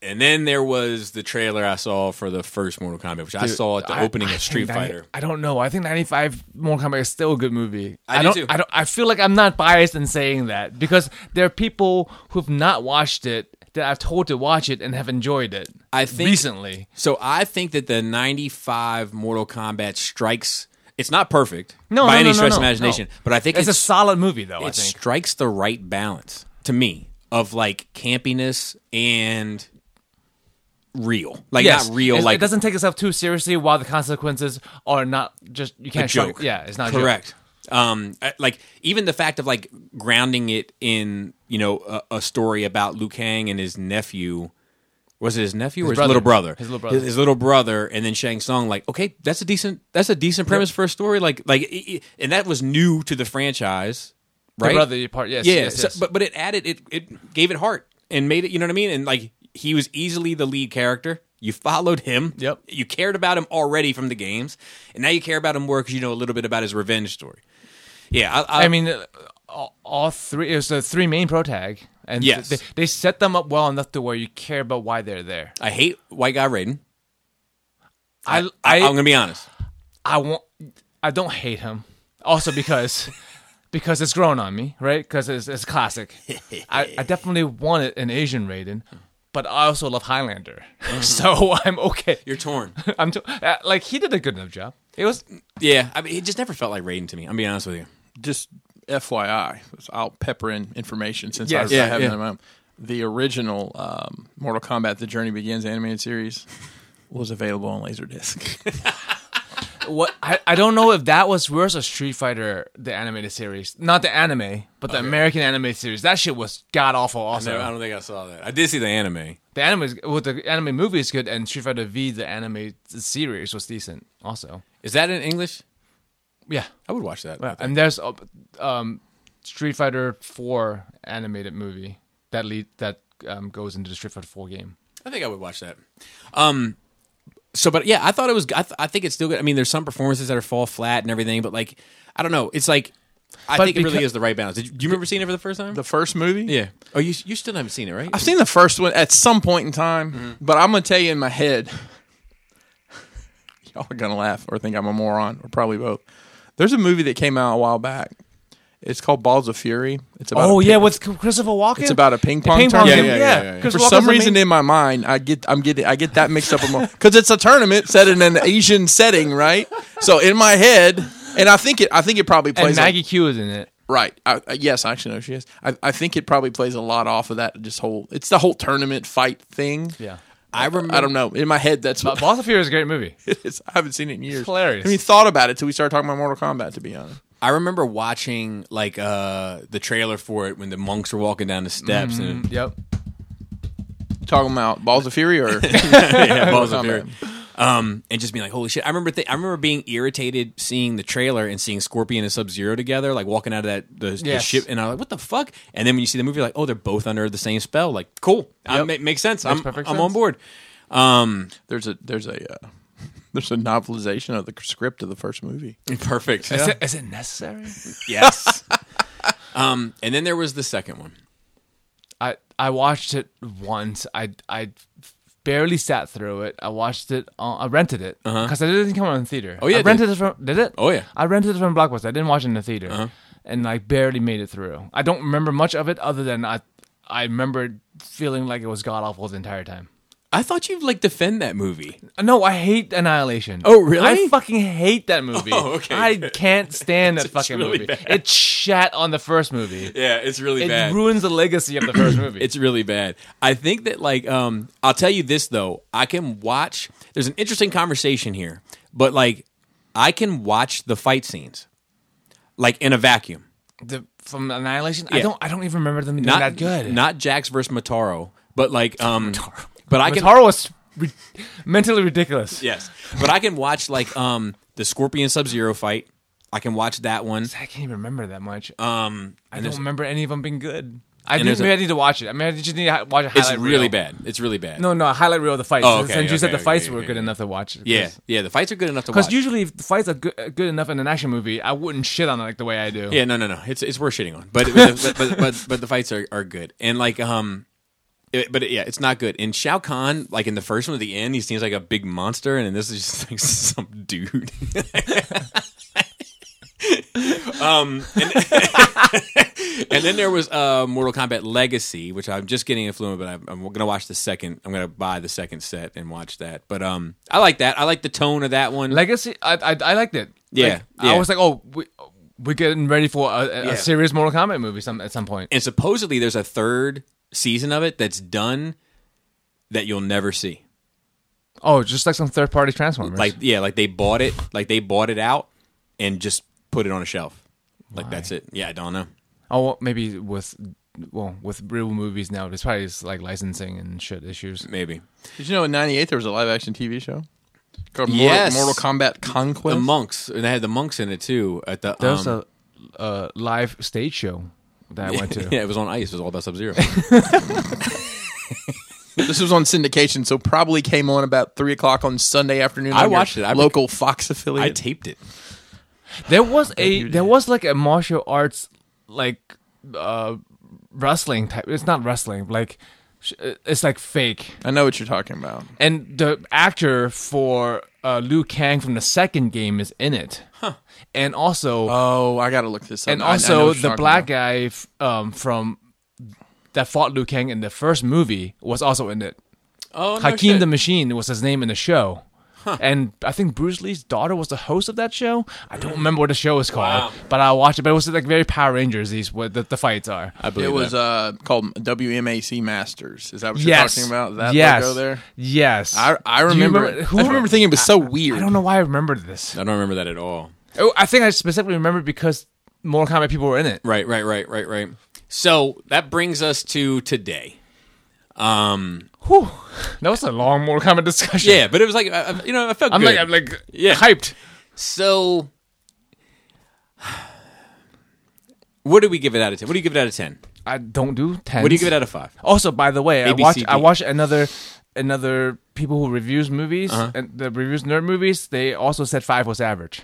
And then there was the trailer I saw for the first Mortal Kombat, which I saw at the I- opening I of think Street 90 Fighter. I don't know. I think 95 Mortal Kombat is still a good movie. I do don't too. I don't I feel like I'm not biased in saying that because there are people who've not watched it that I've told to watch it and have enjoyed it. I think- recently. So I think that the 95 Mortal Kombat strikes. It's not perfect No, by no, any no, no, stretch of no, imagination, no. but I think It's a it's, solid movie though, I it think. strikes the right balance to me of like campiness and real. Like not real, It's- like it doesn't take itself too seriously while the consequences are not just you can't shrug- joke. Yeah, it's not a joke. correct. Um, I- like even the fact of like grounding it in you know a, a story about Liu Kang and his nephew. Was it his nephew or his brother. little brother? His little brother. His, his little brother, and then Shang Tsung. Like, okay, that's a decent. That's a decent premise for a story. Like, like, i- i- and that was new to the franchise, right? The brother part, yes. yeah, yes, so- yes. but but it added it it gave it heart and made it. You know what I mean? And like he was easily the lead character. You followed him. Yep. You cared about him already from the games, and now you care about him more because you know a little bit about his revenge story. Yeah, I, I, I mean, uh, all, all three. It was the three main pro tag, and Yes. they, they set them up well enough to where you care about why they're there. I hate white guy Raiden. I I, am I gonna be honest. I won't. I don't hate him. Also *laughs* because because it's grown on me, right? Because it's it's *laughs* classic. I, I definitely wanted an Asian Raiden, but I also love Highlander, *laughs* so I'm okay. You're *laughs* torn. *laughs* I'm Mm-hmm. t- uh, like he did a good enough job. It was yeah, I mean, it just never felt like Raiden to me. I'm being honest with you. just FYI, I'll pepper in information since Yes. I, Yeah, I have yeah. none of my own. The original um, Mortal Kombat: The Journey Begins animated series was available on *laughs* Laserdisc. What I, I don't know if that was worse or Street Fighter the animated series, not the anime, but the American animated series. That shit was god awful. Also, No, I don't think I saw that. I did see the anime. the anime is- well, the anime movie is good, and Street Fighter V the anime series was decent. Also, Is that in English? yeah, I would watch that. I think. and there's uh, um, Street Fighter Four animated movie that lead that um, goes into the Street Fighter Four game. I think I would watch that. Um, so, but yeah, I thought it was. I, th- I think it's still good. I mean, there's some performances that are fall flat and everything, but like, I don't know. It's like, I But think it really because- is the right balance. Did you, do you remember seeing it for the first time? the first movie, yeah. Oh, you you still haven't seen it, right? I've seen the first one at some point in time, but I'm gonna tell you in my head, *laughs* y'all are gonna laugh or think I'm a moron or probably both. There's a movie that came out a while back. It's called Balls of Fury. It's about Oh a yeah, ping- with C- Christopher Walken. it's about a ping pong ping pong. tournament. game. Yeah, yeah, yeah, yeah, yeah. Chris For Walken's some the main- reason in my mind, I get I'm getting I get that mixed up because it's a tournament set in an Asian setting, right? So in my head, and I think it I think it probably And plays a- Maggie Q is in it. Right. I, I, yes, I actually know she is. I, I think it probably plays a lot off of that. Just whole. It's the whole tournament fight thing. Yeah. I remember. I don't know. In my head, that's But what Boss of Fury is a great movie. it is. I haven't seen it in years. hilarious. I mean, thought about it till we started talking about Mortal Kombat. To be honest, I remember watching like uh the trailer for it when the monks were walking down the steps and Yep. talking about Balls of Fury *laughs* or *laughs* yeah, balls up Combat. here. Um, and just being like, holy shit! I remember, th- I remember being irritated seeing the trailer and seeing Scorpion and Sub Zero together, like walking out of that the, the Yes. ship, and I'm like, what the fuck? And then when you see the movie, you're like, oh, they're both under the same spell. Like, cool, I, ma- makes sense. I'm, perfect I'm on sense. board. Um, there's a there's a uh, *laughs* there's a novelization of the script of the first movie. *laughs* perfect. Is, it, is it necessary? yes. *laughs* um, and then there was the second one. I I watched it once. I I barely sat through it. I watched it. On, I rented it because it didn't come out in theater. Uh-huh. Oh, yeah, I it rented it from. Did it? Oh, yeah. Uh-huh. I rented it from Blockbuster. I didn't watch it in the theater, and I barely made it through. I don't remember much of it other than I I remember feeling like it was god awful the entire time. I thought you'd like defend that movie. Uh, No, I hate Annihilation. Oh, really? I fucking hate that movie. *laughs* Oh, okay. I can't *laughs* stand that fucking really movie. bad. It shat on the first movie. Yeah, it's really It ruins the legacy of the first movie. It's really bad. I think that like um I'll tell you this though. I can watch there's an interesting conversation here, but like I can watch the fight scenes. Like in a vacuum. the from Annihilation. I Yeah. Um, don't. I don't even remember them being Not that good. Not Jax versus Mataro, but like *laughs* um but I can Mataro was ri- mentally ridiculous. yes. But I can watch like um the Scorpion Sub-Zero fight. I can watch that one. I can't even remember that much. Um I and don't there's- remember any of them being good. I And think there's a- maybe I need to watch it. I mean, I just need to ha- watch a highlight. it's really reel. bad. It's really bad. No, no, a highlight reel of the fights. Oh, okay, Since you said okay, the fights okay, were okay, good okay. enough to watch. Yeah, yeah, the fights are good enough to watch. Because usually, if the fights are good, good enough in an action movie, I wouldn't shit on it like the way I do. Yeah, no, no, no. It's it's worth shitting on, but but but, but, but the fights are, are good and like um, it, but yeah, it's not good. And Shao Kahn, like in the first one at the end, he seems like a big monster, and this is just like *laughs* some dude. *laughs* um, and, *laughs* and then there was uh, Mortal Kombat Legacy, which I'm just getting influenced, but I'm, I'm gonna watch the second. I'm gonna buy the second set and watch that. But um, I like that. I like the tone of that one. Legacy, I, I, I liked it. Yeah, Like, yeah. I was like, oh, we, we're getting ready for a, a, Yeah. a serious Mortal Kombat movie some at some point. and supposedly there's a third season of it that's done that you'll never see. Oh, just like some third party Transformers. Like yeah, like they bought it, like they bought it out and just put it on a shelf. Like that's it. Yeah, I don't know. Oh, well, maybe with well with real movies now, there's probably just, like licensing and shit issues. Maybe Did you know in '98 there was a live action TV show called Yes. Mortal, Mortal Kombat Conquest? the monks and they had the monks in it too at the. There was um, a, a live stage show that I went *laughs* to. yeah, it was on ice. It was all about Sub *laughs* Zero. This was on syndication, so probably came on about three o'clock on Sunday afternoon. I on your watched it. I- local Fox I affiliate. taped it. There was a there was like a martial arts like uh wrestling type. It's not wrestling, like sh- uh, it's like fake. I know what you're talking about. And the actor for uh, Liu Kang from the second game is in it. Huh. And also Oh, I gotta look this up. and I- I know also what you're the talking black about. guy f- um, from that fought Liu Kang in the first movie was also in it. Oh, Hakeem the Machine was his name in the show. And I think Bruce Lee's daughter was the host of that show. I don't remember what the show is called, but I watched it. But it was like very Power Rangers. These what the, the fights are. I believe It was that. uh, called WMAC Masters. Is that what you're yes. talking about? That yes. logo there. Yes. I I Do you remember. remember- who- I remember thinking it was so weird. I don't know why I remembered this. I don't remember that at all. Oh, I think I specifically remembered because more Kombat people were in it. Right, right, right, right, right. So that brings us to today. Um, Whew. That was a long more Kombat discussion. yeah, but it was like I, I- you know I felt I'm good. like I'm like Yeah. hyped. so, what do we give it out of ten? What do you give it out of ten? I don't do ten. What do you give it out of five? Also, by the way, I A, B, watch C, D. I watch another another people who reviews movies Uh-huh. and the reviews nerd movies. They also said five was average.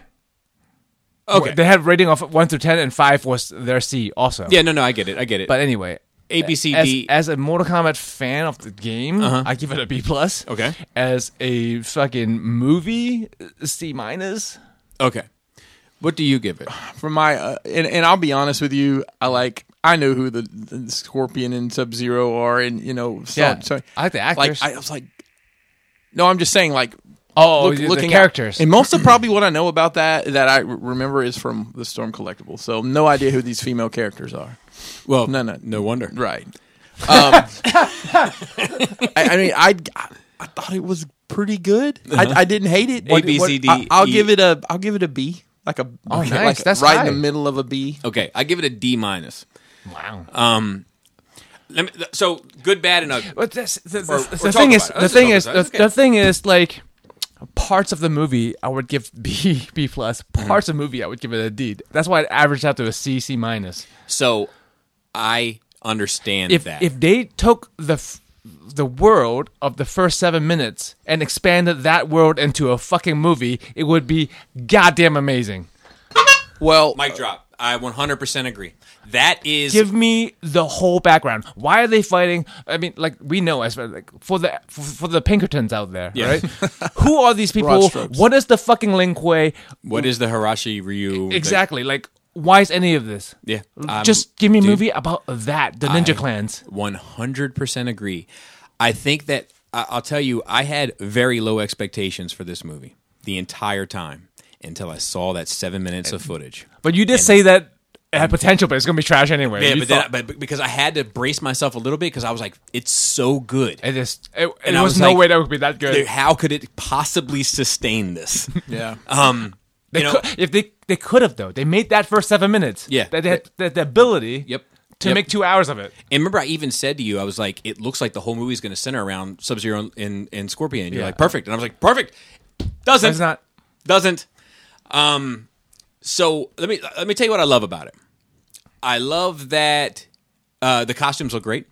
Okay. they had rating of one through ten, and five was their C also. yeah, no, no, I get it. I get it. but anyway. A B C As, D. Uh-huh. as a Mortal Kombat fan of the game, I give it a B plus. Okay. As a fucking movie, C minus. Okay. What do you give it? for my uh, and, and I'll be honest with you, I like I know who the, the Scorpion and Sub Zero are, and you know, so, Yeah, so- I like the actors. Like I was like, no, I'm just saying, like, Oh, look- the looking at- characters. and most of *clears throat* probably what I know about that that I re- remember is from the Storm Collectible. So no idea who these female characters are. Well, No, no. no wonder. Right. *laughs* Um, I, I mean, I, I thought it was pretty good. I, I didn't hate it. A, B, C, D, I, I'll E. give it a. I'll give it a B. Like a oh, nice. like That's right high. in the middle of a B. Okay, I give it a D minus. wow. Let me, th- so good, bad, and ugly. But that's, the, the, Or- the or talk thing is, about it. the Let's thing talk is, about it. the, It's okay. the thing is, like parts of the movie I would give B *laughs* B plus. Mm-hmm. Parts of the movie I would give it a D. That's why it averaged out to a C C minus. So I understand If that. if they took the f- the world of the first seven minutes and expanded that world into a fucking movie, it would be goddamn amazing. Well, Mic drop. I 100% agree. That is Give me the whole background. Why are they fighting? I mean, like we know as like for the for, for the Pinkertons out there, Yes. right? *laughs* Who are these people? strokes. What is the fucking Lin Kuei? what is the Hirashi Ryu? Exactly. Like, why is any of this? Yeah. Um, Just give me a dude, movie about that, the Ninja I Clans. 100% agree. I think that I- I'll tell you, I had very low expectations for this movie the entire time until I saw that seven minutes of footage. But you did say that it had potential, but it's gonna be trash anyway. Yeah, You but, then, thought- but but because I had to brace myself a little bit because I was like, it's so good. it is. It, And there I was, was no like, way that would be that good. How could it possibly sustain *laughs* this? yeah. Um, They you know, could- if they they could have though, they made that first seven minutes. Yeah. that they had the, the ability. Yep. To Yep. make two hours of it. And remember, I even said to you, I was like, it looks like the whole movie's going to center around Sub Zero and, and, and Scorpion. And you're Yeah. like, perfect. And I was like, perfect. Doesn't. It's not. Doesn't. Um, so let me let me tell you what I love about it. I love that uh, the costumes look great.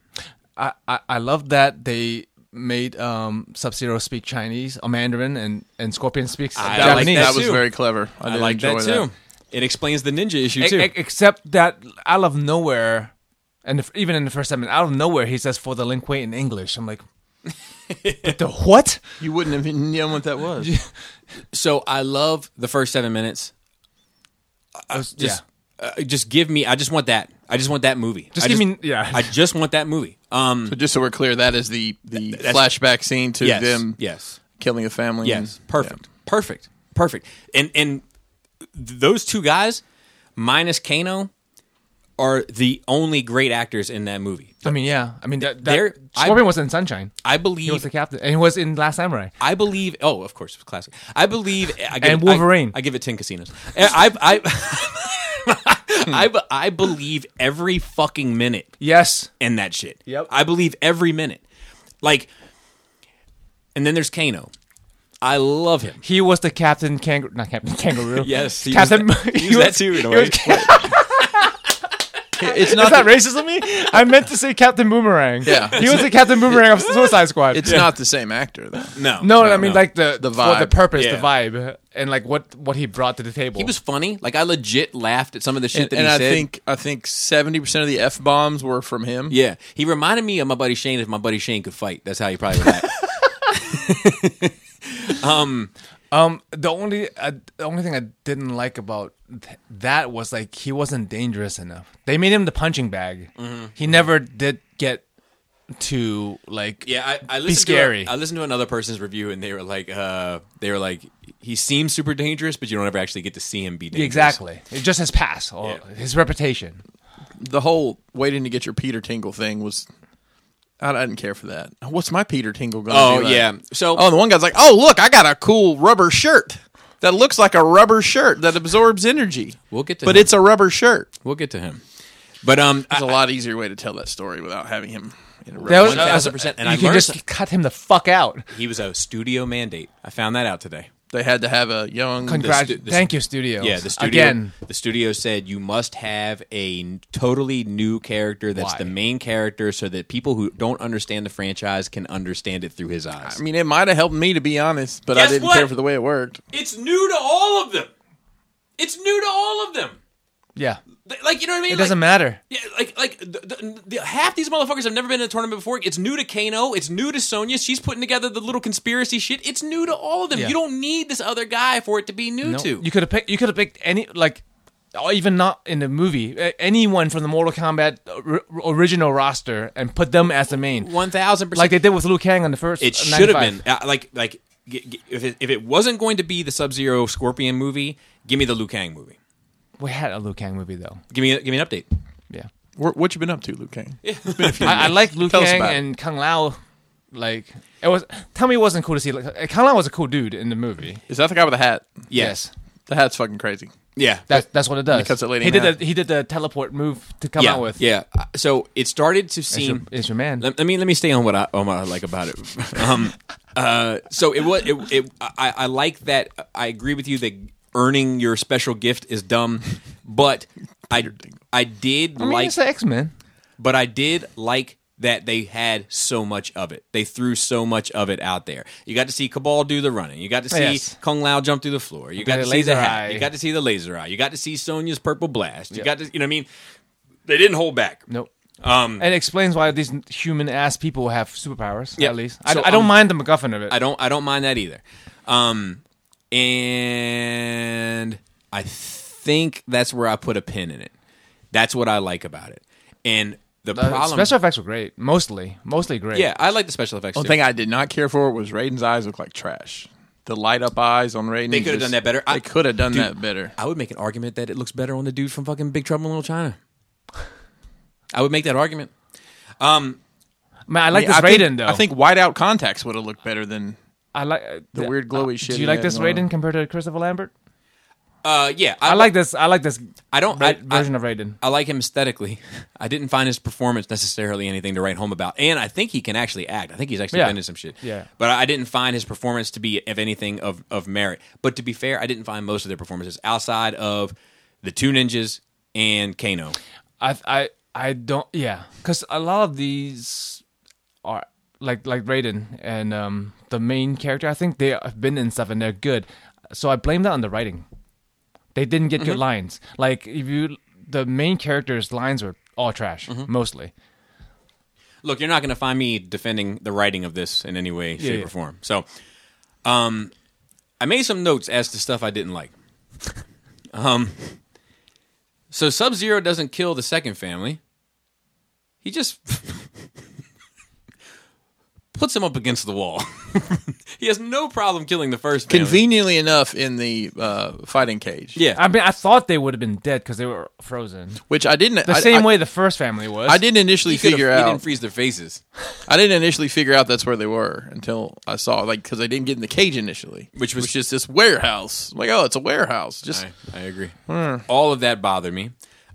I, I, I love that they made um, Sub Zero speak Chinese or Mandarin and, and Scorpion speaks I like That, was, Japanese. that that was too. very clever. I, I, did like that enjoy too. It explains the ninja issue E- too. e- except that out of nowhere, and if- even in the first segment, out of nowhere, he says for the Lin Kuei in English. I'm like, "But the what? You wouldn't have even known what that was. so I love the first seven minutes. I was just uh, just give me. I just want that. I just want that movie. Just I give me- yeah. I just want that movie. Um. But just so we're clear, that is the the flashback scene to Yes. them Yes. killing a family. Yes. Mm-hmm. and- Perfect. Perfect. Perfect. And and th- those two guys, minus Kano, are the only great actors in that movie. I mean, yeah. I mean, that, There- that I- Scorpion was in Sunshine. I He was the believe. captain, and he was in Last Samurai. I believe. Oh, of course, it was classic. I believe. I give *laughs* And it- I- Wolverine. I, give it ten casinos. Eh, I I *laughs* I, Hmm. I, be- I believe every fucking minute Yes, and that shit. Yep. I believe every minute. Like, and then there's Kano. I love him. he was the captain kangaroo, not captain kangaroo. *laughs* Yes, he was captain. that- he was that too, in a *laughs* he way. was ca- It's Is not. that The, racist of me? I meant to say Captain Boomerang. Yeah. he was the Captain Boomerang *laughs* of Suicide Squad. it's not the same actor though. No, *laughs* no, I mean no. like the The for the vibe. purpose, Yeah. the vibe, and like what what he brought to the table. He was funny. Like I legit laughed at some of the shit And, that and he I said. think I think seventy percent of the f bombs were from him. yeah, he reminded me of my buddy Shane. If my buddy Shane could fight, that's how he probably would *laughs* act. Um, the only uh, the only thing I didn't like about th- that was like Mm-hmm. he wasn't dangerous enough. They made him the punching bag. He never did get to like Yeah, I, I listened be scary. To a, I listened to another person's review, and they were like, uh, they were like, he seems super dangerous, but you don't ever actually get to see him be dangerous. exactly. It's just his past or Yeah. his reputation. the whole waiting to get your Peter Tingle thing was. I I didn't care for that. What's my Peter Tingle going to Oh be like? yeah. So Oh, the one guy's like, "Oh, look, I got a cool rubber shirt that looks like a rubber shirt that absorbs energy." We'll get to but him. it's a rubber shirt. we'll get to him. But um, I, There's a lot easier way to tell that story without having him. interrupt. That was- uh, One thousand percent. And you I can learned just some- cut him the fuck out. he was a studio mandate. I found that out today. they had to have a young. Congrats. stu- the Thank you, studio. Oh, Yeah, the studio. Again, The studio said you must have a n- totally new character that's Why? the main character, so that people who don't understand the franchise can understand it through his eyes. I mean, it might have helped me to be honest, but I Guess didn't what? care for the way it worked. it's new to all of them. It's new to all of them. yeah. Th- Like you know what I mean? It doesn't matter. Yeah, like like the, the, the, half these motherfuckers have never been in a tournament before. It's new to Kano. It's new to Sonya. She's putting together the little conspiracy shit. It's new to all of them. Yeah. You don't need this other guy for it to be new to. You could have picked. You could have picked any like, or even not in the movie, a- anyone from the Mortal Kombat or- original roster and put them as the *laughs* main, One thousand percent. like they did with Liu Kang on the first. it uh, should have 95. been uh, like like g- g- if it, if it wasn't going to be the Sub Zero Scorpion movie, give me the Liu Kang movie. We had a Liu Kang movie though. Give me give me an update. Yeah, What, what you been up to, Luke Kane? I, I like Liu Tell us Kang about it. and Kung Lao. Like it was. Tell me, it wasn't cool to see. Like uh, Kung Lao was a cool dude in the movie. Is that the guy with the hat? Yes. The hat's fucking crazy. Yeah. That's that's what it does. cuts that lady he in did half. the he did the teleport move to come yeah. out with. Yeah. Uh, So it started to It's your, seem. it's your man. Let, let me let me stay on what I on what I like about it. *laughs* Um, uh, so it was it, it I, I like that. I agree with you that earning your special gift is dumb, but I I did I mean, like it's the X Men. but I did like that they had so much of it. They threw so much of it out there. You got to see Cabal do the running. You got to see Yes. Kung Lao jump through the floor. You got the to see the laser hat. eye. You got to see the laser eye. You got to see Sonya's purple blast. You got to, you know what I mean? They didn't hold back. Nope. Um, It explains why these human ass people have superpowers. Yeah. At least I, So, I um, don't mind the MacGuffin of it. I don't I don't mind that either. Um, and I think that's where I put a pin in it. That's what I like about it. And the Uh, problem special effects were great, mostly, mostly great. Yeah, I like the special effects. One too. thing I did not care for was Raiden's eyes look like trash. The light up eyes on Raiden. They could have done just- that better. I- They could have done Dude, that better. I would make an argument that it looks better on the dude from fucking Big Trouble in Little China. I would make that argument. Um, man, I I like this think- Raiden though. I think whiteout contacts would have looked better than I like uh, the uh, weird glowy shit. Do he you like had this going Raiden compared to Christopher Lambert? uh, yeah, I like this. I like this. I don't- ra- I- I- version of Raiden. I like him aesthetically. *laughs* I didn't find his performance necessarily anything to write home about, and I think he can actually act. I think he's actually Yeah. been in some shit. Yeah. but I didn't find his performance to be of anything of of merit. But to be fair, I didn't find most of their performances outside of the two ninjas and Kano. I I I don't. Yeah, because a lot of these are like like Raiden and um the main character. I think they have been in stuff and they're good. So I blame that on the writing. They didn't get Mm-hmm. good lines. Like if you, the main character's lines were all trash Mm-hmm. mostly. look, you're not going to find me defending the writing of this in any way, shape, yeah. or form. So, um, I made some notes as to stuff I didn't *laughs* like. um, so Sub Zero doesn't kill the second family. He just *laughs* puts him up against the wall. *laughs* he has no problem killing the first family. Conveniently enough, in the uh, fighting cage, yeah, I mean, I thought they would have been dead because they were frozen. which I didn't. The I, same I- way the first family was. I didn't initially he, could've- figure he out. didn't freeze their faces, I didn't initially figure out that's where they were until I saw like because they didn't get in the cage initially, Which was- just this warehouse. Like, oh, it's a warehouse. Just I, I agree. Hmm. All of that bothered me.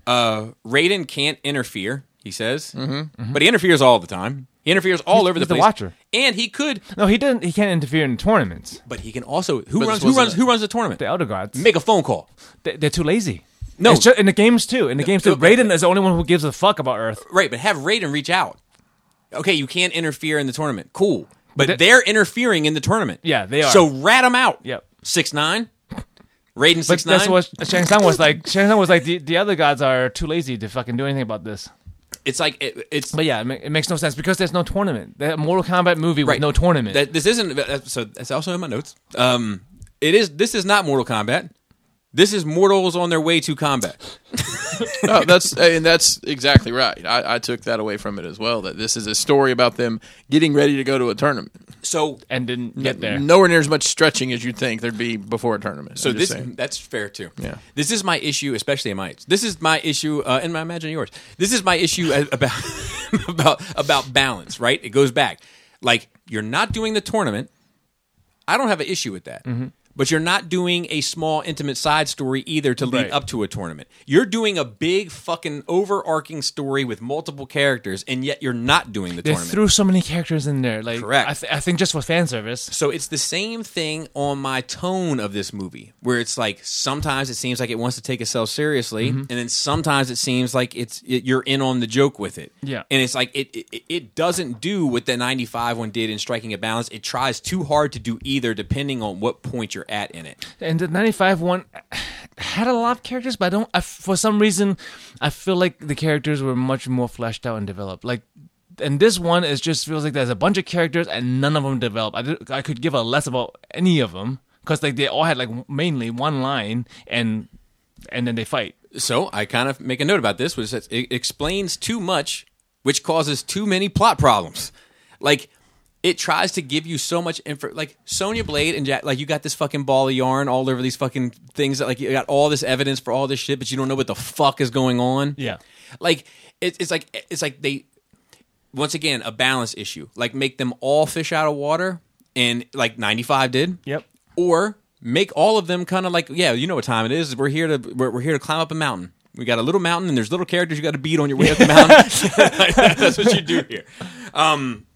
Uh, Raiden can't interfere, he says, mm-hmm. but he interferes all the time. He interferes all over the he's the place. watcher. and he could, No, he didn't. He can't interfere in tournaments. but he can also. Who this runs? Who wasn't runs? a- Who runs the tournament? The Elder Gods. Make a phone call. They- They're too lazy. No. it's just, in the games too. In the games too, no, but- Raiden is the only one who gives a fuck about Earth. Right, but have Raiden reach out. Okay, you can't interfere in the tournament. Cool, but that- they're interfering in the tournament. Yeah, they are. So rat them out. Yep. Six nine. Raiden But six that's nine. what Shang Tsung was like. Shang Tsung was like the, the other gods are too lazy to fucking do anything about this. it's like it, it's But yeah, it, ma- it makes no sense because there's no tournament. The Mortal Kombat movie with Right. no tournament. That this isn't that- so. That's also in my notes. Um, it is. This is not Mortal Kombat. This is mortals on their way to combat. no, that's and that's exactly right. I, I took that away from it as well. That this is a story about them getting ready to go to a tournament. So and didn't get there. Nowhere near as much stretching as you'd think there'd be before a tournament. So I'm this just saying. that's fair too. Yeah. This is my issue, especially in my this is my issue, uh, and I imagine yours. This is my issue a- about about *laughs* about balance. Right, it goes back. Like you're not doing the tournament. I don't have an issue with that. Mm-hmm. But you're not doing a small, intimate side story either to lead Right. up to a tournament. You're doing a big, fucking, overarching story with multiple characters, and yet you're not doing the They tournament. threw so many characters in there. Like, Correct. I, th- I think just for fan service. So it's the same thing on my tone of this movie, where it's like sometimes it seems like it wants to take itself seriously, and then sometimes it seems like it's it, you're in on the joke with it. Yeah. and it's like it it, it doesn't do what the '95 one did in Striking a Balance. It tries too hard to do either, depending on what point you're at in it. And the '95 one had a lot of characters, but I don't. I, for some reason, I feel like the characters were much more fleshed out and developed. Like, and this one is just feels like there's a bunch of characters and none of them develop. I, did, I could give a less about any of them because like they all had like mainly one line and and then they fight. So I kind of make a note about this, which is it explains too much, which causes too many plot problems. Like it tries to give you so much info. Like Sonya Blade and Jack, like you got this fucking ball of yarn all over these fucking things. That, like you got all this evidence for all this shit, but you don't know what the fuck is going on. Yeah. like it, it's like it's like they once again a balance issue. Like make them all fish out of water, and like ninety five did. Yep. Or make all of them kind of like yeah, you know what time it is. We're here to we're, we're here to climb up a mountain. We got a little mountain, and there's little characters you got to beat on your way up the mountain. *laughs* *laughs* That's what you do here. Um,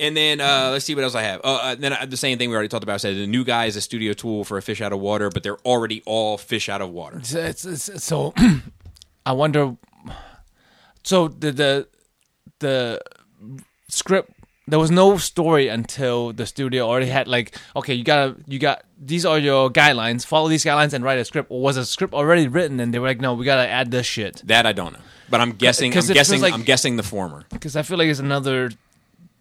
and then uh, let's see what else I have. Uh, uh, then I, the same thing we already talked about. I said the new guy is a studio tool for a fish out of water, but they're already all fish out of water. So it's, it's, so *clears throat* I wonder. So the the the script there was no story until the studio already had like okay you gotta you got these are your guidelines follow these guidelines and write a script or was a script already written and they were like no we gotta add this shit That I don't know, but I'm guessing. 'Cause I'm it feels guessing. like- I'm guessing the former. because I feel like it's another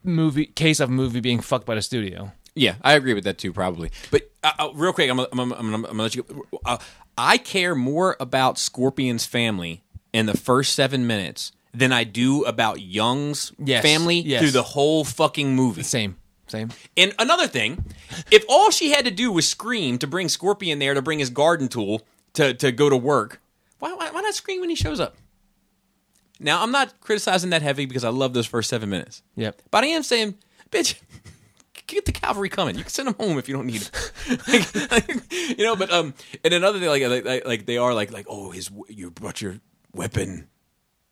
movie case of movie being fucked by the studio Yeah, I agree with that too, probably. But uh, uh, real quick, I'm gonna- I'm gonna- I'm gonna I'm gonna let you. Go. Uh, I care more about Scorpion's family in the first seven minutes than I do about Young's Yes, family yes. through the whole fucking movie. same same And another thing, if all she had to do was scream to bring Scorpion there to bring his garden tool to, to go to work, why, why, why not scream when he shows up? Now, I'm not criticizing that heavy because I love those first seven minutes. Yep. But I am saying, bitch, *laughs* get the cavalry coming. You can send them home if you don't need them. *laughs* Like, like, you know, but, um, and another thing, like, like- like, like they are like, like, oh, his, w- you brought your weapon.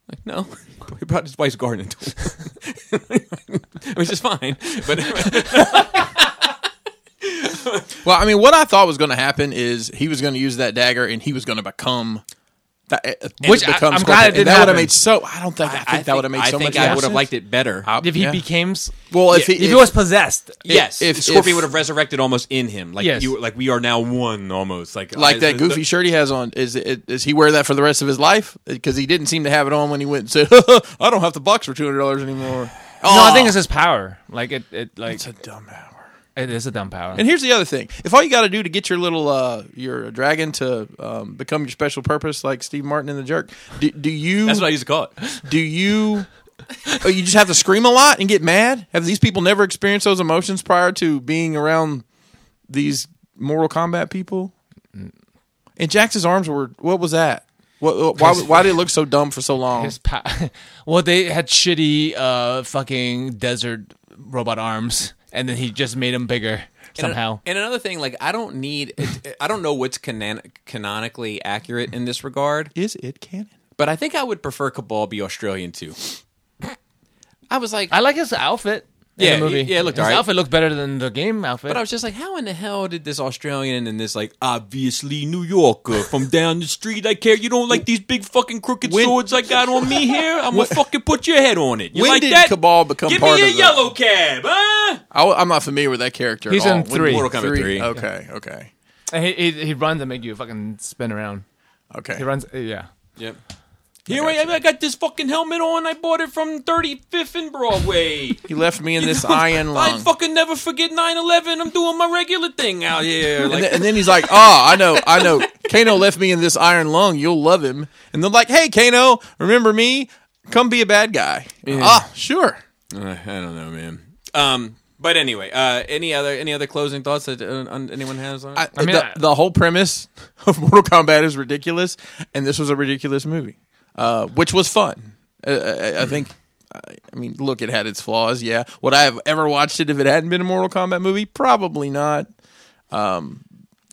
Like, no, *laughs* he brought his wife's garden tool, *laughs* which is fine. But well, I mean, what I thought was going to happen is he was going to use that dagger and he was going to become. eh, That, Which I- I'm glad it That didn't would have happen. made so. I don't think. I, think, that would have made I so think much. I more would have sense. liked it better. I- if he Uh, yeah. became well, if he, if he was possessed Uh, yes, if- if, Scorpion if- would have resurrected almost in him, like Yes. you, like we are now one almost, like I- like that the- goofy the- shirt he has on is it does he wear that for the rest of his life because he didn't seem to have it on when he went and said *laughs* i don't have to box for $200 anymore no Oh. I think it's his power like it it like it's a dumb hour it is a dumb power and here's the other thing if all you got to do to get your little uh your dragon to um, become your special purpose like steve martin in the jerk do, do you That's what I used to call it. do you oh, you just have to scream a lot and get mad have these people never experienced those emotions prior to being around these mortal combat people and jax's arms were what was that what, what- why, why did it look so dumb for so long His pa- *laughs* well, they had shitty uh, fucking desert robot arms, and then he just made them bigger somehow. And another thing, like I don't need, it, I don't know what's canon- canonically accurate in this regard, is it canon but I think I would prefer Cabal be Australian too. I was like, I like his outfit. Yeah, in the movie. yeah, it looked his alright. outfit looked better than the game outfit. but I was just like, how in the hell did this Australian and this like obviously New Yorker from down the street? I care. You don't like these big fucking crooked When- swords I got on me here. I'm gonna fucking put your head on it. You when like did that? cabal become Give part me a of the, yellow cab, huh? I, am not familiar with that character He's at all. in When- three. Mortal Kombat three. okay okay And he, he he runs and make you fucking spin around. okay He runs, yeah. Yep. You know what? I got this fucking helmet on. I bought it from 35th and *laughs* Broadway. He left me in this iron I lung. fucking never forget 9/11. I'm doing my regular thing *laughs* out here. And, Like, then, and then he's like, "Ah, I know, I know. Kano left me in this iron lung. You'll love him." And they're like, "Hey, Kano, remember me? Come be a bad guy." Ah, sure. Uh, I don't know, man. Um, but anyway, uh, any other any other closing thoughts that uh, un- anyone has on? it? I, mean, the, I- the whole premise *laughs* of Mortal Kombat is ridiculous, and this was a ridiculous movie, uh, which was fun. Uh, I, I think. I I mean, look, it had its flaws. Yeah, would I have ever watched it if it hadn't been a Mortal Kombat movie? Probably not. Um,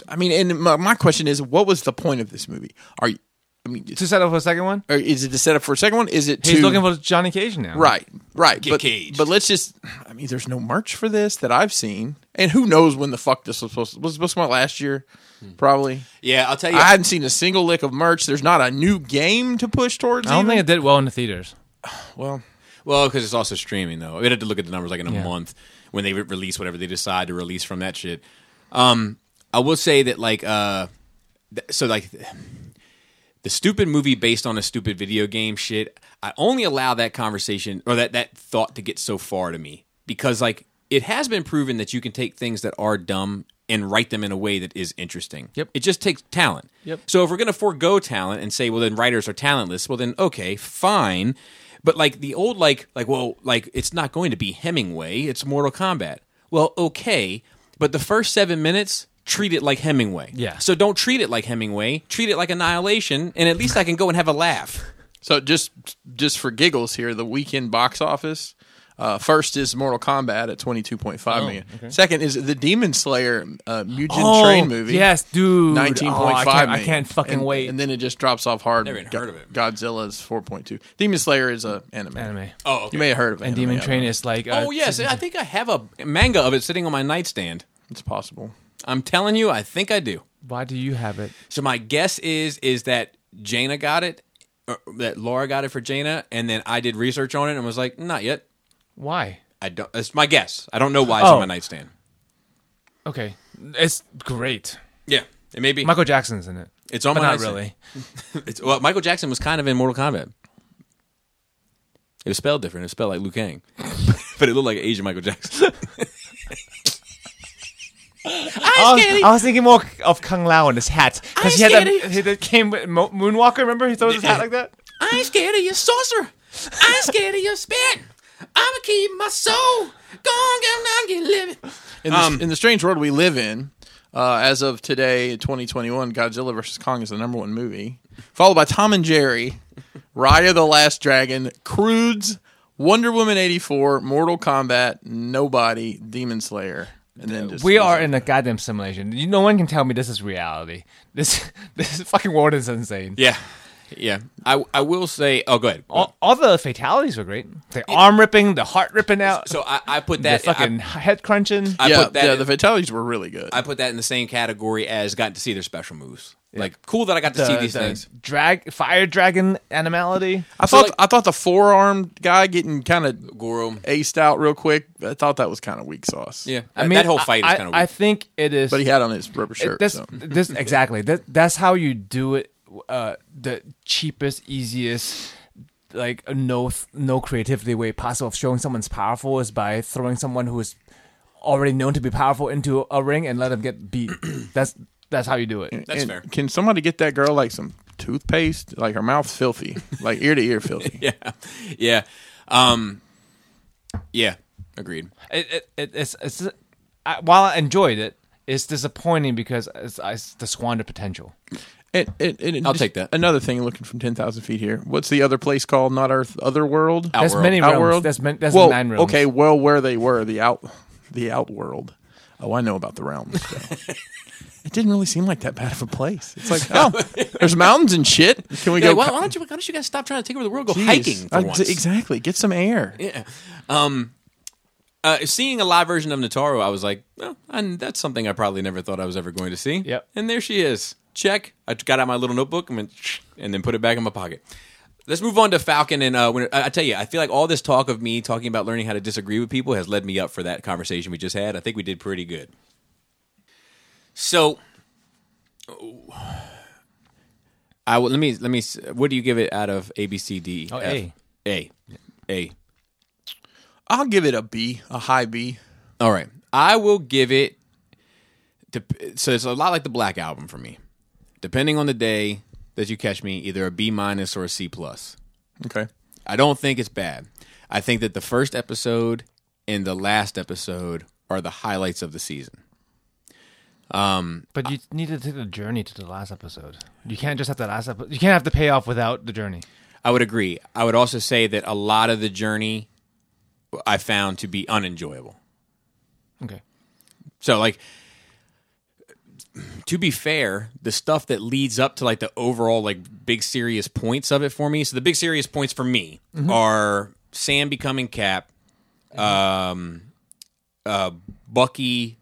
I mean, and my, my question is, what was the point of this movie? Are you? I mean, it's- To set up for the second one, or is it to set up for a second one? Is it to he's looking for Johnny Cage now. right, right? but caged. but let's just. I mean, there's no merch for this that I've seen, and who knows when the fuck this was supposed was it supposed to come out last year, Hmm. probably. yeah, I'll tell you. I hadn't seen a single lick of merch. There's not a new game to push towards. I don't even. think it did well in the theaters. well, well, because it's also streaming though. We'd have to look at the numbers like in a Yeah. month when they re- release whatever they decide to release from that shit. Um, I will say that like uh, th- so like the stupid movie based on a stupid video game shit. I only allow that conversation or that that thought to get so far to me because like it has been proven that you can take things that are dumb and write them in a way that is interesting. Yep. It just takes talent. Yep. So if we're going to forego talent and say well then writers are talentless, well then okay, fine. But like the old like like well like it's not going to be Hemingway, it's Mortal Kombat. Well, okay, but the first 7 minutes treat it like Hemingway. Yeah. So don't treat it like Hemingway. Treat it like Annihilation, and at least I can go and have a laugh. so just just for giggles here, the weekend box office. Uh, first is Mortal Kombat at twenty two point Oh, five million. Second is the Demon Slayer uh, Mugen Train movie. Yes, dude. Nineteen point five. Oh, I can't- I can't fucking and, wait. And then it just drops off hard. Never even Go- heard of it. Godzilla's four point two. Demon Slayer is a anime. Anime. *laughs* Oh, okay. You may have heard of it. And Demon Train is like. Uh, Oh yes, I think I have a manga of it sitting on my nightstand. It's possible. I'm telling you, I think I do. Why do you have it? So my guess is is that Jaina got it, or that Laura got it for Jaina, and then I did research on it and was like, not yet. Why? I don't. It's my guess. I don't know why it's Oh. on my nightstand. Okay, it's great. Yeah, it may be. Michael Jackson's in it, it's on but my not nightstand. really. It's, well, Michael Jackson was kind of in Mortal Kombat. It was spelled different. It was spelled like Liu Kang, *laughs* but it looked like an Asian Michael *laughs* Jackson. I was, I was thinking more of Kung Lao in his hat because he had that, Skinny. he that came with Mo- Moonwalker. Remember, he throws his hat like that. I'm scared of your sorcerer. I'm scared of your spit. I'ma keep my soul. Go on, girl, now get living. In, this, Um, in the strange world we live in, uh, as of today, 2021, Godzilla vs. Kong is the number one movie, followed by Tom and Jerry, *laughs* Raya the Last Dragon, Crudes, Wonder Woman 84, Mortal Kombat, Nobody, Demon Slayer. And then just, We are in a goddamn simulation. You, no one can tell me this is reality. *laughs* This this fucking world is insane. Yeah, yeah. I I will say. Oh, good. All, all the fatalities were great. The arm ripping, the heart ripping out, So I, I put the that. uh, fucking head crunching. I, I yeah, put that. yeah, in- the fatalities were really good. I put that in the same category as got to see their special moves. Like cool that I got to see the- these the things. Drag fire dragon animality. I so, thought like- I thought the four armed guy getting kind of Goro. aced out real quick. I thought that was kind of weak sauce. Yeah. I mean, that whole fight I, is kind of I, I weird. think it is. but he had on his rubber it- shirt. that's so. *laughs* this exactly. That that's how you do it. Uh, the cheapest, easiest, like no th- no creativity way possible of showing someone's powerful is by throwing someone who is already known to be powerful into a ring and let them *clears throat* get beat. that's that's how you do it. That's And fair. Can somebody get that girl like some toothpaste? Like her mouth's filthy, like ear to ear filthy. *laughs* *laughs* yeah, yeah, um, yeah. Agreed. it, it, it it's it's I, while I enjoyed it, it's disappointing because it's, it's the squandered potential. It, it, it, it- I'll just take that. Another thing, looking from ten thousand feet here. What's the other place called? Not Earth, other world. Out- There's Outworld. many realms. Outworld. There's, man, there's well, nine realms. okay. Well, where they were, the out, the outworld. Oh, I know about the realms. though. *laughs* it didn't really seem like that bad of a place. It's like, oh, there's mountains and shit. Can we Yeah, go? why, co- why don't you? Why don't you guys stop trying to take over the world? Go Jeez. hiking for Uh, once. Exactly. Get some air. Yeah. Um, uh, seeing a live version of Nataro, I was like, well, and that's something I probably never thought I was ever going to see. Yep. And there she is. Check. I got out my little notebook and went, "Shh," and then put it back in my pocket. Let's move on to Falcon and uh, when I I tell you, I feel like all this talk of me talking about learning how to disagree with people has led me up for that conversation we just had. I think we did pretty good. So, I will, let me let me. s- What do you give it out of A B C D? E, Oh, F? A. A A. I'll give it a B, a high B. All right, I will give it. dep- So it's a lot like the Black Album for me. Depending on the day that you catch me, either a B minus or a C plus. Okay. I don't think it's bad. I think that the first episode and the last episode are the highlights of the season. But you need to take the journey to the last episode. You can't just have the last episode. You can't have the payoff without the journey. I would agree. I would also say that a lot of the journey I found to be unenjoyable. Okay. So like to be fair, the stuff that leads up to like the overall like big serious points of it for me. So the big serious points for me are Sam becoming Cap, um, uh, Bucky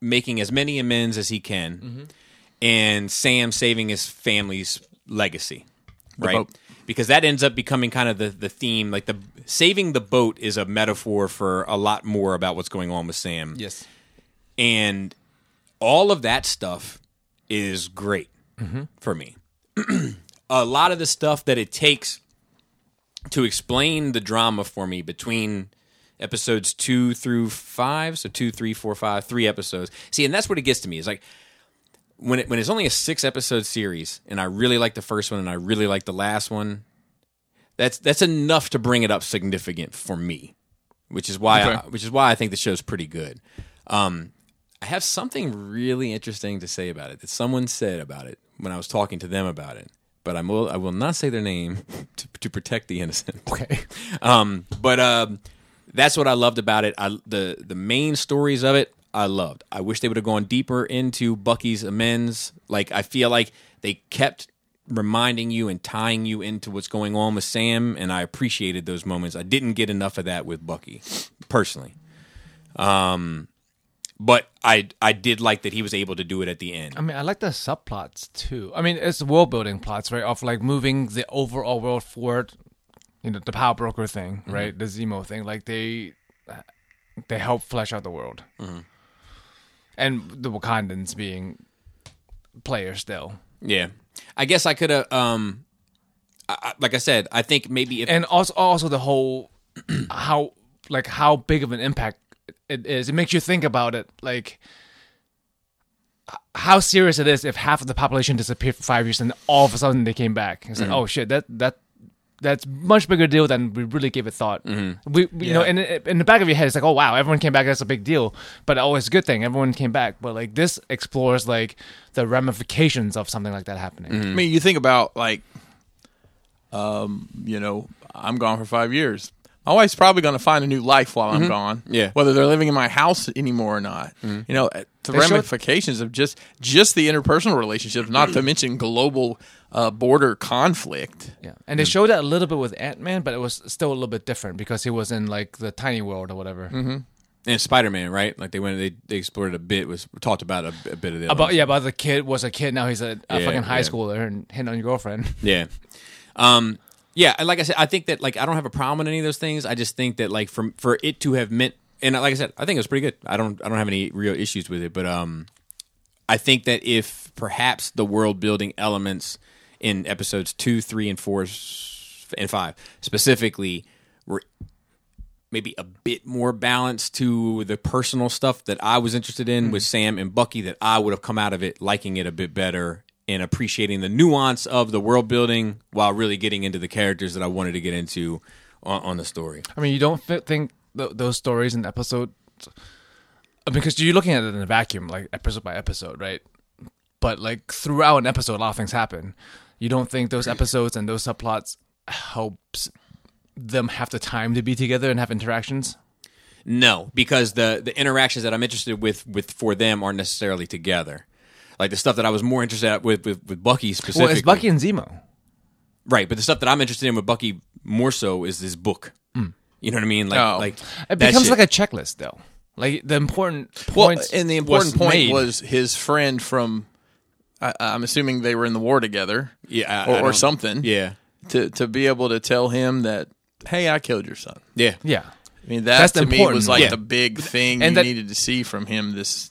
making as many amends as he can, and Sam saving his family's legacy, right? boat. Because that ends up becoming kind of the, the theme. Like the saving the boat is a metaphor for a lot more about what's going on with Sam Yes. and all of that stuff is great Mm-hmm. for me. *clears throat* a lot of the stuff that it takes to explain the drama for me between episodes two through five, so two, three, four, five, three episodes. See, and that's what it gets to me. Is like when it, when it's only a six episode series, and I really like the first one, and I really like the last one. That's that's enough to bring it up significant for me, which is why I, Okay. which is why I think the show's pretty good. Um, I have something really interesting to say about it that someone said about it when I was talking to them about it, but I will I will not say their name *laughs* to, to protect the innocent. Okay. *laughs* Um, but um, that's what I loved about it. I the the main stories of it I loved. I wish they would have gone deeper into Bucky's amends. Like I feel like they kept reminding you and tying you into what's going on with Sam, and I appreciated those moments. I didn't get enough of that with Bucky, personally but I I did like that he was able to do it at the end. I mean, I like the subplots too. I mean, it's world building plots, right? Of like moving the overall world forward. You know, the power broker thing, right? The Zemo thing. Like they, they help flesh out the world, and the Wakandans being players still. Yeah, I guess I could have. Um, I, I- like I said, I think maybe if and also also the whole *clears throat* how like how big of an impact it is it makes you think about it like h- how serious it is if half of the population disappeared for five years and all of a sudden they came back it's like oh shit that that that's much bigger deal than we really gave it thought. We, we- you know, in in the back of your head, it's like, oh wow, everyone came back. That's a big deal, but oh, it's a good thing everyone came back. But like this explores like the ramifications of something like that happening. I mean, you think about like, um, you know, I'm gone for five years. My wife's probably going to find a new life while I'm gone. Yeah. whether they're living in my house anymore or not. You know, the showed- ramifications of just just the interpersonal relationships, not to mention global uh, border conflict. Yeah, and they showed that a little bit with Ant Man, but it was still a little bit different because he was in like the tiny world or whatever. Mm-hmm. and Spider Man, right? Like they went, they they explored it a bit, was talked about a, a bit of the About yeah, about the kid was a kid. Now he's a, a Yeah, fucking high yeah. schooler and hitting on your girlfriend. *laughs* Yeah. Um yeah, and like I said, I think that like I don't have a problem with any of those things. I just think that like for for it to have meant and like I said, I think it was pretty good. I don't I don't have any real issues with it, but um I think that if perhaps the world building elements in episodes 2, 3 and 4 s- and 5 specifically were maybe a bit more balance to the personal stuff that I was interested in with Mm-hmm. Sam and Bucky that I would have come out of it liking it a bit better and appreciating the nuance of the world building while really getting into the characters that I wanted to get into on, on the story. I mean, you don't fi- think th- those stories in episode because you're looking at it in a vacuum, like episode by episode, right? But like throughout an episode, a lot of things happen. You don't think those episodes and those subplots helps them have the time to be together and have interactions? No, because the the interactions that I'm interested with with for them aren't necessarily together. Like the stuff that I was more interested at with with, with Bucky specifically. Well, it's Bucky and Zemo. right? But the stuff that I'm interested in with Bucky more so is this book. You know what I mean? Like Oh. like Mm. It becomes like a checklist, though. Like the important points. and the important was point made. was his friend from. I, I'm assuming they were in the war together. yeah I- I or, or don't- something. Yeah, to to be able to tell him that hey, I killed your son. yeah, yeah, I mean, that That's to me important. was like Yeah. the big thing And you that- needed to see from him. This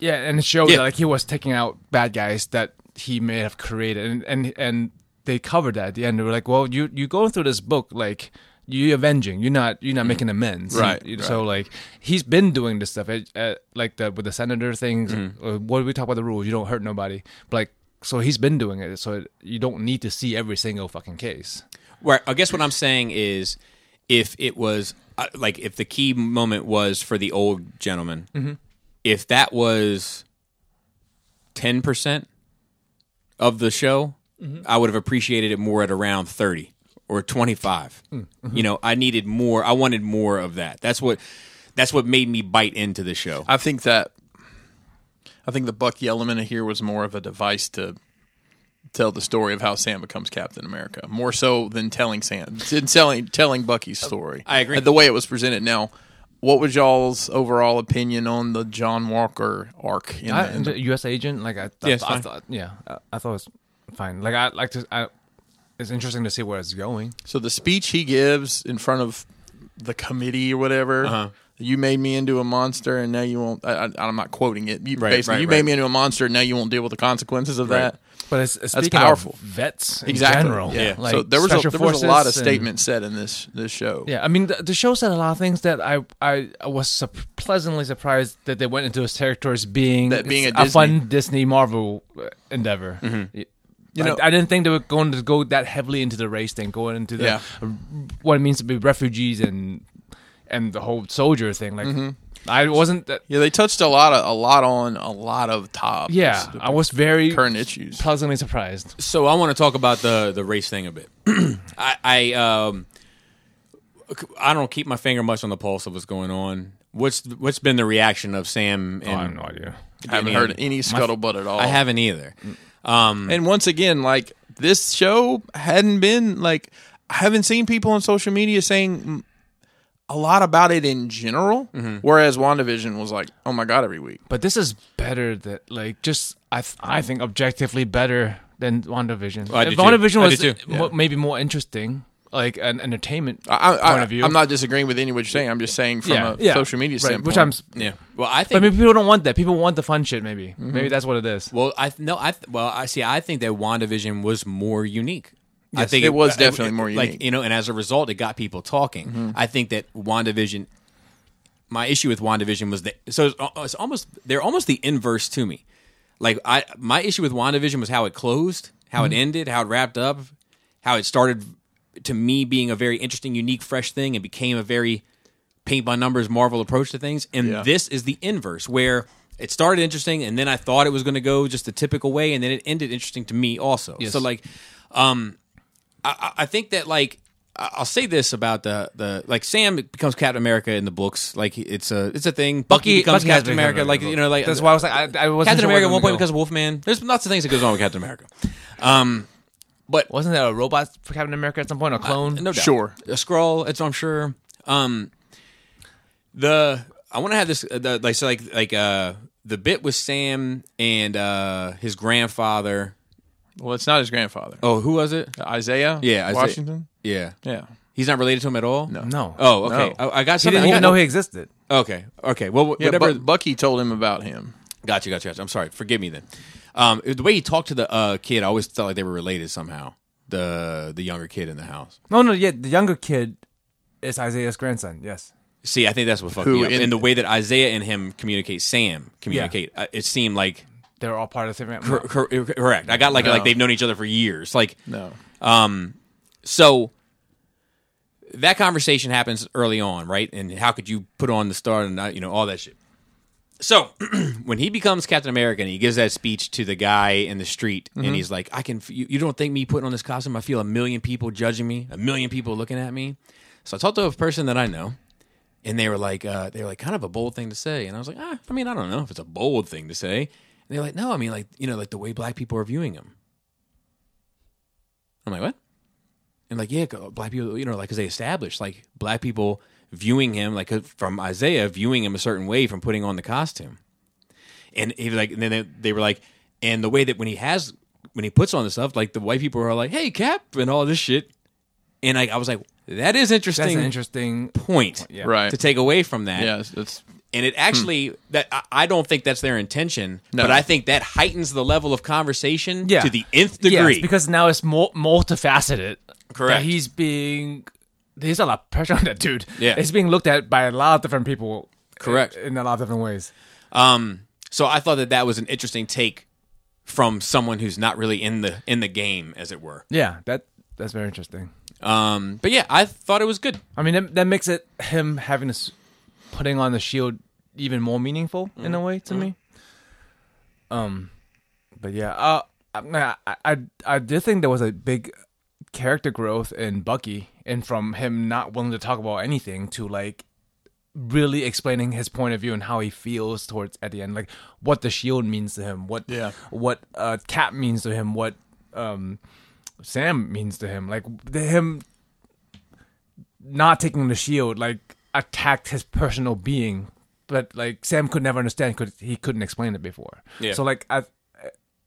yeah, and it showed Yeah. that like he was taking out bad guys that he may have created, and and, and they covered that at the end. They were like, "Well, you you go through this book like." You're avenging. You're not. You're not making amends. Right, You- So like, he's been doing this stuff. At, at, like the with the senator things. Mm. uh, what did we talk about the rules? You don't hurt nobody. But like, so he's been doing it. So it, you don't need to see every single fucking case. Right. I guess what I'm saying is, if it was uh, like if the key moment was for the old gentleman, if that was ten percent of the show, I would have appreciated it more at around thirty or twenty You know, I needed more. I wanted more of that. That's what. That's what made me bite into the show. I think that I think the Bucky element in here was more of a device to tell the story of how Sam becomes Captain America, more so than telling Sam, than telling telling Bucky's Uh, story. I agree. The way it was presented. Now, what was y'all's overall opinion on the John Walker arc? In I, the, in the- the U.S. agent, like I, I, Yeah, it's I fine. thought, yeah, I, I thought it was fine. Like I like to, I, it's interesting to see where it's going. so the speech he gives in front of the committee or whatever. Uh-huh. You made me into a monster, and now you won't. I, I, I'm not quoting it. You, Right, basically, right, you made right. me into a monster, and now you won't deal with the consequences of that. But it's, it's speaking powerful. of vets in exactly. general. Yeah. like so there was a, special there was a lot of forces and- statements said in this this show. Yeah, I mean the, the show said a lot of things that I I I was su- pleasantly surprised that they went into his territories being That being a Disney- Mm-hmm. fun Disney Marvel uh, endeavor. You know- I didn't think they were going to go that heavily into the race thing, going into the Yeah. what it means to be refugees and and the whole soldier thing. Like, Mm-hmm. I wasn't uh, that. Yeah, they touched a lot of a lot on a lot of topics. Yeah, I was very current issues. pleasantly surprised. So I want to talk about the the race thing a bit. *clears throat* I I, um, I don't keep my finger much on the pulse of what's going on. What's what's been the reaction of Sam? Oh, And I have no idea. I haven't heard any scuttlebutt at all. I haven't either. Um, And once again, like this show hadn't been like I haven't seen people on social media saying mm, a lot about it in general. Mm-hmm. Whereas WandaVision was like, oh my god, every week. But this is better than like just I th- I think objectively better than WandaVision. I do If too. WandaVision I was do too. m- maybe more interesting, like an entertainment I, I, point of view. I'm not disagreeing with any what you're saying. I'm just saying from yeah, a yeah, social media right, standpoint. which I'm. s- yeah. Well, I But think. maybe people don't want that. People want the fun shit. Maybe Mm-hmm. maybe that's what it is. well, I th- no. I th- well, I see. I think that Wandavision was more unique. I Yes, think it was definitely more Like unique. Mm-hmm. you know, and as a result, it got people talking. I think that Wandavision. My issue with Wandavision was that so it's, al- it's almost they're almost the inverse to me. Like I, my issue with Wandavision was how it closed, how it ended, how it wrapped up, how it started to me being a very interesting, unique, fresh thing, and became a very paint by numbers Marvel approach to things. And Yeah. this is the inverse, where it started interesting, and then I thought it was going to go just the typical way, and then it ended interesting to me also. So like, um, I, I I think that like. I- I'll say this about the, the like Sam becomes Captain America in the books like it's a it's a thing Bucky, becomes Bucky has Captain been America like you know like that's why I was like I, I wasn't Captain sure where America at they one were point gonna becomes Wolfman there's lots of things that goes on with Captain America go. wasn't there a robot for Captain America at some point? A clone? No doubt. Sure. A scroll, it's I'm sure. Um the I want to have this uh, the, like so like like uh the bit with Sam and uh his grandfather. well, it's not his grandfather, Oh, who was it? Isaiah. Yeah, Isaiah- Washington. Yeah. Yeah. He's not related to him at all? no. Oh, okay. I, I got he something. didn't I even got- know he existed. Okay. Okay. Well, wh- Yeah, whatever. Bu- Bucky told him about him. Gotcha, gotcha, gotcha. I'm sorry. Forgive me then. Um, the way he talked to the uh, kid, I always felt like they were related somehow. The the younger kid in the house. No, no. Yeah, the younger kid is Isaiah's grandson. Yes. See, I think that's what fucked Who me up. in- In, the way that Isaiah and him communicate, Sam communicate, uh, it seemed like They're all part of the same. Cor- cor- correct. I got like like they've known each other for years. Like No. so that conversation happens early on, right? And how could you put on the star and not, you know all that shit. So *clears throat* when he becomes Captain America and he gives that speech to the guy in the street, and he's like, "I can. You, you don't think me putting on this costume? I feel a million people judging me, a million people looking at me." So I talked to a person that I know, and they were like, uh, they were like, kind of a bold thing to say, and I was like, ah, I mean, I don't know if it's a bold thing to say. And they're like, no, I mean, like you know, like the way black people are viewing him. I'm like, what? and like yeah 'cause black people you know like because they established like black people viewing him like 'cause from isaiah viewing him a certain way from putting on the costume and he was like and then they, they were like and the way that when he has when he puts on the stuff like the white people are like hey cap and all this shit and like i was like that is interesting That's an interesting. point Yeah. Right. to take away from that Yeah, it's, it's and it actually that I, I don't think that's their intention, No. but I think that heightens the level of conversation Yeah. to the nth Yes, degree. because now it's more multifaceted. Correct. That he's being there's a lot of pressure on that dude. Yeah. He's being looked at by a lot of different people. Correct. In a lot of different ways. Um, so I thought that that was an interesting take from someone who's not really in the in the game, as it were. Yeah, that that's very interesting. Um, but yeah, I thought it was good. I mean, that, that makes it him having this putting on the shield even more meaningful in a way to me. Um, but yeah, uh, I, mean, I I I did think there was a big character growth in Bucky, and from him not willing to talk about anything to like really explaining his point of view and how he feels towards at the end, like what the shield means to him, what Yeah. what uh, Cap means to him, what um Sam means to him, like the- him not taking the shield like attacked his personal being but like sam could never understand because he couldn't explain it before Yeah. so like I,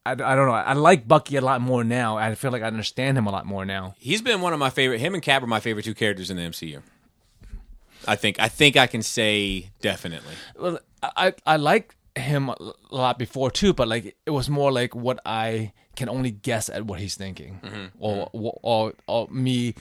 I i don't know i like bucky a lot more now i feel like i understand him a lot more now He's been one of my favorite. Him and Cap are my favorite two characters in the MCU. I think. I think I can say definitely. well i i like him a lot before too but like it was more like what i can only guess at what he's thinking or, or or me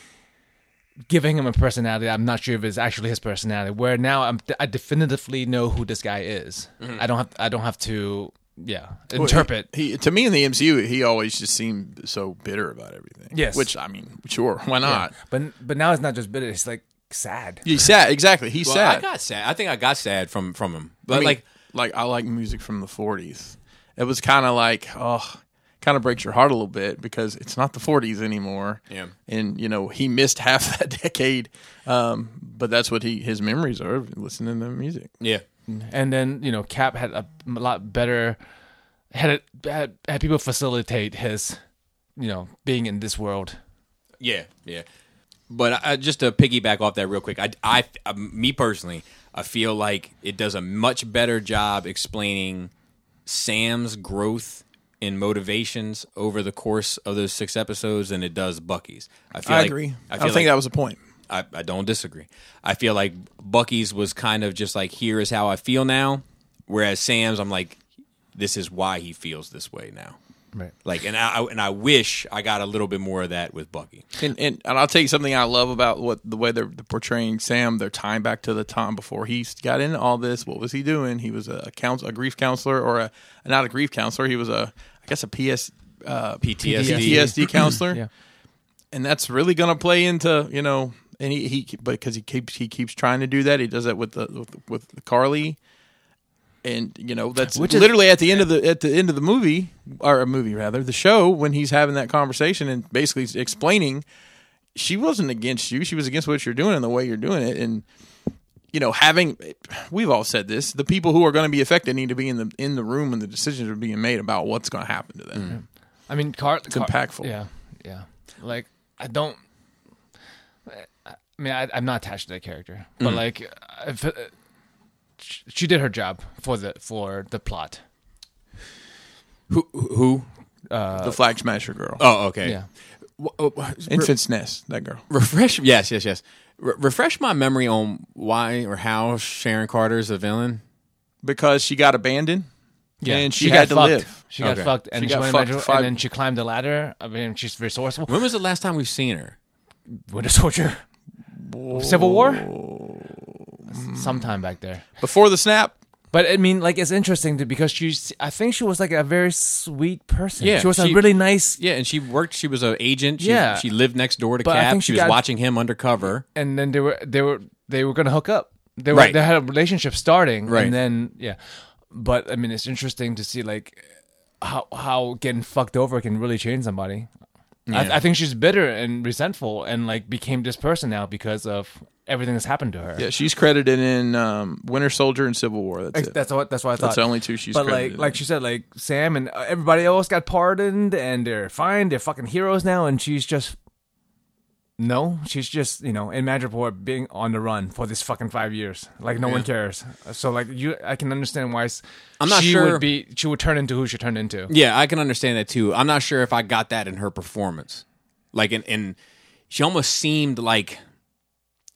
giving him a personality i'm not sure if it's actually his personality where now i'm i definitively know who this guy is i don't have i don't have to yeah interpret He, he- to me in the MCU, he always just seemed so bitter about everything. Yes. which I mean, sure, why not? but but now it's not just bitter it's like sad He's sad. Exactly, he's Well, sad. I got sad. I think I got sad from from him. But I mean, like, like I like music from the '40s. It was kind of like, oh, kind of breaks your heart a little bit because it's not the '40s anymore. Yeah. and you know he missed *laughs* half that decade, um, but that's what he his memories are of listening to music. yeah, and then you know cap had a lot better had it had, had people facilitate his you know being in this world yeah, yeah. But I, just to piggyback off that real quick, I, I, I- me personally, I feel like it does a much better job explaining Sam's growth in motivations over the course of those six episodes than it does Bucky's. I feel like- I I, feel don't like think that was the point. I, I don't disagree. I feel like Bucky's was kind of just like, here is how I feel now. Whereas Sam's, I'm like, this is why he feels this way now. right Like, and I and I wish I got a little bit more of that with Bucky. And, and and I'll tell you something I love about what the way they're portraying Sam. They're tying back to the time before he got into all this. What was he doing? He was a counsel, a grief counselor, or a not a grief counselor. He was a I guess a PS uh, PTSD. *clears throat* PTSD counselor. Yeah. And that's really going to play into you know, and he, he but because he keeps he keeps trying to do that. He does that with the with, with Carly. And you know that's Which is- literally at the end of the at the end of the movie or a movie rather the show when he's having that conversation and basically explaining she wasn't against you. She was against what you're doing and the way you're doing it. And you know, having we've all said this, the people who are going to be affected need to be in the in the room when the decisions are being made about what's going to happen to them. I mean, car. It's impactful. Mm-hmm. Yeah, yeah. Like I don't. I mean, I, I'm not attached to that character, but Mm. like, if, uh, sh- she did her job for the for the plot. Who? Who? the flag smasher girl, Uh, Oh, okay. uh, Yeah. Wh- wh- infant's nest, that girl. refresh. Yes, yes, yes. Re- refresh my memory on why or how Sharon Carter's a villain. because she got abandoned Yeah, and she, had to fucked. live. She got Okay. fucked, and She she, got went fucked into- five- and then she climbed the ladder. I mean, she's resourceful. When was the last time we've seen her? Winter Soldier, Civil War, sometime back there. Uh, Before the snap, But I mean, like, it's interesting to, because she's. I think she was like a very sweet person. Yeah, she was she- a really nice Yeah, and she worked. She was an agent. She, Yeah. she lived next door to But I Cap. think She, she was got- watching him undercover. and then they were they were they were gonna hook up. They were Right. they had a relationship starting, Right. and then yeah. But I mean, it's interesting to see like how how getting fucked over can really change somebody. I, I think she's bitter and resentful, and like became this person now because of everything that's happened to her. yeah, she's credited in um, Winter Soldier and Civil War. That's Ex- it. That's what. That's what I thought. That's the only two she's But credited like, in. like she said, like Sam and uh, everybody else got pardoned, and they're fine. They're fucking heroes now, and she's just no. She's just you know in Madripoor being on the run for this fucking five years. Like no one cares. So like you, I can understand why. s- I'm not she sure- Would be she would turn into who she turned into. Yeah, I can understand that too. I'm not sure if I got that in her performance. Like, and in, she almost seemed like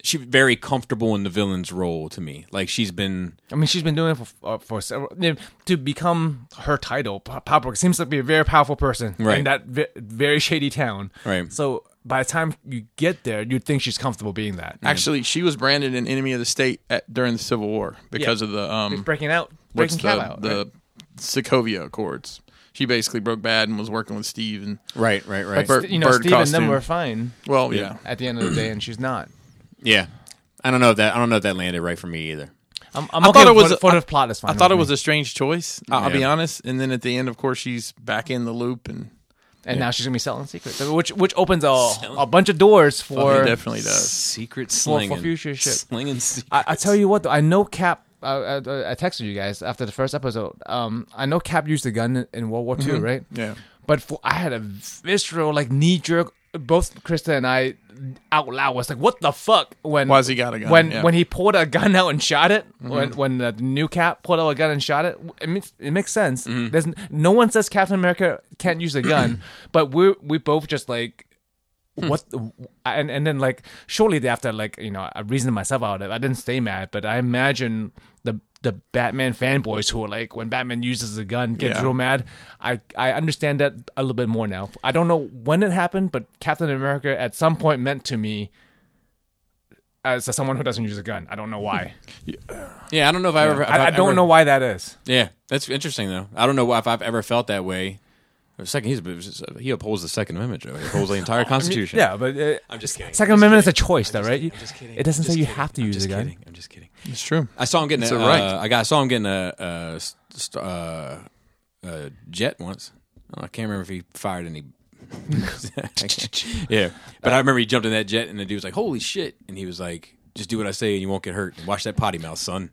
she's very comfortable in the villain's role to me. Like she's been I mean, she's been doing it for uh, for several you know, to become her title. Pop Popper seems to be a very powerful person Right. in that ve- very shady town. Right. So by the time you get there, you'd think she's comfortable being that. Actually, she was branded an enemy of the state at, during the Civil War because of the um, breaking out, what's breaking the, Cal out. the right? Sokovia Accords. She basically broke bad and was working with Steve and right, right, right. Bert- you know, bird Steve and costume. them were fine well, yeah. at the end of the day, and she's not. yeah, I don't know if that I don't know if that landed right for me either. I'm, I'm I okay thought it with was- for, for the plot is fine. I thought it with was me. a strange choice. I- I'll be Yeah. honest. And then at the end, of course, she's back in the loop and and now she's gonna be selling secrets, which which opens a, a bunch of doors it for. definitely does. Secret for slinging, future shit. Slinging secrets. I, I tell you what, though, I know Cap. I, I, I texted you guys after the first episode. Um, I know Cap used the gun in, in World War II, Mm-hmm. right? Yeah. But for, I had a visceral, like knee jerk. Both Krista and I, out loud, was like, "What the fuck?" When Why's he got a gun? When Yeah. Mm-hmm. when he pulled a gun out and shot it. When when the new Cap pulled out a gun and shot it. It makes it makes sense. Mm-hmm. There's n- no one says Captain America can't use a *clears throat* gun, but we we both just like. Hmm. What the- and and then like shortly after like you know I reasoned myself out of it. I didn't stay mad, but I imagine the the Batman fanboys who are like when Batman uses a gun gets Yeah. real mad. I I understand that a little bit more now. I don't know when it happened, but Captain America at some point meant to me as someone who doesn't use a gun. I don't know why. yeah, I don't know if *laughs* I ever. if I, I I've don't ever- know why that is. Yeah, that's interesting though. I don't know if I've ever felt that way. The Second, he's he upholds the Second Amendment. Joe. He upholds the *laughs* entire Constitution. Yeah, but uh, I'm just kidding. Second I'm just Amendment is a kidding. choice, though, I'm just right? kidding. I'm just kidding. It doesn't I'm just say you kidding. have to I'm use just a gun. kidding. I'm just kidding. It's true. I saw him getting It's a, a right. uh, I got I saw him getting a, uh st- uh, uh jet once. Oh, I can't remember if he fired any. *laughs* yeah, but I remember he jumped in that jet and the dude was like, "Holy shit!" and he was like, "Just do what I say and you won't get hurt. Watch that potty mouth, son."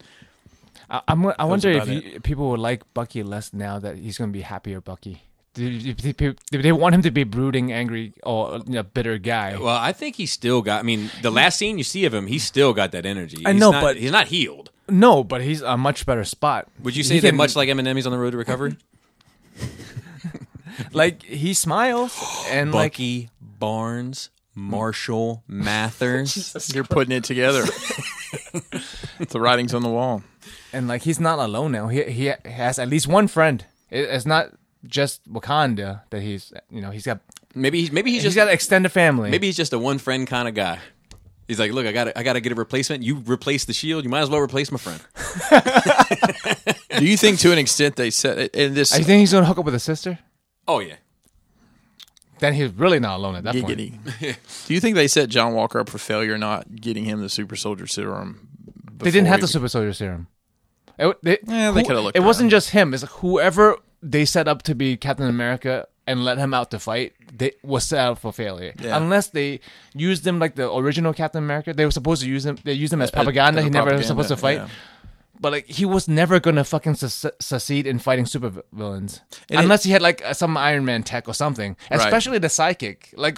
I, I'm, I wonder if about you, people will like Bucky less now that he's going to be happier Bucky. Do, do- do people- do they want him to be brooding, angry, or you know, bitter guy? Well, I think he still got. I mean, the last scene you see of him, he's still got that energy. I He's know, not- but- he's not healed. no, but he's a much better spot. Would you He say that can- much like Eminem, he's on the road to recovery? like *gasps* he smiles and *laughs* like Bucky Barnes, *laughs* Marshall Mathers. You're putting it together. the writing's on the wall. and like he's not alone now. He he has at least one friend. It, it's not just Wakanda that he's you know he's got Maybe he's maybe he's he's just got an extended family. maybe he's just a one friend kind of guy. He's like, look, I got to I got to get a replacement. You replace the shield, you might as well replace my friend. Do you think, to an extent, they said in this I think he's gonna hook up with a sister. Oh yeah, Then he's really not alone at that point. giggity? Do you think they set John Walker up for failure, not getting him the super soldier serum? They didn't before have he- the super soldier serum. It, they, Yeah, they who- coulda looked It wasn't around. just him. It's whoever they set up to be Captain America and let him out to fight. They was set up for failure. Yeah. Unless they used them like the original Captain America. They were supposed to use him. They used him as propaganda. Uh, as he never was propaganda, supposed to fight. yeah. But like he was never gonna fucking su- succeed in fighting super villains it- unless he had like uh, some Iron Man tech or something. Especially the psychic. Like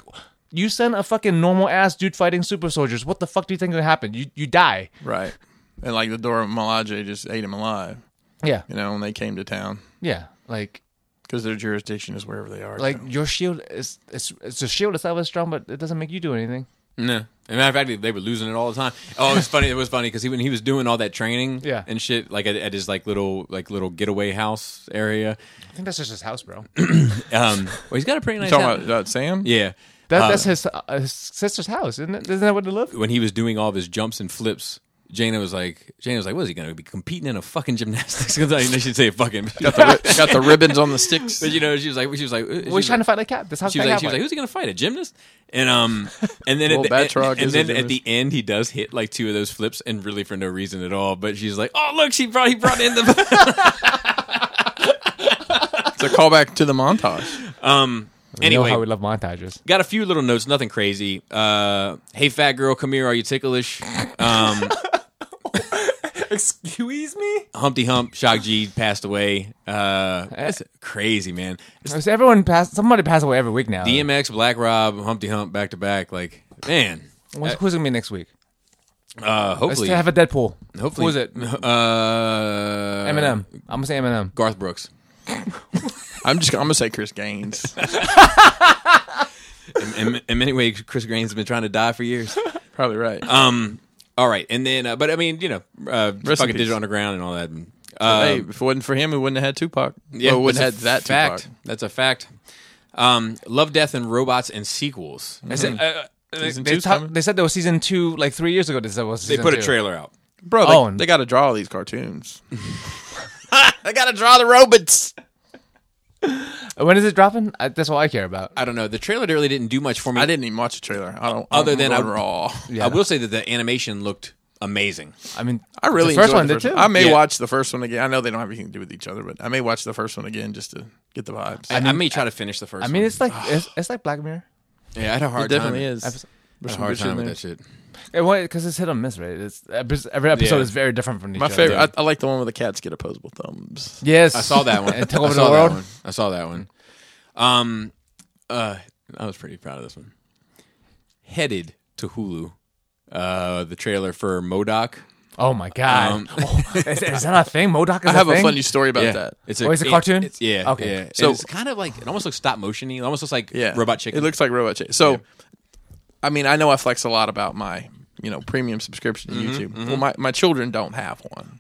you send a fucking normal ass dude fighting super soldiers. What the fuck do you think gonna happen? You you die. Right. And like the Dora Milaje just ate him alive, Yeah. you know, when they came to town Yeah, like because their jurisdiction is wherever they are. like so. your shield is it's, it's the shield itself is strong, but it doesn't make you do anything. no. As a matter of fact, they- they were losing it all the time. Oh, it was funny. It was funny because he, when he was doing all that training, Yeah. and shit, like at, at his like little like little getaway house area. I think that's just his house, bro. Um, well, he's got a pretty nice. talking house. about, about Sam. yeah, That, Uh, that's his, uh, his sister's house, isn't it? Isn't that where they live? Um, when he was doing all of his jumps and flips, Jana was like, Jana was like, what is he going to be competing in a fucking gymnastics? *laughs* I should say fucking. *laughs* Got the, got the ribbons on the sticks. but you know, she was like, she was like, uh, she We're was trying like- to fight like cat. This house. she was like, she was like, who's he gonna fight? A gymnast? And um, and then Well, at the, Batrog and, is a then at gymnast. the end he does hit like two of those flips and really for no reason at all. But she's like, oh look, she brought he brought *laughs* in the *laughs* It's a callback to the montage. um. know how we Anyway, love montages. got a few little notes, nothing crazy. Uh, hey fat girl, come here. Are you ticklish? Um, Excuse me. Humpty Hump, Shock G passed away. Uh, that's crazy, man. So everyone pass. Somebody pass away every week now. DMX, Black Rob, Humpty Hump, back to back. Like, man. When's- who's gonna be next week? Uh, Let's hopefully, have a Deadpool. hopefully, who is it? Uh, Eminem. I'm gonna say Eminem. Garth Brooks. I'm just I'm gonna say Chris Gaines. *laughs* in, in, in many ways, Chris Green's been trying to die for years. probably right. Um, all right, and then, uh, but I mean, you know, uh, Rest in fucking peace. digital underground and all that. Uh, hey, if it wasn't for him, we wouldn't have had Tupac. yeah, Or wouldn't have that's a had that fact. Tupac. That's a fact. Um, Love, death, and robots and Mm-hmm. sequels. I said, uh, they, Season they two's talk- coming? they said there was season two like three years ago. They said was They season put a two. trailer out. Bro, they, Oh, and- they got to draw all these cartoons. they got to draw the robots. When is it dropping? I, that's all I care about. I don't know. The trailer really didn't do much for me. I didn't even watch the trailer. I don't. Other than I I- *laughs* don't raw. I will say that the animation looked amazing. I mean, I really the first enjoyed one the did too. I may Yeah. watch the first one again. I know they don't have anything to do with each other, but I may watch the first one again just to get the vibes. I, I may try to finish the first. I mean, one. it's like it's, it's like Black Mirror. yeah, I had a hard it definitely time. is. Episode- I had There's some a hard good shit in time with there. that shit. Because it's hit or miss, right? It's, epis- every episode Yeah. is very different from each My other. favorite. I, I like the one where the cats get opposable thumbs. Yes, I saw that one. It *laughs* took I over the saw that world. one. I saw that one. Um, uh, I was pretty proud of this one. Headed to Hulu, uh, the trailer for Modoc. Oh my god! Um, Oh, is, is that a thing? Modoc is I have a a thing? funny story about yeah, that. It's Oh, it's a it- cartoon? it's- yeah. Okay. Okay. Yeah. So- So it's kind of like it almost looks stop motiony. It almost looks like Yeah, robot chicken. It looks like robot chicken. So, I mean, I know I flex a lot about my you know premium subscription to Mm-hmm, YouTube. Well, my, my children don't have one,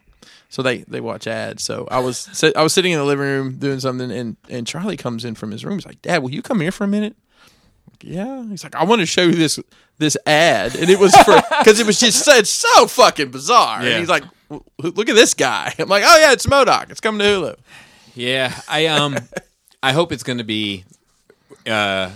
so they they watch ads. So I was sit, I was sitting in the living room doing something, and and Charlie comes in from his room. He's like, "Dad, will you come here for a minute?" yeah. He's like, I want to show you this this ad, and it was *laughs* for because it was just said so fucking bizarre. And Yeah. he's like, "L- look at this guy. *laughs* I'm like, oh yeah, it's Modoc. It's coming to Hulu. Yeah, I *laughs* um, I hope it's going to be. Uh,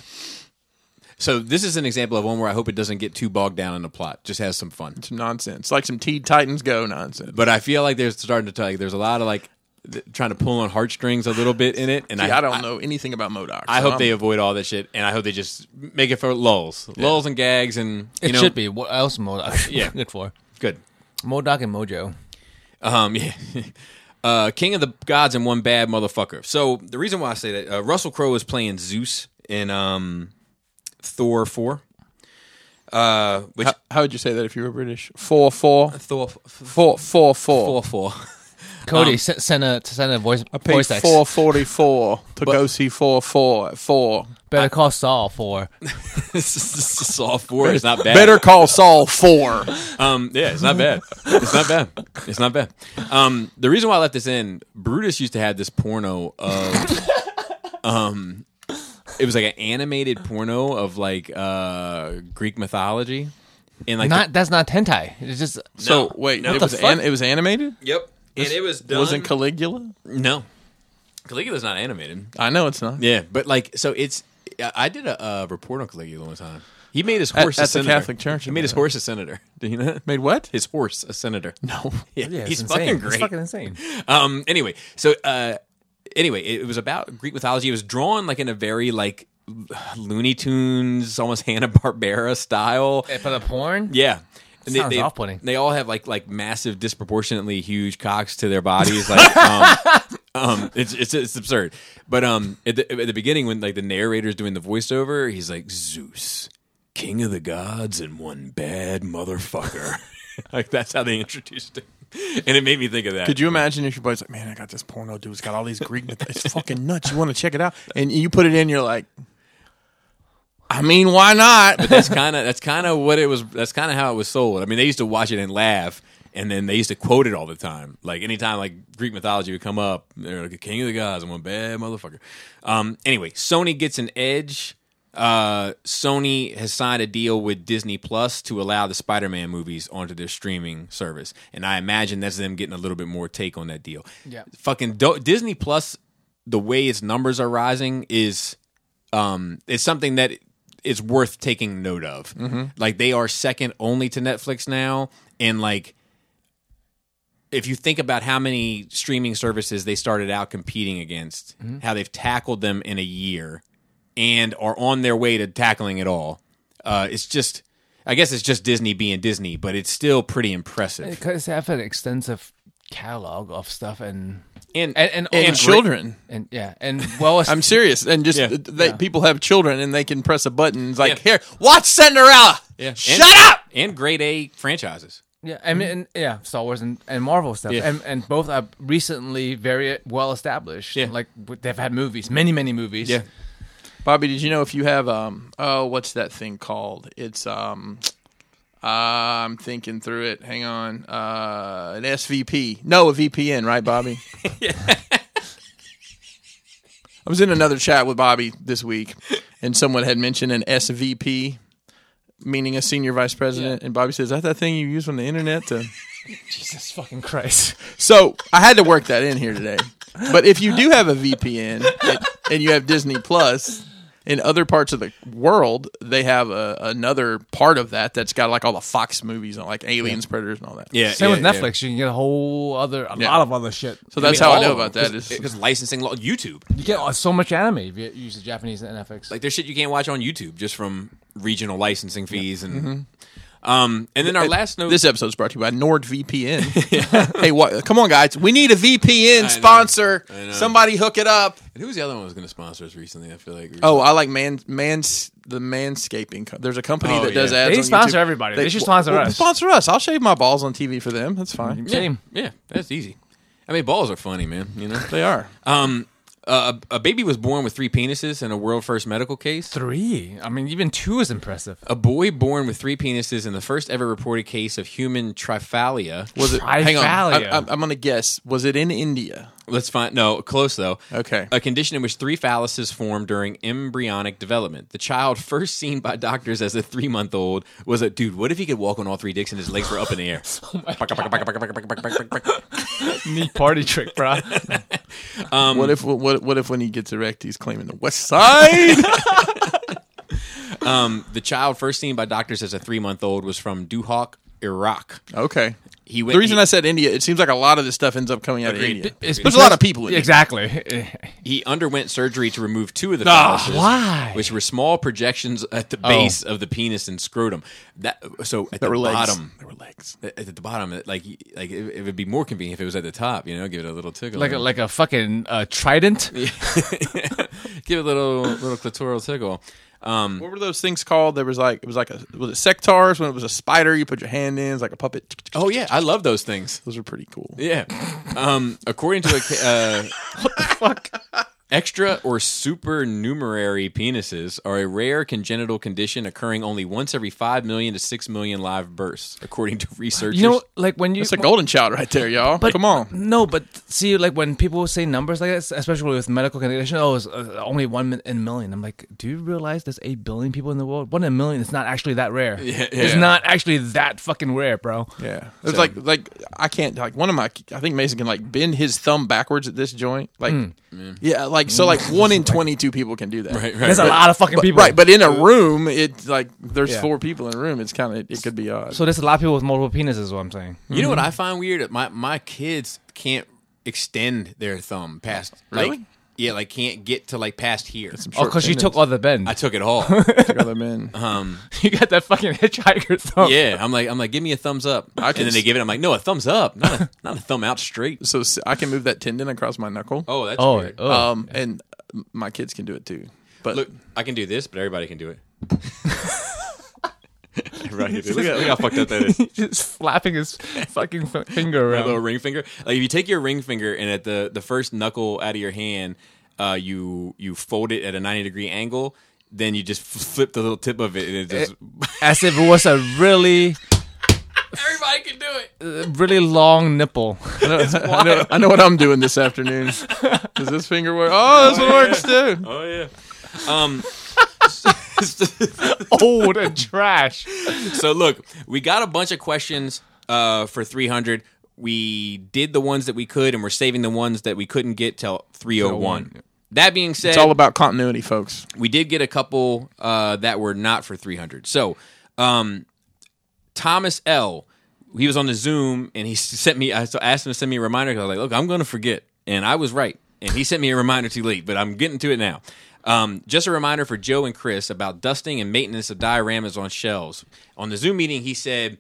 so this is an example of one where I hope it doesn't get too bogged down in the plot. Just has some fun. Some nonsense, like some Teen Titans Go nonsense. But I feel like there's starting to tell you there's a lot of like th- trying to pull on heartstrings a little bit in it, and See, I, I, don't know anything about Modoc. I so hope I'm- they avoid all that shit, and I hope they just make it for lulls, lulls and gags, and you It know, should be. What else? Modoc. Yeah. good for good. Modoc and Mojo. Um, *laughs* yeah. Uh, King of the Gods and one bad motherfucker. So the reason why I say that uh, Russell Crowe is playing Zeus in um, Thor four. Uh, which How, how would you say that if you were British? Four, four, Thor four, four, four four. four. *laughs* Cody sent send a send a voice I paid voice text. four forty four to go see four, four, four. Better call Saul for Saw four is *laughs* not bad. Better call Saul *laughs* four. Um, yeah, it's not bad. It's not bad. It's not bad. Um, the reason why I left this in, Brutus used to have this porno of, um, it was like an animated porno of like uh Greek mythology, and like the- not. That's not hentai. It's just So No. wait, What it the was fuck? an, it was animated. yep, and it was done. Wasn't Caligula? no, Caligula's not animated. I know it's not. Yeah, but like, so it's. I I did a, uh report on Caligula one time. He made his At- horse a at the senator. Catholic Church, He made his yeah. horse a senator. *laughs* Did you know that? Made what? His horse a senator. No. Yeah, yeah, it's he's insane. fucking great. It's fucking insane. um anyway so uh anyway it, it was about greek mythology it was drawn like in a very like looney tunes almost *laughs* hanna-barbera style For the porn. *laughs* yeah and Sounds off-putting. they all have like like massive disproportionately huge cocks to their bodies like *laughs* um, um it's, it's it's absurd but um at the, at the beginning when like the narrator's doing the voiceover he's like zeus king of the gods and one bad motherfucker *laughs* like that's how they introduced him and it made me think of that Could you imagine if your buddy's like, man, I got this porno dude. It's got all these Greek myth. It's fucking nuts. You want to check it out? And you put it in, you're like, I mean, why not? But that's kind of that's kind of what it was. That's kind of how it was sold. I mean, they used to watch it and laugh, and then they used to quote it all the time. Like anytime like Greek mythology would come up, they're like, "King of the gods," I'm one bad motherfucker. Um. Anyway, Sony gets an edge. Uh, Sony has signed a deal with Disney Plus to allow the Spider-Man movies onto their streaming service, and I imagine that's them getting a little bit more take on that deal. Yeah, fucking do- Disney Plus, the way its numbers are rising is um, it's something that is worth taking note of. Like they are second only to Netflix now, and like if you think about how many streaming services they started out competing against, how they've tackled them in a year, and are on their way to tackling it all, uh, it's just. I guess it's just Disney being Disney, but it's still pretty impressive. Because they have an extensive catalog of stuff and And, and and, And children. and yeah and well I'm serious. And just Yeah. they, people have children and they can press a button. It's like, Yeah. here, watch Cinderella. Yeah. Shut And- up. and grade A franchises. yeah I mean and, yeah Star Wars and, and Marvel stuff Hmm? Yeah. and and both are recently very well established Yeah. like w- they've had movies many many movies Yeah. Bobby, did you know if you have um oh what's that thing called? It's um Uh, I'm thinking through it. Hang on. Uh, an SVP. No, a VPN, right, Bobby? I was in another chat with Bobby this week, and someone had mentioned an SVP, meaning a senior vice president. And Bobby says, "Is that that thing you use on the internet to." Jesus fucking Christ. So I had to work that in here today. But if you do have a VPN and, and you have Disney Plus, in other parts of the world, they have a, another part of that that's got like all the Fox movies on, like Aliens, Predators, and all that. Yeah, Same yeah, with yeah. Netflix. You can get a whole other, a Yeah. lot of other shit. So that's mean, oh, how I all know of about them, that is because licensing law, YouTube. You get uh, so much anime if you use the Japanese Netflix. Like there's shit you can't watch on YouTube just from regional licensing fees and. Um, and then our last note. This episode's brought to you *laughs* by NordVPN. hey, what? Come on, guys! We need a VPN know. sponsor. I know. Somebody hook it up. who was the other one that was going to sponsor us recently? I feel like. Oh, I like man, mans the manscaping. Co- There's a company Oh, that does yeah. ads. They on sponsor YouTube. everybody. They should sponsor us. Sponsor us. I'll shave my balls on TV for them. That's fine. yeah, Same. yeah, that's easy. I mean, balls are funny, man. You know, They are. um, uh, a a baby was born with three penises in a world first medical case. Three. I mean, even two is impressive. A boy born with three penises in the first ever reported case of human triphalia. Was it? Hang on. Trivalia. I, am I'm gonna guess. Was it in India? Let's find no close though. Okay. A condition in which three phalluses form during embryonic development. The child *laughs* first seen by doctors as a three month old was a dude. What if he could walk on all three dicks and his legs were up in the air? Neat party trick, *laughs* bro. Um, what if? What? What if when he gets erect, he's claiming the West Side? *laughs* the child first seen by doctors as a three month old was from Duhok, Iraq. okay. He went. The reason he, I said India, it seems like a lot of this stuff ends up coming out Agreed. of India. It's There's a lot of people in India. Exactly. he underwent surgery to remove two of the Ah, phalluses, why? which were small projections at the base of the penis and scrotum. That so at There the Oh. were legs. bottom. There were legs. at at the bottom, it- like y- like it, it would be more convenient if it was at the top. You know, give it a little tickle, *laughs* like a, like a fucking uh, trident. give it a little little clitoral tickle. Um, What were those things called? There was like it was like a was it sectars when it was a spider you put your hand in, it's like a puppet. oh yeah, I love those things. Those are pretty cool. Yeah. Um, according to a ca- uh, *laughs* what the fuck, extra or supernumerary penises are a rare congenital condition occurring only once every five million to six million live births, according to researchers. You know, like when you It's a golden child right there, y'all. Come on. No, but see, like when people say numbers like that, especially with medical condition, oh, it's uh, only one mi- in a million. I'm like, do you realize there's eight billion people in the world? One in a million is not actually that rare. It's yeah. not actually that fucking rare, bro. Yeah. There's like like I can't like one of my I think Mason can like bend his thumb backwards at this joint. Like yeah, like so like *laughs* one in twenty two people can do that. Hmm. Mm. Right, right, There's a right. Uh, lot of fucking But, people, right, but in a room, it's like there's Yeah. four people in a room. It's kind of it, it could be odd. so there's a lot of people with multiple penises. Is what I'm saying. You know what I find weird? My my kids can't extend their thumb past like Really? yeah, like can't get to like past here. Oh, because you took all the bend. I took it *laughs* all. other men. Uh-huh. you got that fucking hitchhiker *laughs* thumb. yeah, I'm like I'm like give me a thumbs up, and can then they s- give it. I'm like no, a thumbs up, not *laughs* a, not a thumb out straight. So s- I can move that tendon across my knuckle. Oh, that's Oh, weird. oh. um, and my kids can do it too. But *laughs* Look, I can do this, but everybody can do it. *laughs* Everybody can do it. Look, at- look how fucked up that is. *laughs* just flapping his fucking f- finger That *laughs* little around. ring finger. Like if you take your ring finger and at the the first knuckle out of your hand, uh, you you fold it at a 90 degree angle. Then you just f- flip the little tip of it, and it just As if it was a really, Uh, Everybody can do it. really long *laughs* nipple. I know, I know what I'm doing this *laughs* afternoon. Does this finger work? Oh, this one works Oh yeah. too. Um. *laughs* old and trash. so look, we got a bunch of questions uh, for 300. We did the ones that we could, and we're saving the ones that we couldn't get till 301. That being said, oh It's all about continuity, folks. we did get a couple uh, that were not for 300. So, um, Thomas L. He was on the Zoom and he *laughs* sent me. I so asked him to send me a reminder because I was like, "Look, I'm going to forget," and I was right. And he sent me a reminder too late, but I'm getting to it now. Um, just a reminder for Joe and Chris about dusting and maintenance of dioramas on shelves. On the Zoom meeting, he said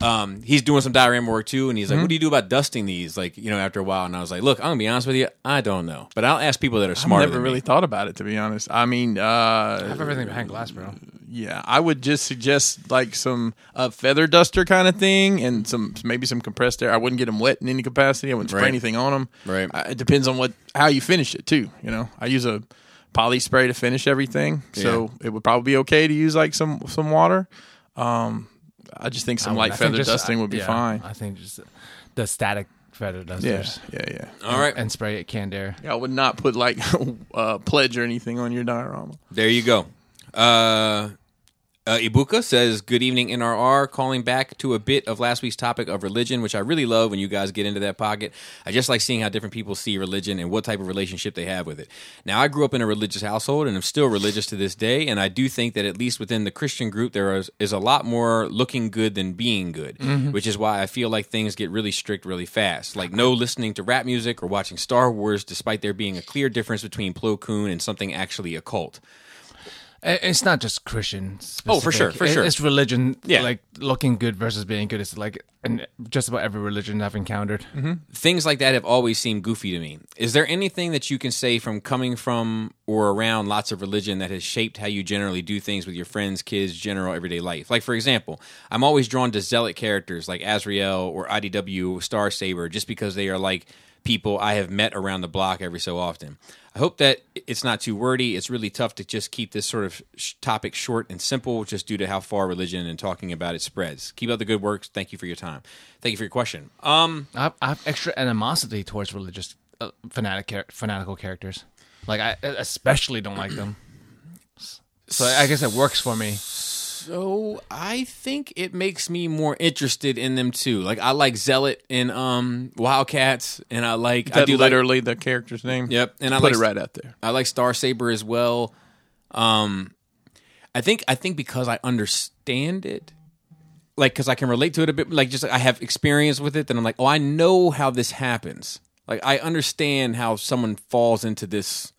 um, he's doing some diorama work too, and he's Mm-hmm. like, "What do you do about dusting these?" Like, you know, after a while, and I was like, "Look, I'm gonna be honest with you, I don't know, but I'll ask people that are smarter." Never than me." really thought about it, to be honest. I mean, uh, Have everything behind glass, bro. yeah, I would just suggest like some uh, feather duster kind of thing, and some maybe some compressed air. I wouldn't get them wet in any capacity. I wouldn't spray Right. anything on them. Right. I, it depends on what how you finish it too. You know, I use a poly spray to finish everything, so it would probably be okay to use like some some water. Um, I just think I some would- I light think feather just- dusting would be yeah, fine. I think just the static feather Yeah, dusters yeah, yeah. All right, and spray it canned air. Yeah, I would not put like *laughs* uh, pledge or anything on your diorama. there you go. Uh, uh, Ibuka says, "Good evening, NRR. Calling back to a bit of last week's topic of religion, which I really love when you guys get into that pocket. I just like seeing how different people see religion and what type of relationship they have with it. Now, I grew up in a religious household and am still religious to this day, and I do think that at least within the Christian group, there is, is a lot more looking good than being good, which is why I feel like things get really strict really fast. Like no listening to rap music or watching Star Wars, despite there being a clear difference between Plo Koon and something actually occult." I- It's not just Christian. Oh, for sure, specific. for It- sure. It's religion. Yeah. like looking good versus being good. It's like in just about every religion I've encountered. things like that have always seemed goofy to me. Is there anything that you can say from coming from or around lots of religion that has shaped how you generally do things with your friends, kids, general everyday life? Like, for example, I'm always drawn to zealot characters like Azrael or IDW, Star Saber, just because they are like people I have met around the block every so often. I hope that it's not too wordy. It's really tough to just keep this sort of sh- topic short and simple just due to how far religion and talking about it spreads. Keep up the good works. Thank you for your time. Thank you for your question. Um, I have, I have extra animosity towards religious uh, fanatic char- fanatical characters. Like I I especially don't like them. So I guess it works for me. So I think it makes me more interested in them too. Like I like Zealot in um Wildcats, and I like I That do like literally the character's name. yep, and I Put like it right out there. I like Star Saber as well. Um, I think I think because I understand it, like because I can relate to it a bit. Like just like, I have experience with it, then I'm like, oh, I know how this happens. Like I understand how someone falls into this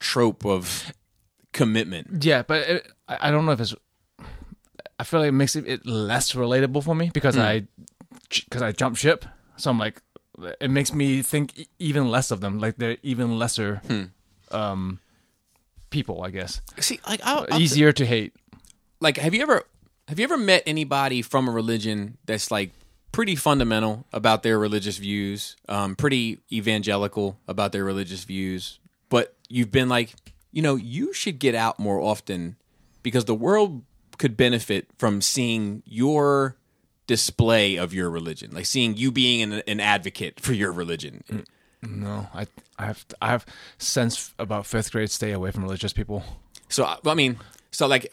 trope of commitment. Yeah, but it, I I don't know if it's. I feel like it makes it, it less relatable for me because I because I jump ship. So I'm like, it makes me think e- even less of them. Like they're even lesser um, people, I guess. See, like I'll, I'll Easier to hate. like have you ever have you ever met anybody from a religion that's like pretty fundamental about their religious views um, pretty evangelical about their religious views but you've been like you know you should get out more often because the world could benefit from seeing your display of your religion like seeing you being an, an advocate for your religion No, I I have I have since about fifth grade stay away from religious people. So I I mean, so like,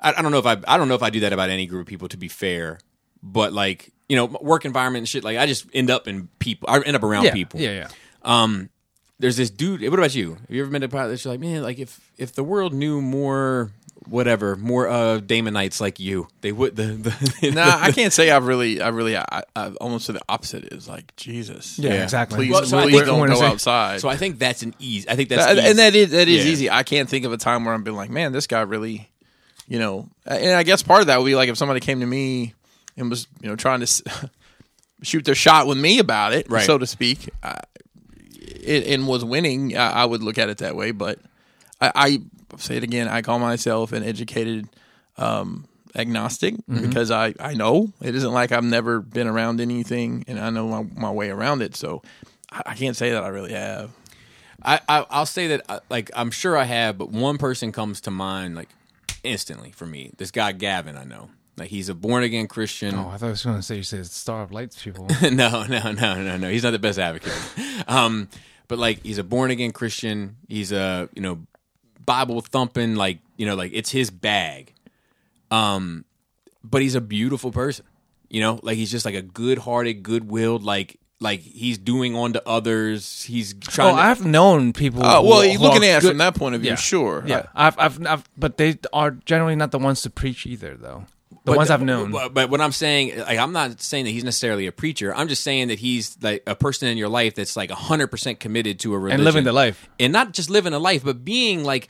I, I don't know if I I don't know if I do that about any group of people. To be fair, but like you know, work environment and shit. Like I just end up in people. I end up around people. Yeah, yeah. Um, there's this dude. What about you? Have you ever been to a pilot? You're like, man, like if if the world knew more, whatever, more uh Damonites like you, they would the, the *laughs* No, I can't say I've really, I really, I, I almost say the opposite is like Jesus. Yeah, exactly. Please, Well, so I please think- don't We're- go we're- outside. So I think that's an ease. I think that's That- ease. and that is that is Yeah. easy. I can't think of a time where I've been like, man, this guy really, you know. And I guess part of that would be like if somebody came to me and was you know trying to s- *laughs* shoot their shot with me about it, Right. so to speak, I, it, and was winning, I, I would look at it that way. But I, I say it again, I call myself an educated um, agnostic Mm-hmm. because I, I know it isn't like I've never been around anything and I know my, my way around it. So I, I can't say that I really have. I, I I'll say that uh, like I'm sure I have, but one person comes to mind like instantly for me. This guy Gavin, I know. Like he's a born again Christian. Oh, I thought I was going to say you said Star of Lights *laughs* people. *laughs* no, no, no, no, no. He's not the best advocate. Um, but like he's a born again Christian. He's a you know Bible thumping like you know like it's his bag. Um, but he's a beautiful person. You know, like he's just like a good hearted, good willed like. Like he's doing on to others. He's trying. Oh, to, I've known people. Oh who- well, you're who looking are at it good- from that point of view, sure. Yeah, I've, I've, I've, but they are generally not the ones to preach either, though. The ones I've known. But, but what I'm saying, like, I'm not saying that he's necessarily a preacher. I'm just saying that he's like a person in your life that's like 100 percent committed to a religion living the life. and not just living a life, but being like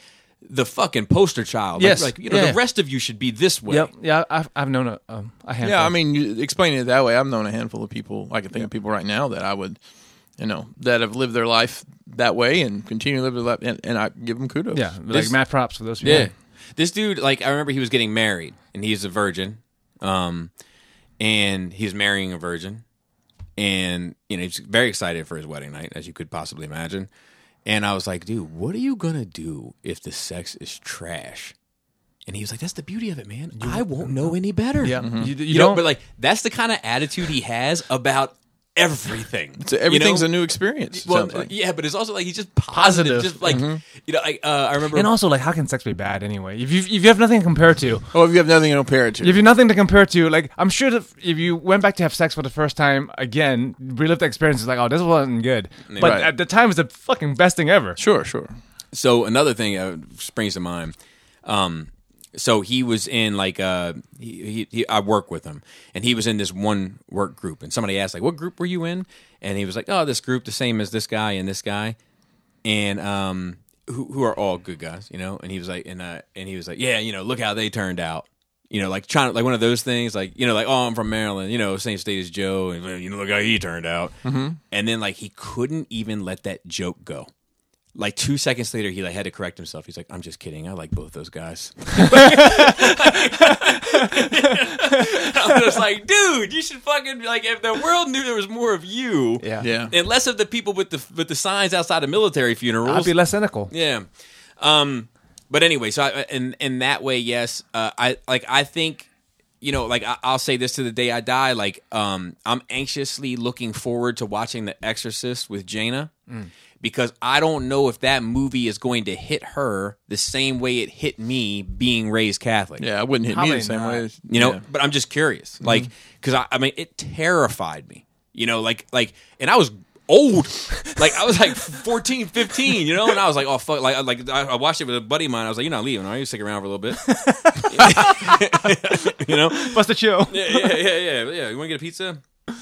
the fucking poster child. Like- Yes. like, you know, Yeah. the rest of you should be this way. Yep. Yeah, I've, I've known a, um, a handful. Yeah, I mean, you explain it that way. I've known a handful of people. I can think of people right now that I would, you know, that have lived their life that way and continue to live their life, and, and I give them kudos. yeah, This- like mad props for those people. Yeah. This dude, like, I remember he was getting married and he's a virgin. Um, and he's marrying a virgin. And, you know, he's very excited for his wedding night, as you could possibly imagine. And I was like, dude, what are you going to do if the sex is trash? And he was like, "That's the beauty of it, man. I won't know any better." Yeah. Mhm. you, you know, don't- but like that's the kind of attitude he has about everything. So You everything's know? a new experience. it Well, sounds like. Mm-hmm. yeah, but it's also like he's just positive, Positive. just like you know. I, uh, I remember, And also, like, how can sex be bad anyway? If you if you have nothing to compare it to, Oh, if you have nothing to compare it to. if you have nothing to compare it to, like, I'm sure that if you went back to have sex for the first time again, relive the experience is like, oh, this wasn't good. But Right. at the time, it's the fucking best thing ever. sure, sure. so another thing uh, springs to mind. Um, so he was in like uh, he, he, he I work with him, and he was in this one work group, and somebody asked like, "What group were you in?" And he was like, "Oh, this group, the same as this guy and this guy, and um, who who are all good guys, you know." And he was like, and uh, and he was like, "Yeah, you know, look how they turned out." You know, like trying to, like one of those things, like you know, like oh, I'm from Maryland, you know, same state as Joe, and uh, you know, look how he turned out. And then like he couldn't even let that joke go like two seconds later, he like had to correct himself. He's like, "I'm just kidding. I like both those *laughs* guys." I'm just like, dude, you should fucking like if the world knew there was more of you, Yeah. Yeah. and less of the people with the with the signs outside of military funerals. I'd be less cynical. Yeah. Um. But anyway, so I, in in that way, yes. Uh, I like I think, you know, like I, I'll say this to the day I die. Like, um, I'm anxiously looking forward to watching The Exorcist with Jaina. Mm. Because I don't know if that movie is going to hit her the same way it hit me being raised Catholic. Yeah, it wouldn't hit me Probably the same not. way. You know, Yeah. but I'm just curious, like, because I, I mean, it terrified me. You know, like, like, and I was old, *laughs* like I was like 14, 15, You know, and I was like, oh fuck, like, I- like I I watched it with a buddy of mine. I was like, you're not leaving, are you? Stick around for a little bit. *laughs* you know, Bust a chill. yeah, yeah, yeah, yeah, yeah. You want to get a pizza?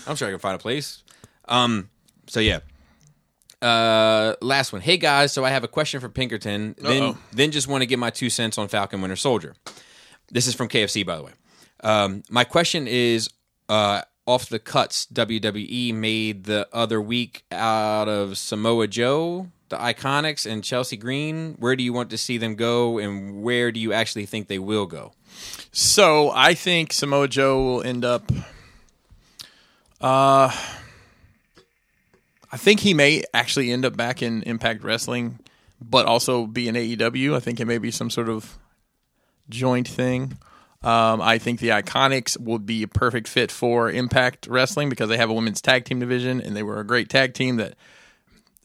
I'm sure I can find a place. Um, so yeah. Uh, last one. Hey guys, so I have a question for Pinkerton. Then, Uh-oh. then just want to get my two cents on Falcon Winter Soldier. This is from KFC, by the way. Um, my question is, uh, off the cuts WWE made the other week out of Samoa Joe, the Iconics, and Chelsea Green. Where do you want to see them go, and where do you actually think they will go? So I think Samoa Joe will end up. Uh, I think he may actually end up back in Impact Wrestling, but also be in AEW. I think it may be some sort of joint thing. Um, I think the Iconics would be a perfect fit for Impact Wrestling because they have a women's tag team division, and they were a great tag team that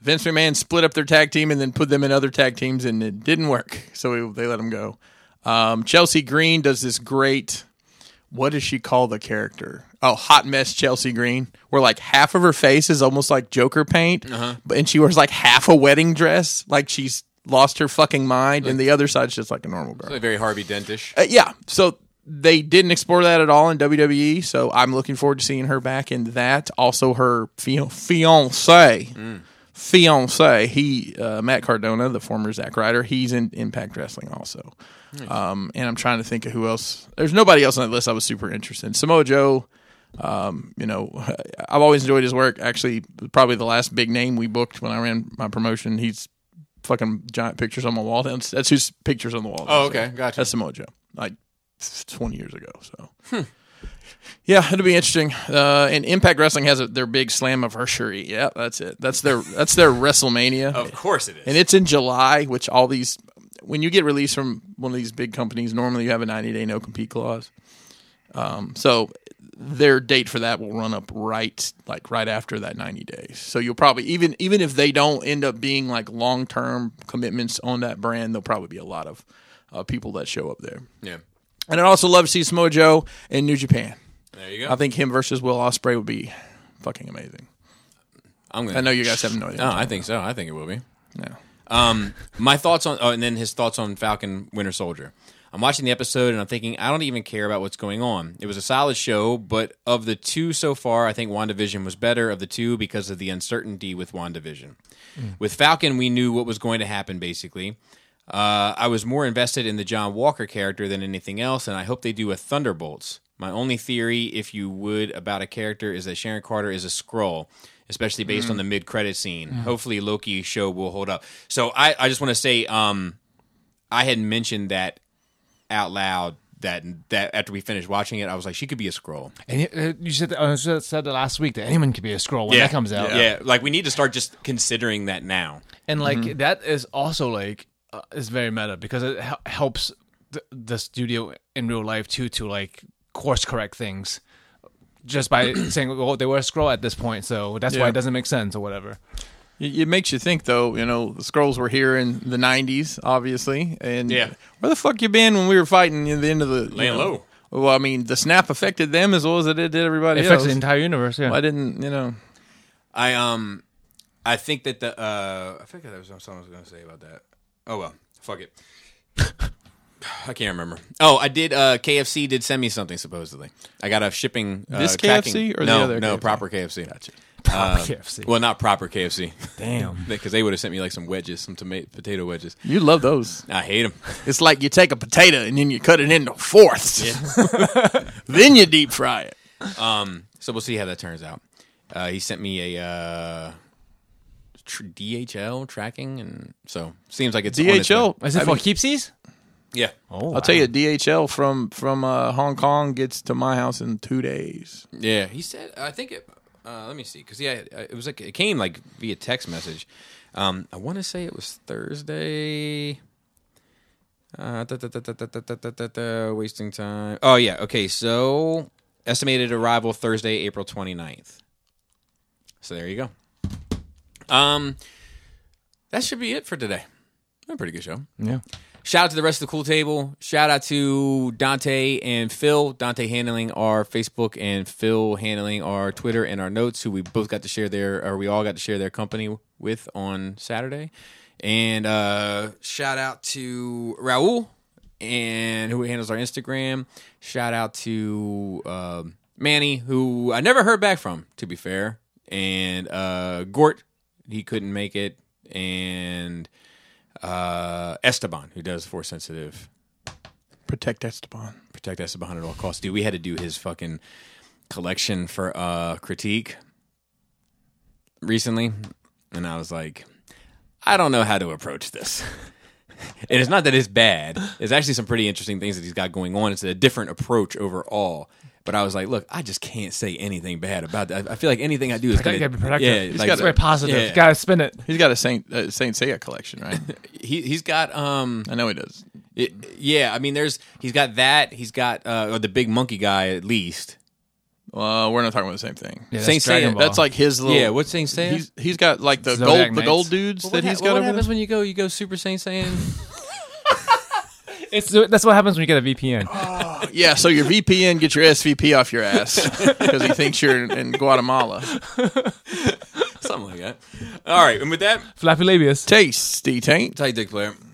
Vince McMahon split up their tag team and then put them in other tag teams, and it didn't work. So they let them go. Um, Chelsea Green does this great. What does she call the character? Oh, hot mess Chelsea Green, where like half of her face is almost like Joker paint, but and she wears like half a wedding dress, like she's lost her fucking mind, and the other side's just like a normal girl. Very Harvey Dentish. Uh, yeah. So they didn't explore that at all in WWE. So I'm looking forward to seeing her back in that. Also, her fian- fiance, fiance, he uh, Matt Cardona, the former Zack Ryder, he's in Impact Wrestling also. Um, and I'm trying to think of who else. There's nobody else on that list I was super interested in. Samoa Joe. Um, you know, *laughs* I've always enjoyed his work. Actually, probably the last big name we booked when I ran my promotion. He's fucking giant pictures on my wall. That's, that's whose pictures on the wall. Oh, okay. Gotcha. That's Samoa Joe, like twenty years ago. So, yeah, it'll be interesting. Uh, and Impact Wrestling has a, their big Slam of Hershey. Yeah, that's it. That's their that's their WrestleMania, Of course it is. and it's in July. Which all these, when you get released from one of these big companies, normally you have a ninety day no compete clause. Um, so their date for that will run up right like right after that 90 days. So you'll probably even even if they don't end up being like long-term commitments on that brand, there'll probably be a lot of uh, people that show up there. yeah. And I'd also love to see Samoa Joe in New Japan. There you go. I think him versus Will Ospreay would be fucking amazing. I'm gonna. I know you guys have no idea. No, I think so. I think it will be. No. Um, my thoughts on, oh, and then his thoughts on Falcon Winter Soldier. I'm watching the episode and I'm thinking I don't even care about what's going on. It was a solid show, but of the two so far, I think WandaVision was better of the two because of the uncertainty with WandaVision. Mm. With Falcon, we knew what was going to happen basically. Uh, I was more invested in the John Walker character than anything else, and I hope they do a Thunderbolts. My only theory, if you would, about a character is that Sharon Carter is a scroll, especially based on the mid-credit scene. Hopefully, Loki show will hold up. So I, I just want to say, um, I had mentioned that out loud that that after we finished watching it, I was like, she could be a scroll. And you, uh, you said, uh, said said that last week that anyone could be a scroll when that comes out. yeah. like we need to start just considering that now. And like that is also like uh, is very meta because it hel- helps th- the studio in real life too to like course correct things just by *clears throat* saying well they were a scroll at this point so that's why Yeah. it doesn't make sense or whatever It, it makes you think, though. You know, the scrolls were here in the '90s, obviously, and Yeah. where the fuck you been when we were fighting at the end of the you Laying know? low. Well, I mean, the snap affected them as well as it did everybody it affects the else. entire universe yeah I didn't, you know. I um, I think that the uh, I think that was something I was going to say about that. Oh well, fuck it. *sighs* I can't remember. Oh, I did. Uh, KFC did send me something supposedly. I got a shipping. Uh, This tracking- KFC or the no, other No, KFC? proper KFC. Gotcha. Proper KFC. Um, Well, not proper KFC *laughs* damn because they would have sent me like some wedges, some tomato potato wedges. You love those. I hate them. It's like you take a potato and then you cut it into fourths. *laughs* then you deep fry it. Um, So we'll see how that turns out. Uh, he sent me a uh, tr- DHL tracking, and so seems like it's on its way. DHL. is it I for mean, keepsies Yeah. oh I'll tell you, DHL from from uh, Hong Kong gets to my house in two days. Yeah, he said. I think it. Uh, let me see, because yeah, it was like it came like via text message. Um, I want to say it was Thursday. Uh, da, da, da, da, da, da, da, da, da, da, wasting time. Oh yeah. Okay. So estimated arrival Thursday, April 29th. So there you go. Um, that should be it for today. A pretty good show. yeah Shout out to the rest of the cool table. Shout out to Dante and Phil. Dante handling our Facebook and Phil handling our Twitter and our notes, who we both got to share their, or we all got to share their company with on Saturday. And uh, shout out to Raul and who handles our Instagram. Shout out to um Manny, who I never heard back from, to be fair. And uh, Gort, he couldn't make it. And uh, Esteban, who does Force Sensitive, Protect Esteban. protect Esteban at all costs. Dude, we had to do his fucking collection for uh, critique recently, and I was like, I don't know how to approach this. *laughs* and it's not that it's bad. There's actually some pretty interesting things that he's got going on. It's a different approach overall. But I was like, look, I just can't say anything bad about that. I I feel like anything I do is Protect- gonna- gotta be protective. Yeah, He's like- gotta- very positive Yeah. gotta spin it He's got a Saint uh, Saint Seiya collection, *laughs* right? he, he's got um, I know he does. It, yeah, I mean, there's he's got that. He's got uh, or the big monkey guy at least. Uh, we're not talking about the same thing. yeah, Saint that's Dragon Seiya. Ball. That's like his little. yeah, what's Saint Seiya? he's he's got like the Zodiac gold the Knights. gold dudes But that what he's ha- got What over happens there. when you go? You go Super Saint *laughs* Saiyan. it's that's what happens when you get a *gasps* VPN Yeah, *laughs* so your VPN gets your SVP off your ass because he thinks you're in, in Guatemala. *laughs* Something like that. All right, and with that, flappy labius Tasty taint. tight dick player.